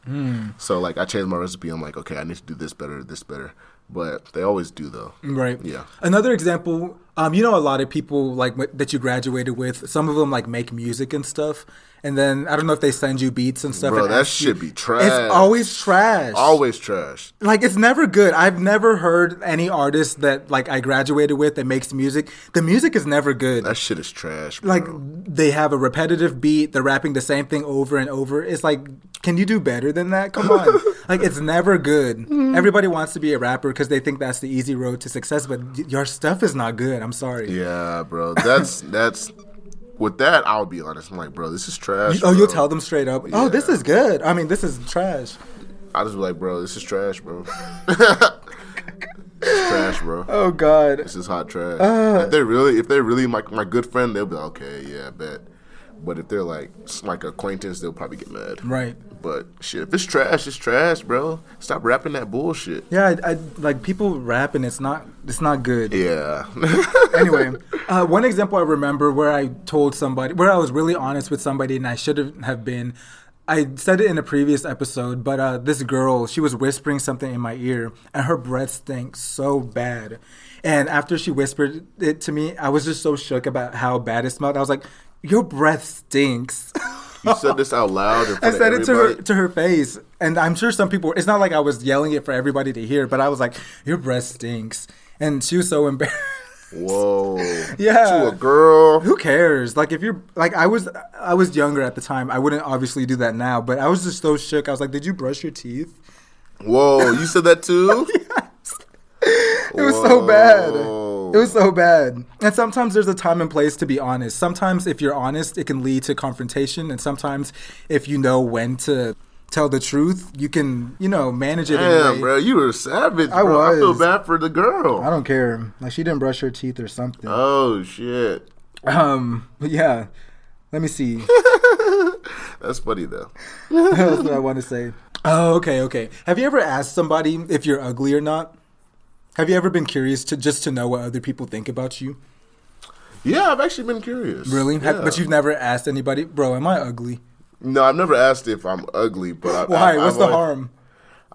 A: Hmm.
B: So like I changed my recipe. I'm like, okay, I need to do this better, this better. But they always do though.
A: Right.
B: Yeah.
A: Another example, um, you know, a lot of people like w- that you graduated with. Some of them like make music and stuff, and then I don't know if they send you beats and stuff.
B: Bro,
A: and
B: that
A: ask you-
B: shit be trash.
A: It's always trash.
B: Always trash.
A: Like it's never good. I've never heard any artist that like I graduated with that makes music. The music is never good.
B: That shit is trash. Bro.
A: like they have a repetitive beat. They're rapping the same thing over and over. It's like, can you do better than that? Come on. like it's never good. Everybody wants to be a rapper because they think that's the easy road to success, but y- your stuff is not good. I'm sorry.
B: yeah, bro. That's that's with that. I'll be honest. I'm like, bro, this is trash.
A: Oh, you'll
B: bro.
A: tell them straight up. Oh, this
B: Yeah.
A: is good. I mean, this is trash.
B: I just be like, bro, this is trash, bro. this is trash, bro.
A: Oh God.
B: This is hot trash.
A: Uh,
B: if they really, if they're really my my good friend, they'll be like, okay, yeah, I bet. But if they're like s- like acquaintance, they'll probably get mad.
A: Right.
B: But shit, if it's trash, it's trash, bro. Stop rapping that bullshit.
A: Yeah, I, I like people rap and it's not it's not good.
B: Yeah.
A: anyway, uh, one example I remember where I told somebody, where I was really honest with somebody, and I should have been. I said it in a previous episode, but uh, this girl, she was whispering something in my ear, and her breath stank so bad. And after she whispered it to me, I was just so shook about how bad it smelled. I was like, "Your breath stinks."
B: you said this out loud. In
A: I
B: front of
A: said it to her
B: everybody?
A: to her face, and I'm sure some people. It's not like I was yelling it for everybody to hear, but I was like, "Your breath stinks," and she was so embarrassed.
B: Whoa.
A: Yeah.
B: To a girl.
A: who cares like if you're like i was i was younger at the time i wouldn't obviously do that now but i was just so shook i was like did you brush your teeth
B: Whoa, you said that too?
A: it was so bad it was so bad and sometimes there's a time and place to be honest sometimes if you're honest it can lead to confrontation and sometimes if you know when to tell the truth you can you know manage it in a
B: Damn,
A: way.
B: bro, you were savage.
A: I
B: bro. I feel
A: was.
B: bad for the girl.
A: i don't
B: Uh.
A: care like she didn't brush her teeth or something
B: oh shit.
A: um but yeah Let me see.
B: That's funny though.
A: That's what I want to say. Oh, okay, okay. Have you ever asked somebody if you're ugly or not? Have you ever been curious to just to know what other people think about you?
B: Yeah, I've actually been curious.
A: Really? Ha-
B: Yeah.
A: But you've never asked anybody, bro, am I ugly?
B: No, I've never asked if I'm ugly, but I,
A: Why?
B: I,
A: What's
B: I've
A: the
B: always-
A: harm?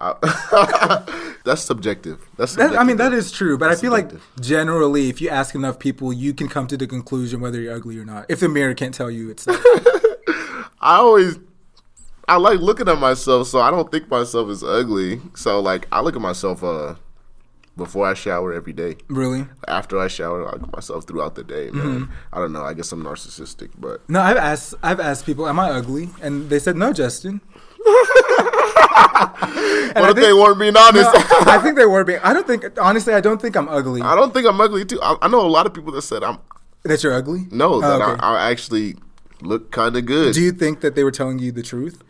B: I- that's subjective. That's
A: That,
B: subjective.
A: I mean, that is true, but I feel like
B: subjective.
A: generally, if you ask enough people, you can come to the conclusion whether you're ugly or not. If the mirror can't tell you, it's not.
B: I always I like looking at myself, so I don't think myself is ugly. So like I look at myself uh before I shower every day.
A: really.
B: After I shower, I look at myself throughout the day, man.
A: Mm-hmm.
B: I don't know. I guess I'm narcissistic, but
A: No, I've asked, I've asked people, am I ugly? And they said, no, Justin.
B: what if
A: think-
B: they weren't being honest?
A: No, I think they were being. I don't think. Honestly, I don't think I'm ugly.
B: I don't think I'm ugly too. I, I know a lot of people that said I'm
A: That you're ugly?
B: no,
A: Oh,
B: that
A: okay.
B: I, I actually look kind of good.
A: Do you think that they were telling you the truth?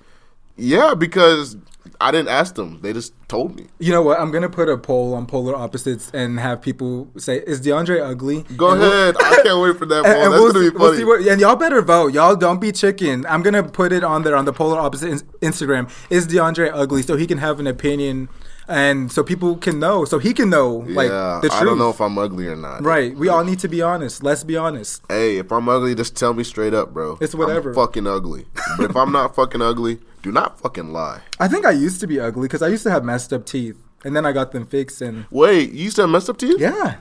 B: yeah, because I didn't ask them; they just told me.
A: You know what? I'm gonna put a poll on polar opposites and have people say, "Is DeAndre ugly?"
B: Go
A: and we'll-
B: ahead. I can't wait for
A: and-
B: that. poll.
A: and
B: That's
A: we'll
B: gonna
A: see-
B: be funny.
A: we'll see what- and y'all better vote. Y'all don't be chicken. I'm gonna put it on there on the polar opposite in- Instagram. Is DeAndre ugly? So he can have an opinion, and so people can know. So he can know, like
B: yeah,
A: the truth.
B: I don't know if I'm ugly or not.
A: right. We all need to be honest. Let's be honest.
B: Hey, if I'm ugly, just tell me straight up, bro.
A: It's whatever.
B: I'm fucking ugly. But if I'm not fucking ugly, do not fucking lie.
A: I think I used to be ugly because I used to have messed up teeth, and then I got them fixed. And
B: Wait, you used to have messed up teeth?
A: yeah,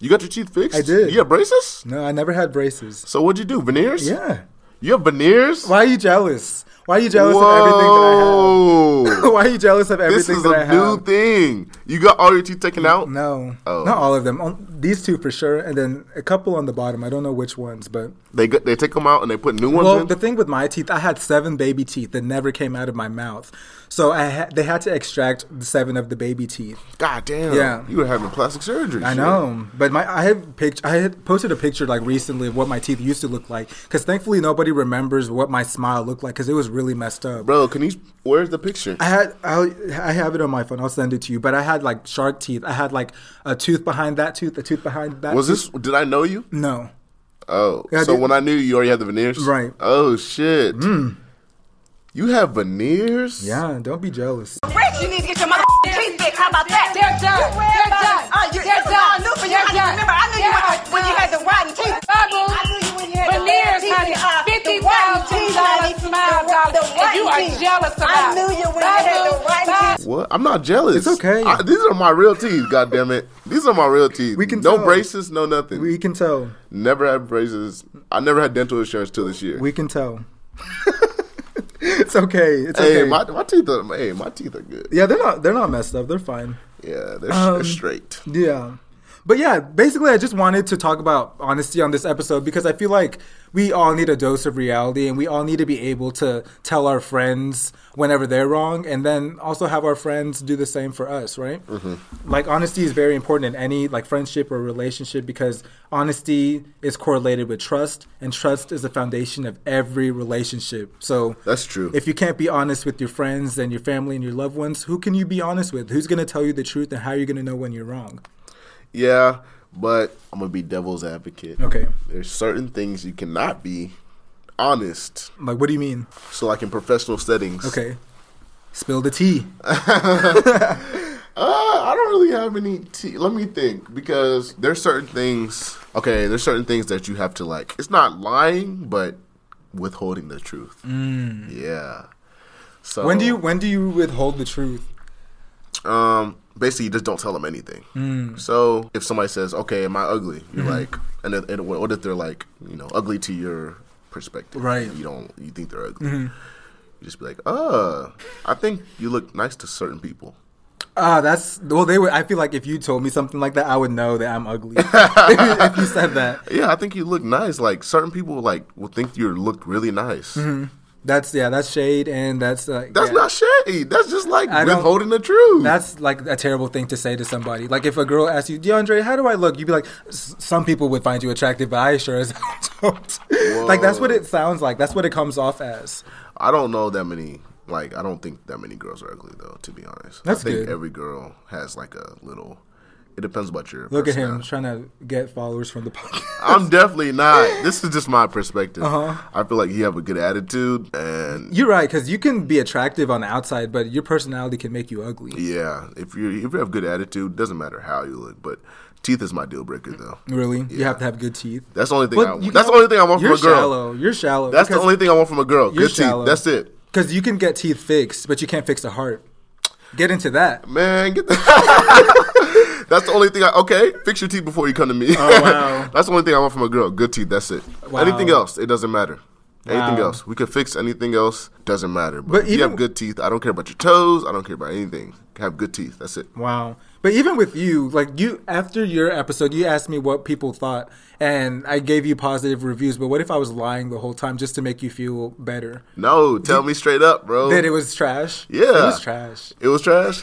B: You got your teeth fixed?
A: I did.
B: You have braces?
A: no, I never had braces.
B: So what'd you do? Veneers?
A: Yeah.
B: You have veneers?
A: Why are you jealous? Why are you jealous of everything that I have?
B: Whoa.
A: Why are you jealous of
B: this
A: everything
B: is
A: that I
B: a new
A: have?
B: thing. You got all your teeth taken out?
A: No,
B: Oh.
A: not all of them. On- These two for sure, and then a couple on the bottom. I don't know which ones, but
B: They go- they take them out and they put new ones
A: well,
B: in?
A: the thing with my teeth, I had seven baby teeth that never came out of my mouth, so I ha- they had to extract the seven of the baby teeth.
B: God damn.
A: Yeah.
B: You were having plastic surgery.
A: I
B: shit.
A: know, but my I have pict- I had posted a picture like recently of what my teeth used to look like, because thankfully nobody remembers what my smile looked like, because it was really messed up.
B: Bro, can you where's the picture?
A: I had I'll, I have it on my phone. I'll send it to you. But I had like shark teeth. I had like a tooth behind that tooth, a tooth behind that.
B: Was
A: tooth.
B: this did I know you?
A: No.
B: Oh,
A: Yeah, I
B: so
A: did-
B: when I knew you already had the veneers,
A: Right. Mm.
B: Oh shit, you have veneers?
A: Yeah. Don't be jealous.
D: Rich, you need to get your mother teeth fixed. How about that?
E: They're done.
D: You worry
E: They're
D: about
E: done.
D: it. Uh, you,
E: They're
D: this is all
E: done.
D: new for you.
E: They're
D: I didn't
E: done.
D: remember. I knew you
E: They're
D: when, when you had the rotten teeth.
E: Bubbles,
D: I knew you when you had the
E: veneers,
D: rotten
E: honey,
D: teeth. Uh, the
E: fifty
D: rotten
E: thousand
D: teeth, honey.
E: dollars, smile,
D: The-
E: darling.
D: the
E: If you
D: rotten
E: are
D: teeth.
E: jealous
D: I
E: about it.
D: knew you when you had the
E: Bubbles,
D: rotten
E: bubbles.
D: teeth.
B: What? I'm not jealous.
A: It's okay.
B: I, these are my real teeth. God damn it, these are my real teeth.
A: We can
B: no
A: tell.
B: braces, no nothing.
A: We can tell.
B: never had braces. I never had dental insurance till this year.
A: We can tell. it's okay. It's
B: hey,
A: okay.
B: my, my teeth are hey, my teeth are good.
A: yeah,
B: Yeah,
A: Um, they're not. They're not messed up. They're fine.
B: they're, they're straight.
A: Yeah. But yeah, basically, I just wanted to talk about honesty on this episode because I feel like we all need a dose of reality and we all need to be able to tell our friends whenever they're wrong and then also have our friends do the same for us, right?
B: Mm-hmm.
A: Like, honesty is very important in any like friendship or relationship because honesty is correlated with trust and trust is the foundation of every relationship. So,
B: That's true.
A: if you can't be honest with your friends and your family and your loved ones, who can you be honest with? Who's going to tell you the truth and how are you going to know when you're wrong?
B: Yeah, but I'm gonna be devil's advocate.
A: Okay.
B: there's certain things you cannot be honest.
A: Like, what do you mean?
B: So, like in professional settings,
A: Okay. Spill the tea.
B: Uh, I don't really have any. T- Let me think because there's certain things. Okay, there's certain things that you have to like. It's not lying, but withholding the truth. Yeah. So
A: Mm. When do you when do you withhold the truth?
B: Um. Basically, you just don't tell them anything.
A: Mm.
B: So if somebody says, "Okay, am I ugly?" You're
A: Mm-hmm.
B: like, and, then- and what if they're like, you know, ugly to your perspective?
A: Right. Mm-hmm.
B: You don't. You think they're ugly. You just be like, "Uh, I think you look nice to certain people."
A: Ah, that's well. They would. I feel like if you told me something like that, I would know that I'm ugly. if you said that,
B: Yeah, I think you look nice. Like certain people, like will think you look really nice.
A: that's yeah. That's shade, and that's uh,
B: That's
A: Mm-hmm. yeah.
B: not shady. That's just like
A: I don't-
B: withholding the truth.
A: That's like a terrible thing to say to somebody. Like if a girl asks you, DeAndre, how do I look? You'd be like, "S- some people would find you attractive, but I sure as hell don't. Like that's what it sounds like. That's what it comes off as.
B: I don't know that many. Like I don't think that many girls are ugly though. To be honest,
A: That's
B: I think
A: good.
B: every girl has like a little It depends about your.
A: Look at him
B: personality.
A: trying to get followers from the podcast.
B: I'm definitely not. This is just my perspective.
A: Uh-huh.
B: I feel like you have a good attitude, and
A: You're right, because you can be attractive on the outside, but your personality can make you ugly.
B: yeah, if you if you have good attitude, doesn't matter how you look. But teeth is my deal breaker, though.
A: Really, you have to have good teeth.
B: That's the only thing.
A: But
B: I
A: you
B: want.
A: can-
B: That's the only thing I want from
A: You're
B: a girl.
A: shallow. You're shallow.
B: That's the only thing I want from a girl.
A: You're
B: Good teeth.
A: shallow.
B: That's it.
A: Because you can get teeth fixed, but you can't fix the heart. Get into that.
B: Man, get the. That's the only thing I okay. Fix your teeth before you come to me.
A: Oh, wow.
B: that's the only thing I want from a girl. Good teeth. That's it.
A: Wow.
B: Anything else, it doesn't matter. Anything
A: Wow.
B: else, we can fix anything else. Doesn't matter. But,
A: But
B: if you
A: even-
B: have good teeth. I don't care about your toes. I don't care about anything. Have good teeth. That's it.
A: Wow. But even with you, like you after your episode, you asked me what people thought and I gave you positive reviews, but what if I was lying the whole time just to make you feel better?
B: No, tell me straight up, bro.
A: That it was trash?
B: yeah,
A: It was trash.
B: It was trash.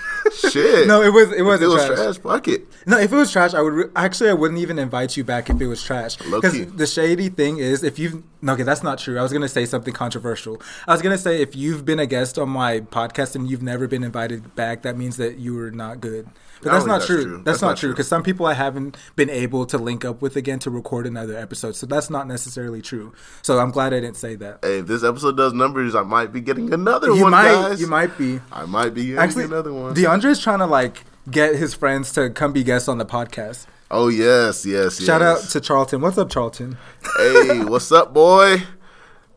B: Shit.
A: No, it was it
B: If
A: wasn't
B: it was
A: trash.
B: trash. Fuck it.
A: No, if it was trash, I would re- actually I wouldn't even invite you back if it was trash.
B: Low key.
A: the shady thing is, if you've no, okay, that's not true. I was gonna say something controversial. I was gonna say if you've been a guest on my podcast and you've never been invited back, that means that you were not good. But
B: I
A: that's
B: don't
A: not,
B: think
A: true.
B: that's true.
A: That's, not true because some people I haven't been able to link up with again to record another episode. So that's not necessarily true. So I'm glad I didn't say that.
B: Hey, if this episode does numbers, I might be getting another
A: You
B: one,
A: might,
B: guys.
A: you might be.
B: I might be getting
A: Actually,
B: another one.
A: DeAndre's trying to like get his friends to come be guests on the podcast.
B: oh yes, yes, yes.
A: Shout out to Charlton. What's up, Charlton?
B: hey, what's up, boy?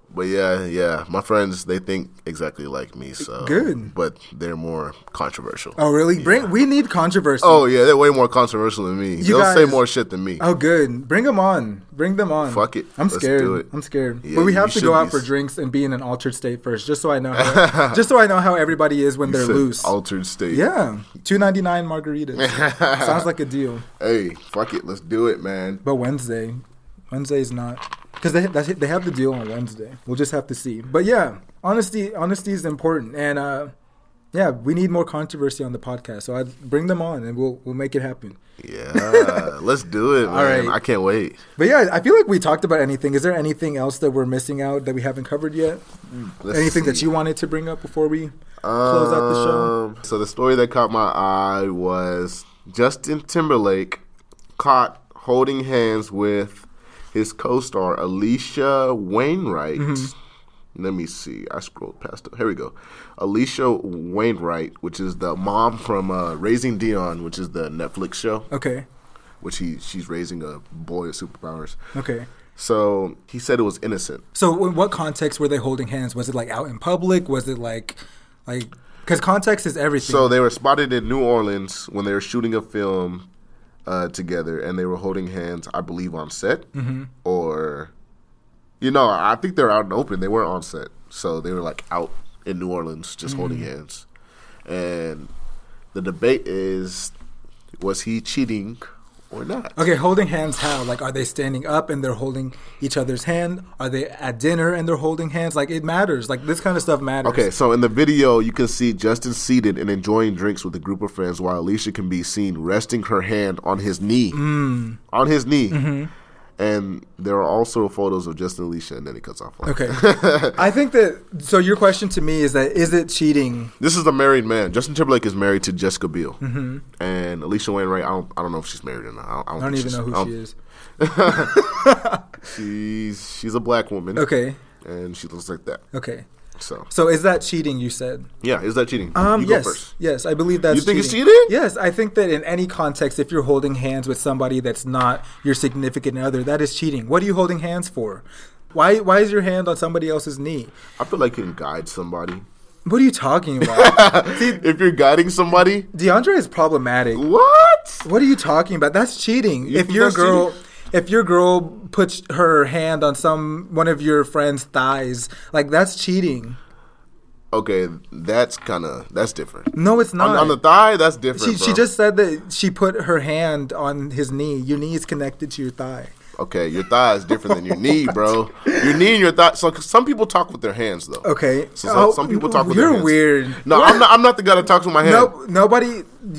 B: But yeah, yeah, my friends they think exactly like me. So
A: Good.
B: but they're more controversial.
A: Oh, really? Bring we need controversy.
B: Oh, yeah, they're way more controversial than me. They'll say
A: guys-
B: more shit than me.
A: Oh, good. Bring them on. Bring them on.
B: Fuck it.
A: I'm
B: Let's
A: scared.
B: do it.
A: I'm scared.
B: Yeah,
A: but we
B: you
A: have to
B: should
A: go out
B: be
A: for
B: s-
A: drinks and be in an altered state first, just so I know. How, just so I know how everybody is when they're
B: Said
A: loose.
B: Altered state.
A: yeah, two ninety nine margaritas. Sounds like a deal.
B: Hey, fuck it, let's do it, man.
A: But Wednesday, Wednesday's not because they that's, they have the deal on Wednesday. We'll just have to see. But yeah, honesty honesty is important, and uh, yeah, we need more controversy on the podcast. So I bring them on, and we'll we'll make it happen.
B: Yeah, let's do it, man.
A: right.
B: I can't wait.
A: But yeah, I feel like we talked about anything. Is there anything else that we're missing out that we haven't covered yet?
B: Let's
A: Anything that
B: see.
A: you wanted to bring up before we close out the show?
B: Um, So the story that caught my eye was Justin Timberlake caught holding hands with his co-star Alicia Wainwright.
A: Mm-hmm.
B: Let me see. I scrolled past. It. Here we go. Alicia Wainwright, which is the mom from uh, Raising Dion, which is the Netflix show,
A: Okay,
B: which he she's raising a boy with superpowers.
A: okay.
B: So he said it was innocent.
A: So, in what context were they holding hands? Was it like out in public? Was it like, like, because context is everything.
B: So they were spotted in New Orleans when they were shooting a film uh, together, and they were holding hands, I believe, on set. Mm-hmm. Or, you know, I think they're out and open. They weren't on set, so they were like out in New Orleans, just holding hands. And the debate is, was he cheating or not?
A: okay, holding hands. How? Like, are they standing up and they're holding each other's hand? Are they at dinner and they're holding hands? Like, it matters. Like, this kind of stuff matters.
B: Okay, so in the video, you can see Justin seated and enjoying drinks with a group of friends, while Alicia can be seen resting her hand on his knee,
A: Mm.
B: on his knee.
A: Mm-hmm.
B: And there are also photos of Justin and Alicia, and then it cuts off.
A: Okay. I think that. So, your question to me is that is it cheating?
B: this is a married man. Justin Timberlake is married to Jessica Biel, mm-hmm. and Alicia Wainwright. I don't, I don't know if she's married or not. I don't, I
A: I don't
B: think
A: even know
B: she's-
A: who
B: I don't-
A: she is.
B: She's she's a black woman.
A: Okay.
B: and she looks like that.
A: Okay.
B: So,
A: So is that cheating? You said.
B: yeah, is that cheating?
A: Um,
B: you
A: yes, yes, I believe that's.
B: You think it's
A: cheating.
B: cheating?
A: Yes, I think that in any context, if you're holding hands with somebody that's not your significant other, that is cheating. What are you holding hands for? Why? Why is your hand on somebody else's knee?
B: I feel like you can guide somebody.
A: What are you talking about?
B: If you're guiding somebody,
A: DeAndre is problematic.
B: what?
A: What are you talking about? That's cheating. if
B: think
A: your
B: that's
A: girl,
B: cheating?
A: if your girl puts her hand on some one of your friend's thighs, like that's cheating.
B: Okay, that's kind of that's different.
A: No, it's not.
B: on, on the thigh, that's different.
A: She, she
B: bro.
A: just said that she put her hand on his knee. Your knee is connected to your thigh.
B: okay. Your thigh is different than your knee, bro. Your knee and your thigh. So 'cause some people talk with their hands though.
A: Okay.
B: So, so-
A: Oh,
B: some people talk with
A: you're
B: their hands.
A: weird.
B: No, I'm not. I'm not the guy that talks with my hand.
A: No, nobody.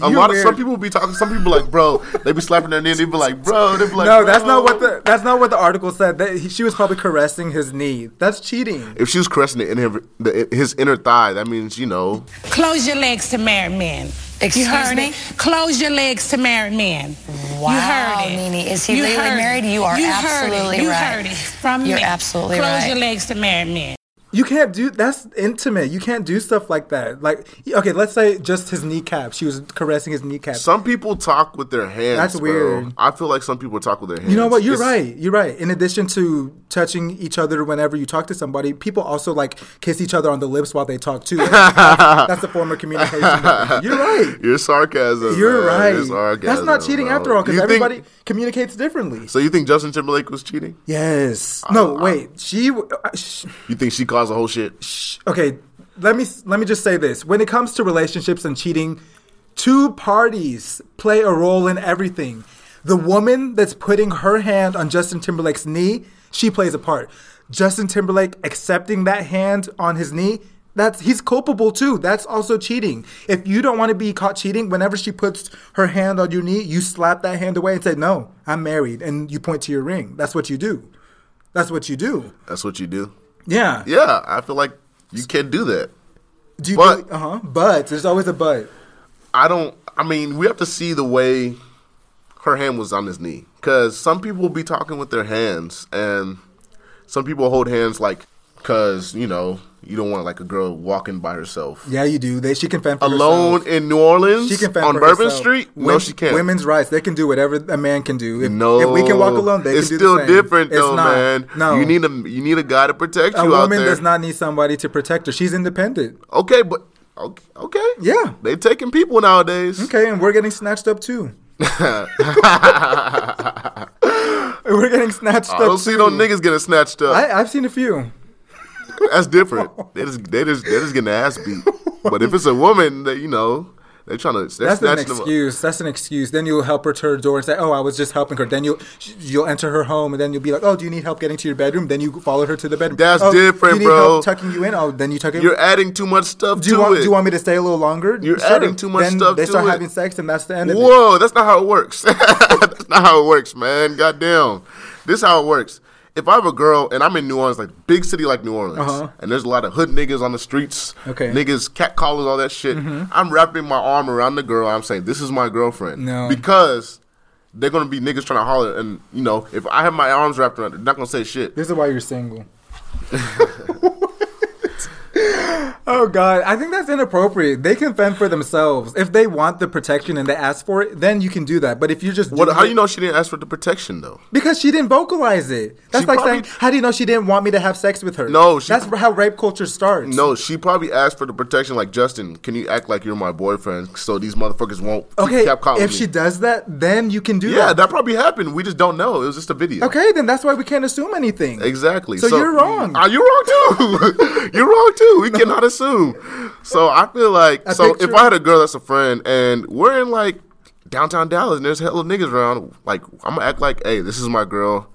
B: A
A: you're
B: lot
A: weird.
B: of some people be talking. Some people like, bro, they be slapping their knee. They be like, bro, they be like,
A: No, that's not
B: bro.
A: what the that's not what the article said. That he, she was probably caressing his knee. That's cheating.
B: If she was caressing the inner, the, his inner thigh, that means you know
E: Close your legs to married men. Excuse
F: you heard
E: me?
F: it. Close your legs to married men. You
E: Wow,
F: heard it.
E: Nene, is he
F: You
E: legally
F: heard it.
E: married? You are absolutely
F: heard it. You
E: right.
F: heard it from
E: You're
F: me.
E: absolutely
F: Close
E: right.
F: your legs to married men.
A: You can't do that's intimate. You can't do stuff like that. Like okay, let's say just his kneecap. She was caressing his kneecap.
B: Some people talk with their hands.
A: That's
B: bro.
A: weird.
B: I feel like some people talk with their hands.
A: you know what? You're
B: It's-
A: right. You're right. In addition to touching each other whenever you talk to somebody, people also like kiss each other on the lips while they talk too. that's, that's a form of communication. You're right.
B: Your sarcasm.
A: You're
B: man. Your
A: right. That's
B: sarcasm,
A: not cheating
B: bro.
A: after all, because
B: You think-
A: everybody communicates differently.
B: so you think Justin Timberlake was cheating?
A: Yes. No.
B: I-
A: wait. She. w- uh, sh-
B: You think she caused the whole shit?
A: sh- Okay. Let me let me just say this. When it comes to relationships and cheating, two parties play a role in everything. The woman that's putting her hand on Justin Timberlake's knee, she plays a part. Justin Timberlake accepting that hand on his knee, that's he's culpable too. That's also cheating. If you don't want to be caught cheating, whenever she puts her hand on your knee, you slap that hand away and say, "No, I'm married," and you point to your ring. That's what you do. That's what you do.
B: That's what you do.
A: Yeah.
B: Yeah, I feel like you can do that.
A: Do you
B: But-
A: uh huh. But there's always a but.
B: I don't. I mean, we have to see the way her hand was on his knee because some people will be talking with their hands, and some people hold hands like because you know you don't want like a girl walking by herself
A: Yeah, you do. They she can fend for
B: alone
A: herself.
B: in New Orleans
A: She can fend
B: on
A: for
B: Bourbon
A: herself.
B: Street. no,
A: Wom-
B: she can't.
A: Women's rights. They can do whatever a man can do. If,
B: no,
A: if we can walk alone, they
B: it's
A: can do
B: still
A: the same.
B: different
A: It's
B: though,
A: not.
B: man.
A: No,
B: you need a you need a guy to protect
A: a
B: you out
A: woman
B: there.
A: does not need somebody to protect her. She's independent.
B: okay, but okay, okay.
A: Yeah.
B: they taking people nowadays.
A: Okay, and we're getting snatched up too. we're getting snatched
B: I
A: up.
B: don't see no
A: too.
B: niggas getting snatched up.
A: I, I've seen a few.
B: That's different. They just they just they just getting their ass beat. But if it's a woman, that you know, they're trying to they're
A: That's an
B: snatching them up.
A: excuse. That's an excuse. Then you'll help her to her door and say, "Oh, I was just helping her." Then you'll sh- you'll enter her home, and then you'll be like, "Oh, do you need help getting to your bedroom?" Then you follow her to the bedroom.
B: That's
A: oh,
B: different,
A: do you need
B: bro.
A: Help tucking you in. Oh, then you tuck it.
B: You're adding too much stuff
A: do
B: to
A: you want
B: it.
A: do you want me to stay a little longer?
B: You're adding too much
A: then
B: stuff
A: They
B: to
A: start
B: it.
A: having sex, and that's the end of it.
B: Whoa, that's not how it works. that's not how it works, man. Goddamn. This is how it works. If I have a girl and I'm in New Orleans, like big city like New Orleans,
A: Uh-huh.
B: and there's a lot of hood niggas on the streets,
A: Okay. Mm-hmm.
B: niggas, cat callers, all that shit, I'm wrapping my arm around the girl. I'm saying, this is my girlfriend.
A: No.
B: Because they're going to be niggas trying to holler. And, you know, if I have my arms wrapped around her, they're not going to say shit.
A: This is why you're single. oh God, I think that's inappropriate. They can fend for themselves if they want the protection and they ask for it. Then you can do that. But if you're just
B: What,
A: doing
B: how do
A: it-
B: you know she didn't ask for the protection, though?
A: Because she didn't vocalize it. That's
B: She
A: like
B: probably-
A: saying, "How do you know she didn't want me to have sex with her?"
B: No, she-
A: that's how rape culture starts.
B: No, she probably asked for the protection. Like Justin, can you act like you're my boyfriend so these motherfuckers won't keep-
A: okay.
B: kept calling
A: If
B: me?
A: she does that, then you can do
B: yeah,
A: that.
B: that probably happened. We just don't know. It was just a video.
A: Okay, then that's why we can't assume anything.
B: Exactly.
A: So you're wrong.
B: Are you wrong too? you're wrong too. We cannot assume. So I feel like
A: I
B: so
A: picture-
B: if I had a girl that's a friend and we're in like downtown Dallas and there's hella niggas around, like I'm gonna act like, hey, this is my girl.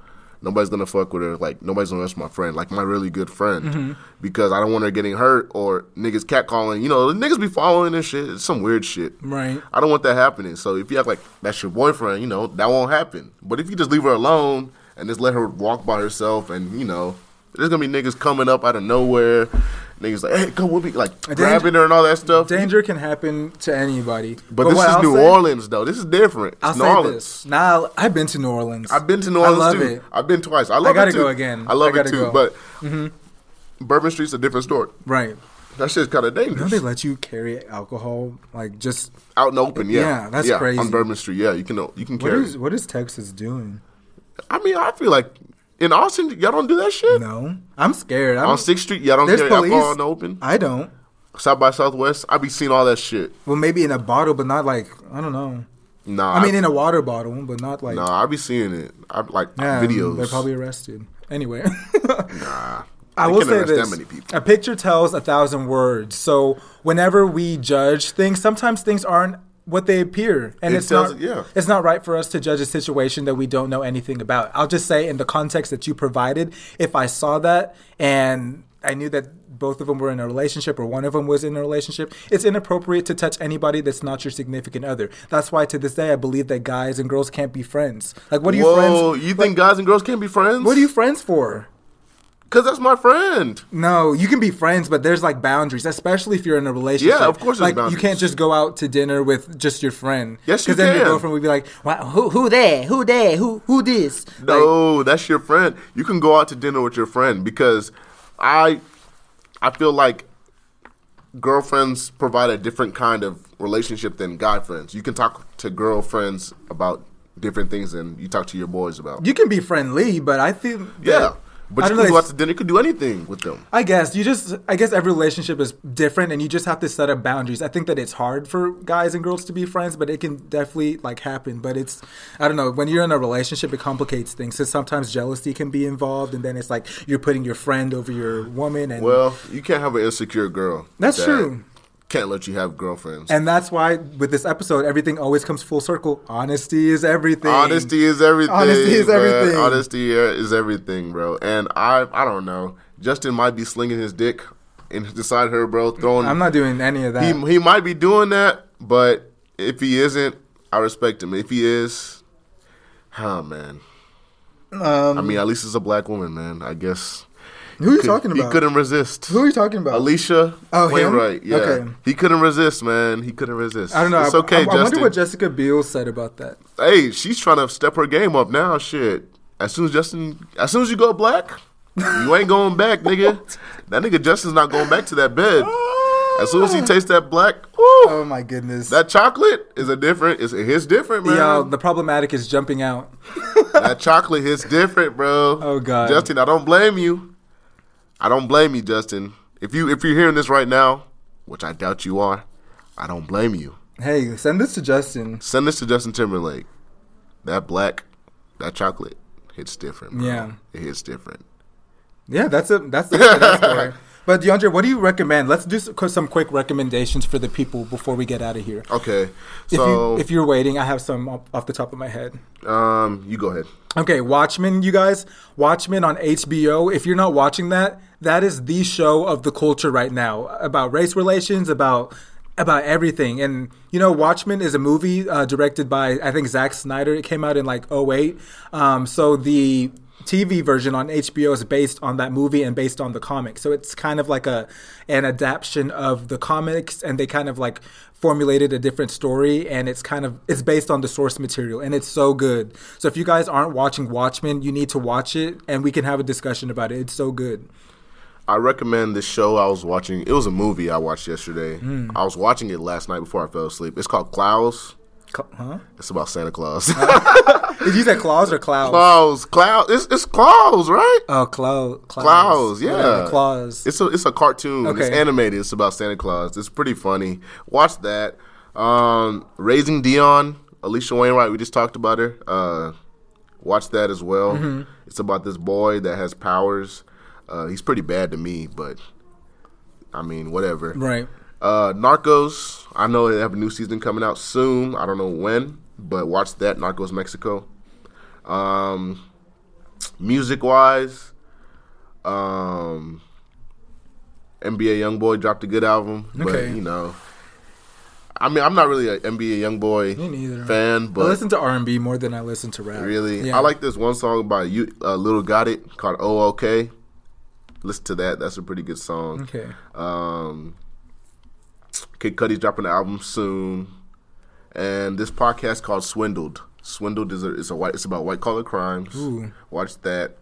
B: Nobody's gonna fuck with her. Like nobody's gonna mess with my friend. Like my really good friend,
A: Mm-hmm.
B: because I don't want her getting hurt or niggas catcalling. You know, niggas be following and shit. It's some weird shit.
A: Right.
B: I don't want that happening. So if you act like that's your boyfriend, you know, that won't happen. But if you just leave her alone and just let her walk by herself and, you know, there's gonna be niggas coming up out of nowhere. Niggas like, hey, come with me, like grabbing her and all that stuff.
A: Danger can happen to anybody.
B: But, this
A: what
B: is
A: I'll
B: New
A: say-
B: Orleans though. This is different. It's
A: I'll
B: New
A: say
B: Orleans.
A: this. Nah, I've been to New Orleans.
B: I've been to New Orleans
A: I love
B: too.
A: it.
B: I've been twice. I love
A: gotta
B: it too.
A: go again.
B: I love
A: I
B: it
A: gotta
B: too.
A: go. Mm-hmm.
B: But Bourbon Street's a different story.
A: Right.
B: That shit's kind of
A: Don't
B: dangerous.
A: they let you carry alcohol? Like just
B: Out in the open, yeah.
A: Yeah, that's crazy.
B: On Bourbon Street, yeah, you can you can
A: what
B: carry.
A: is what is Texas doing?
B: I mean, I feel like in Austin, y'all don't do that shit.
A: No, I'm scared. I'm,
B: On Sixth Street, y'all don't
A: there's
B: carry
A: police.
B: alcohol in the open.
A: I don't.
B: South by Southwest, I be seeing all that shit.
A: Well, maybe in a bottle, but not like I don't know.
B: Nah,
A: I mean, in a water bottle, but not like
B: nah, I be seeing it. I like
A: yeah,
B: videos.
A: They're probably arrested. Anyway,
B: They
A: I will
B: can't
A: say
B: arrest that
A: this:
B: many people.
A: a picture tells a thousand words. So whenever we judge things, sometimes things aren't what they appear, and
B: It
A: it's
B: tells
A: not.
B: it, yeah.
A: It's not right for us to judge a situation that we don't know anything about. I'll just say, in the context that you provided, if I saw that and I knew that both of them were in a relationship or one of them was in a relationship, it's inappropriate to touch anybody that's not your significant other. That's why to this day I believe that guys and girls can't be friys. Like, what are you
B: Whoa,
A: friends?
B: you think guys and girls can't be friends?
A: What are you friends for?
B: Cause that's my friend.
A: No, you can be friends, but there's like boundaries, especially if you're in a relationship.
B: Yeah, of course there's
A: Like you
B: boundaries.
A: can't just go out to dinner with just your friend.
B: Yes, you
A: Because then your
B: can.
A: girlfriend would be like, wow, who who there? Who there? Who who this? Like,
B: No, that's your friend. You can go out to dinner with your friend because I I feel like girlfriends provide a different kind of relationship than guy friends. You can talk to girlfriends about different things than you talk to your boys about.
A: you can be friendly, but I think
B: yeah.
A: that- I
B: But you
A: don't
B: can
A: know,
B: go out
A: it's-
B: to dinner, you could do anything with them.
A: I guess you just I guess every relationship is different and you just have to set up boundaries. I think that it's hard for guys and girls to be friends, but it can definitely like happen. But it's I don't know, when you're in a relationship it complicates things. So sometimes jealousy can be involved and then it's like you're putting your friend over your woman and
B: Well, you can't have an insecure girl.
A: That's
B: that
A: true.
B: Can't let you have girlfriends.
A: and that's why with this episode everything always comes full circle. Honesty is everything.
B: Honesty is everything.
A: Honesty is
B: man.
A: everything.
B: Honesty is everything, bro. And I, I don't know. Justin might be slinging his dick inside her, bro. Throwing.
A: I'm not doing any of that.
B: He, he might be doing that, but if he isn't, I respect him. If he is, oh man. I mean, at least it's a black woman, man. I guess.
A: Who Um, are you talking about?
B: He couldn't resist.
A: Who are you talking about?
B: Alicia
A: Oh, him?
B: Wainwright. Yeah,
A: Okay.
B: he couldn't resist, man. He couldn't resist.
A: I don't know.
B: It's
A: I-
B: okay,
A: I, I
B: Justin
A: wonder what Jessica Biel said about that.
B: hey, she's trying to step her game up now. Shit. As soon as Justin, as soon as you go black, you ain't going back, nigga. that nigga Justin's not going back to that bed. As soon as he tastes that black, woo,
A: Oh my goodness.
B: that chocolate is a different. Is his different, man?
A: Yo, the problematic is jumping out.
B: that chocolate hits different, bro.
A: Oh, God.
B: Justin, I don't blame you. I don't blame you, Justin. If you if you're hearing this right now, which I doubt you are, I don't blame you.
A: Hey, send this to Justin.
B: Send this to Justin Timberlake. That black, that chocolate hits different. Bro.
A: Yeah.
B: it hits different.
A: Yeah, that's it. That's it for that story. But DeAndre, what do you recommend? Let's do some, some quick recommendations for the people before we get out of here.
B: Okay,
A: If,
B: so
A: you, if you're waiting, I have some off, off the top of my head.
B: um, you go ahead.
A: Okay, Watchmen, you guys. Watchmen on HBO. If you're not watching that, that is the show of the culture right now about race relations, about about everything. And you know, Watchmen is a movie uh, directed by I think Zack Snyder. It came out in like 08. Um, so the TV version on HBO is based on that movie and based on the comic. So it's kind of like a an adaptation of the comics and they kind of like formulated a different story and it's kind of it's based on the source material and it's so good. So if you guys aren't watching Watchmen, you need to watch it and we can have a discussion about it. It's so good.
B: I recommend this show I was watching. It was a movie I watched yesterday.
A: Hmm.
B: I was watching it last night before I fell asleep. It's called Klaus.
A: Cl- Huh?
B: It's about Santa Claus.
A: Oh. Did you say claws or clouds?
B: Klaus, Klaus. It's it's Klaus, right?
A: Oh, clou- claws.
B: Klaus, yeah.
A: Whatever, claws.
B: It's a it's a cartoon. It's
A: Okay.
B: animated. It's about Santa Claus. It's pretty funny. Watch that. Um, Raising Dion, Alicia Wainwright. We just talked about her. Uh, watch that as well.
A: Mm-hmm.
B: It's about this boy that has powers. Uh, he's pretty bad to me, but I mean, whatever.
A: right.
B: Uh, Narcos. I know they have a new season coming out soon. I don't know when, but watch that. Narcos Mexico. Um, music wise, um, NBA YoungBoy dropped a good album, but
A: Okay.
B: you know, I mean, I'm not really an NBA YoungBoy
A: Me neither.
B: fan, but
A: I listen to R&B more than I listen to rap.
B: Really,
A: Yeah.
B: I like this one song by you, uh, Little Got It, called "Oh OK." Listen to that; that's a pretty good song.
A: Okay.
B: Um, Kid Cudi's dropping an album soon, and this podcast called "Swindled." Swindled is a, is a white. It's about white collar crimes. Watch that.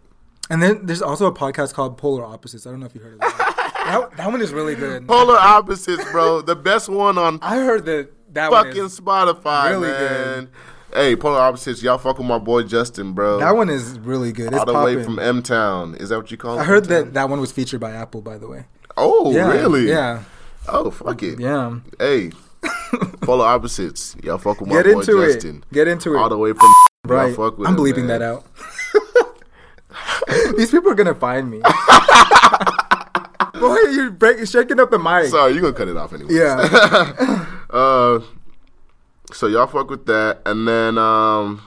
A: And then there's also a podcast called Polar Opposites. I don't know if you heard of that. one. that, that one is really good.
B: Polar opposites, bro. the best one on
A: I heard that that one
B: fucking
A: is,
B: Spotify,
A: really
B: man. Hey, polar opposites, y'all fuck with my boy Justin, bro.
A: that one is really good. It's
B: all the way
A: popping.
B: from M Town. Is that what you call it?
A: I heard
B: M-Town?
A: that that one was featured by Apple, by the way.
B: Oh, really?
A: Yeah,
B: Oh, fuck it.
A: yeah.
B: Hey, follow opposites. Y'all fuck with my
A: Get
B: boy
A: into it.
B: Justin.
A: Get into it.
B: All the way from y'all
A: Right.
B: fuck with
A: I'm
B: him,
A: bleeping
B: man.
A: that out. These people are gonna find me. Boy, you're break, shaking up the mic.
B: Sorry, you're gonna cut it off anyway.
A: yeah.
B: Uh, so y'all fuck with that, and then um,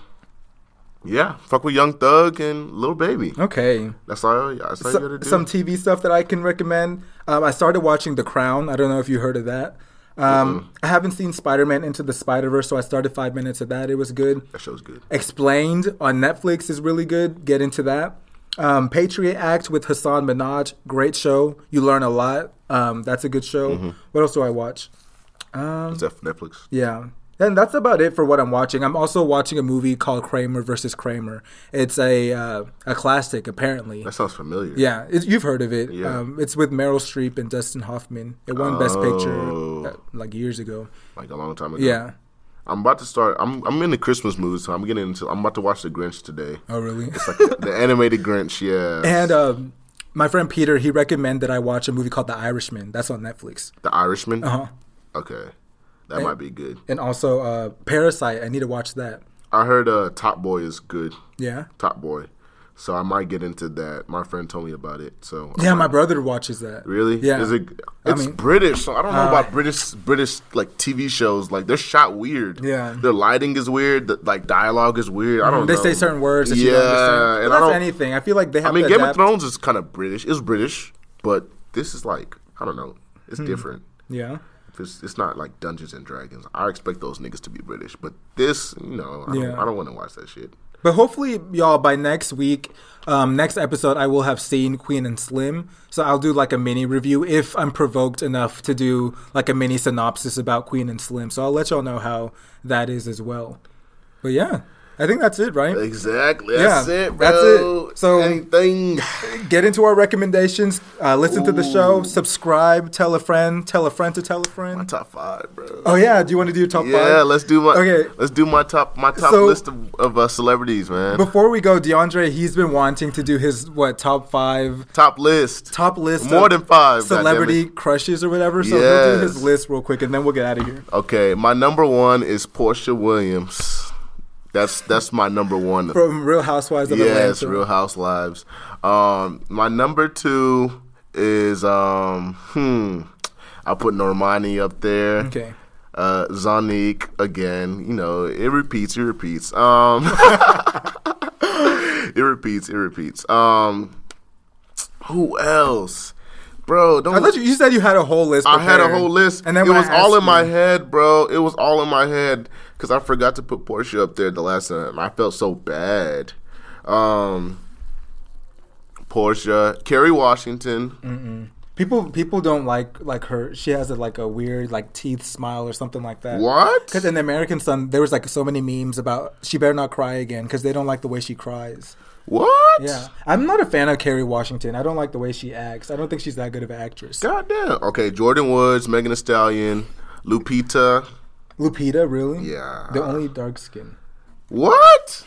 B: yeah, fuck with Young Thug and Little Baby.
A: Okay.
B: That's all. That's all you
A: So,
B: gotta do.
A: Oh. some TV stuff that I can recommend. Um, I started watching The Crown. I don't know if you heard of that. Um, I haven't seen Spider Man Into the Spider Verse, so I started five minutes of that. It was good.
B: that show's good.
A: Explained on Netflix is really good. Get into that. Um, Patriot Act with Hassan Minaj, great show. You learn a lot. Um, that's a good show.
B: Mm-hmm.
A: What else do I watch?
B: Is that Netflix?
A: Yeah. And that's about it for what I'm watching. I'm also watching a movie called Kramer versus Kramer. It's a uh, a classic, apparently.
B: That sounds familiar.
A: Yeah, it, you've heard of it.
B: Yeah.
A: Um, it's with Meryl Streep and Dustin Hoffman. It won Best Picture
B: Oh.
A: uh, like years ago.
B: Like a long time ago.
A: Yeah.
B: I'm about to start. I'm I'm in the Christmas mood, so I'm getting into. I'm about to watch The Grinch today.
A: Oh, really?
B: It's like the, the animated Grinch. Yeah.
A: And um, my friend Peter, he recommended I watch a movie called The Irishman. That's on Netflix.
B: the Irishman. Uh-huh. Okay, that might be good.
A: And also uh, Parasite. I need to watch that.
B: I heard uh, Top Boy is good.
A: Yeah.
B: Top Boy. So I might get into that. My friend told me about it. So I
A: Yeah,
B: might-
A: my brother watches that.
B: Really?
A: Yeah.
B: Is it,
A: I
B: it's
A: mean- uh,
B: British, so I don't know about British British like TV shows. Like they're shot weird.
A: Yeah. Mm,
B: Their lighting is weird. The, like dialogue is weird. I don't.
A: they
B: know.
A: say certain words that
B: Oh, yeah,
A: you don't understand.
B: and
A: Well,
B: I
A: that's
B: don't.
A: anything. I feel like they have
B: I mean,
A: to
B: Game of
A: adapt.
B: Thrones is kind of British. It's British, but this is like I don't know. It's
A: Hmm.
B: different.
A: Yeah.
B: It's, it's not like Dungeons and Dragons. I expect those niggas to be British, but this, you know, I don't,
A: Yeah.
B: I don't want to watch that shit.
A: But hopefully, y'all, by next week, um, next episode, I will have seen Queen and Slim. So I'll do like a mini review if I'm provoked enough to do like a mini synopsis about Queen and Slim. So I'll let y'all know how that is as well. But yeah, I think that's it, right?
B: Exactly. That's
A: Yeah,
B: it,
A: that's
B: bro.
A: it. So-
B: anything.
A: Get into our recommendations, uh, listen to the show, subscribe, tell a friend, tell a friend to tell a friend.
B: Top five, bro.
A: Oh, yeah, do you want to do your top five?
B: Yeah, let's do my
A: Okay.
B: Let's do my top my top
A: So-
B: list of, of uh, celebrities, man.
A: Before we go, DeAndre, he's been wanting to do his, what, top five
B: top list.
A: top list
B: More
A: of
B: than five,
A: celebrity
B: goddammit.
A: crushes or whatever. So we'll do his
B: Yes.
A: list real quick and then we'll get out of here.
B: Okay, my number one is Portia Williams. That's that's my number one.
A: From Real Housewives of
B: yes,
A: Atlanta.
B: Real Housewives. Um, my number two is um, hmm. I put Normani up there.
A: Okay.
B: Uh, Zonique again. You know, it repeats. It repeats. Um, it repeats. It repeats. Um, who else, bro? Don't
A: I thought you, you said you had a whole list.
B: I had a
A: prepared.
B: whole list.
A: and then
B: it
A: when I
B: was all
A: asked
B: in my
A: you-
B: head, bro. It was all in my head because I forgot to put Portia up there the last time. I felt so bad. Um, Portia, Kerry Washington.
A: Mm. People people don't like like her. She has a, like a weird like teeth smile or something like that.
B: What?
A: Because in the American Sun, there was like so many memes about she better not cry again because they don't like the way she cries.
B: What?
A: Yeah, I'm not a fan of Kerry Washington. I don't like the way she acts. I don't think she's that good of an actress.
B: God damn. Okay, Jordan Woods, Megan Thee Stallion, Lupita.
A: Lupita, really?
B: Yeah.
A: The only dark skin.
B: What?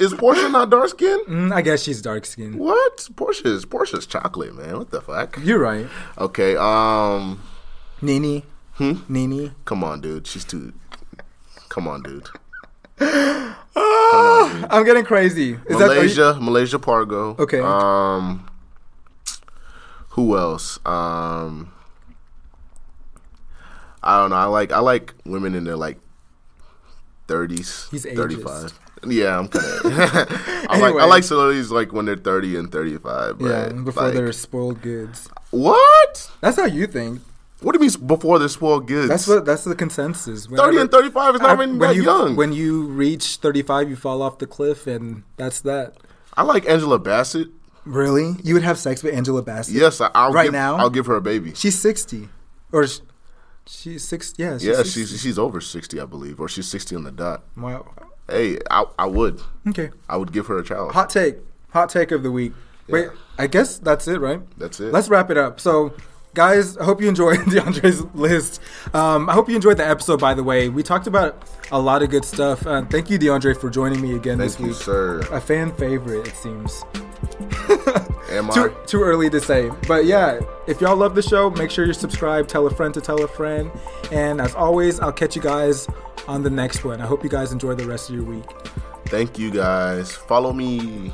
B: Is Portia not dark skinned?
A: Mm, I guess she's dark skinned.
B: What? Portia is Portia's chocolate, man. What the fuck?
A: You're right.
B: Okay, um,
A: Nini.
B: Hmm?
A: Nini.
B: come on, dude. She's too. Come on, dude.
A: I'm getting crazy. Is that- are you-
B: Malaysia, Malaysia Pargo.
A: Okay.
B: Um, who else? Um, I don't know. I like I like women in their like thirties.
A: He's ageist.
B: thirty-five. Yeah, I'm kind of. I like I
A: Anyway.
B: like celebrities like when they're thirty and thirty-five.
A: yeah,
B: right?
A: before
B: Like,
A: they're spoiled goods.
B: what?
A: That's how you think.
B: What do you mean before they're spoiled goods?
A: That's what. That's the consensus.
B: thirty and
A: Whenever-
B: thirty-five is not
A: I-
B: even
A: when
B: that
A: you,
B: young.
A: When you reach 35, you fall off the cliff, and that's that.
B: I like Angela Bassett.
A: Really? You would have sex with Angela Bassett?
B: Yes, I, I'll
A: Right
B: give,
A: now?
B: I'll give her a baby.
A: She's 60, or sh- she's six. Yeah. She's
B: yeah,
A: 60.
B: she's she's over sixty, I believe, or she's sixty on the dot.
A: Wow.
B: Hey, I, I would.
A: Okay.
B: I would give her a child.
A: Hot take. Hot take of the week. Wait, I guess that's it, right?
B: That's it.
A: Let's wrap it up. So, guys, I hope you enjoyed DeAndre's list. Um, I hope you enjoyed the episode, by the way. We talked about a lot of good stuff. Uh, thank you, DeAndre, for joining me again this
B: Thank you,
A: week.
B: sir.
A: A fan favorite, it seems.
B: Am I?
A: Too, too early to say. But yeah, if y'all love the show, make sure you're subscribed, tell a friend to tell a friend. And as always, I'll catch you guys on the next one. I hope you guys enjoy the rest of your week.
B: Thank you guys. Follow me.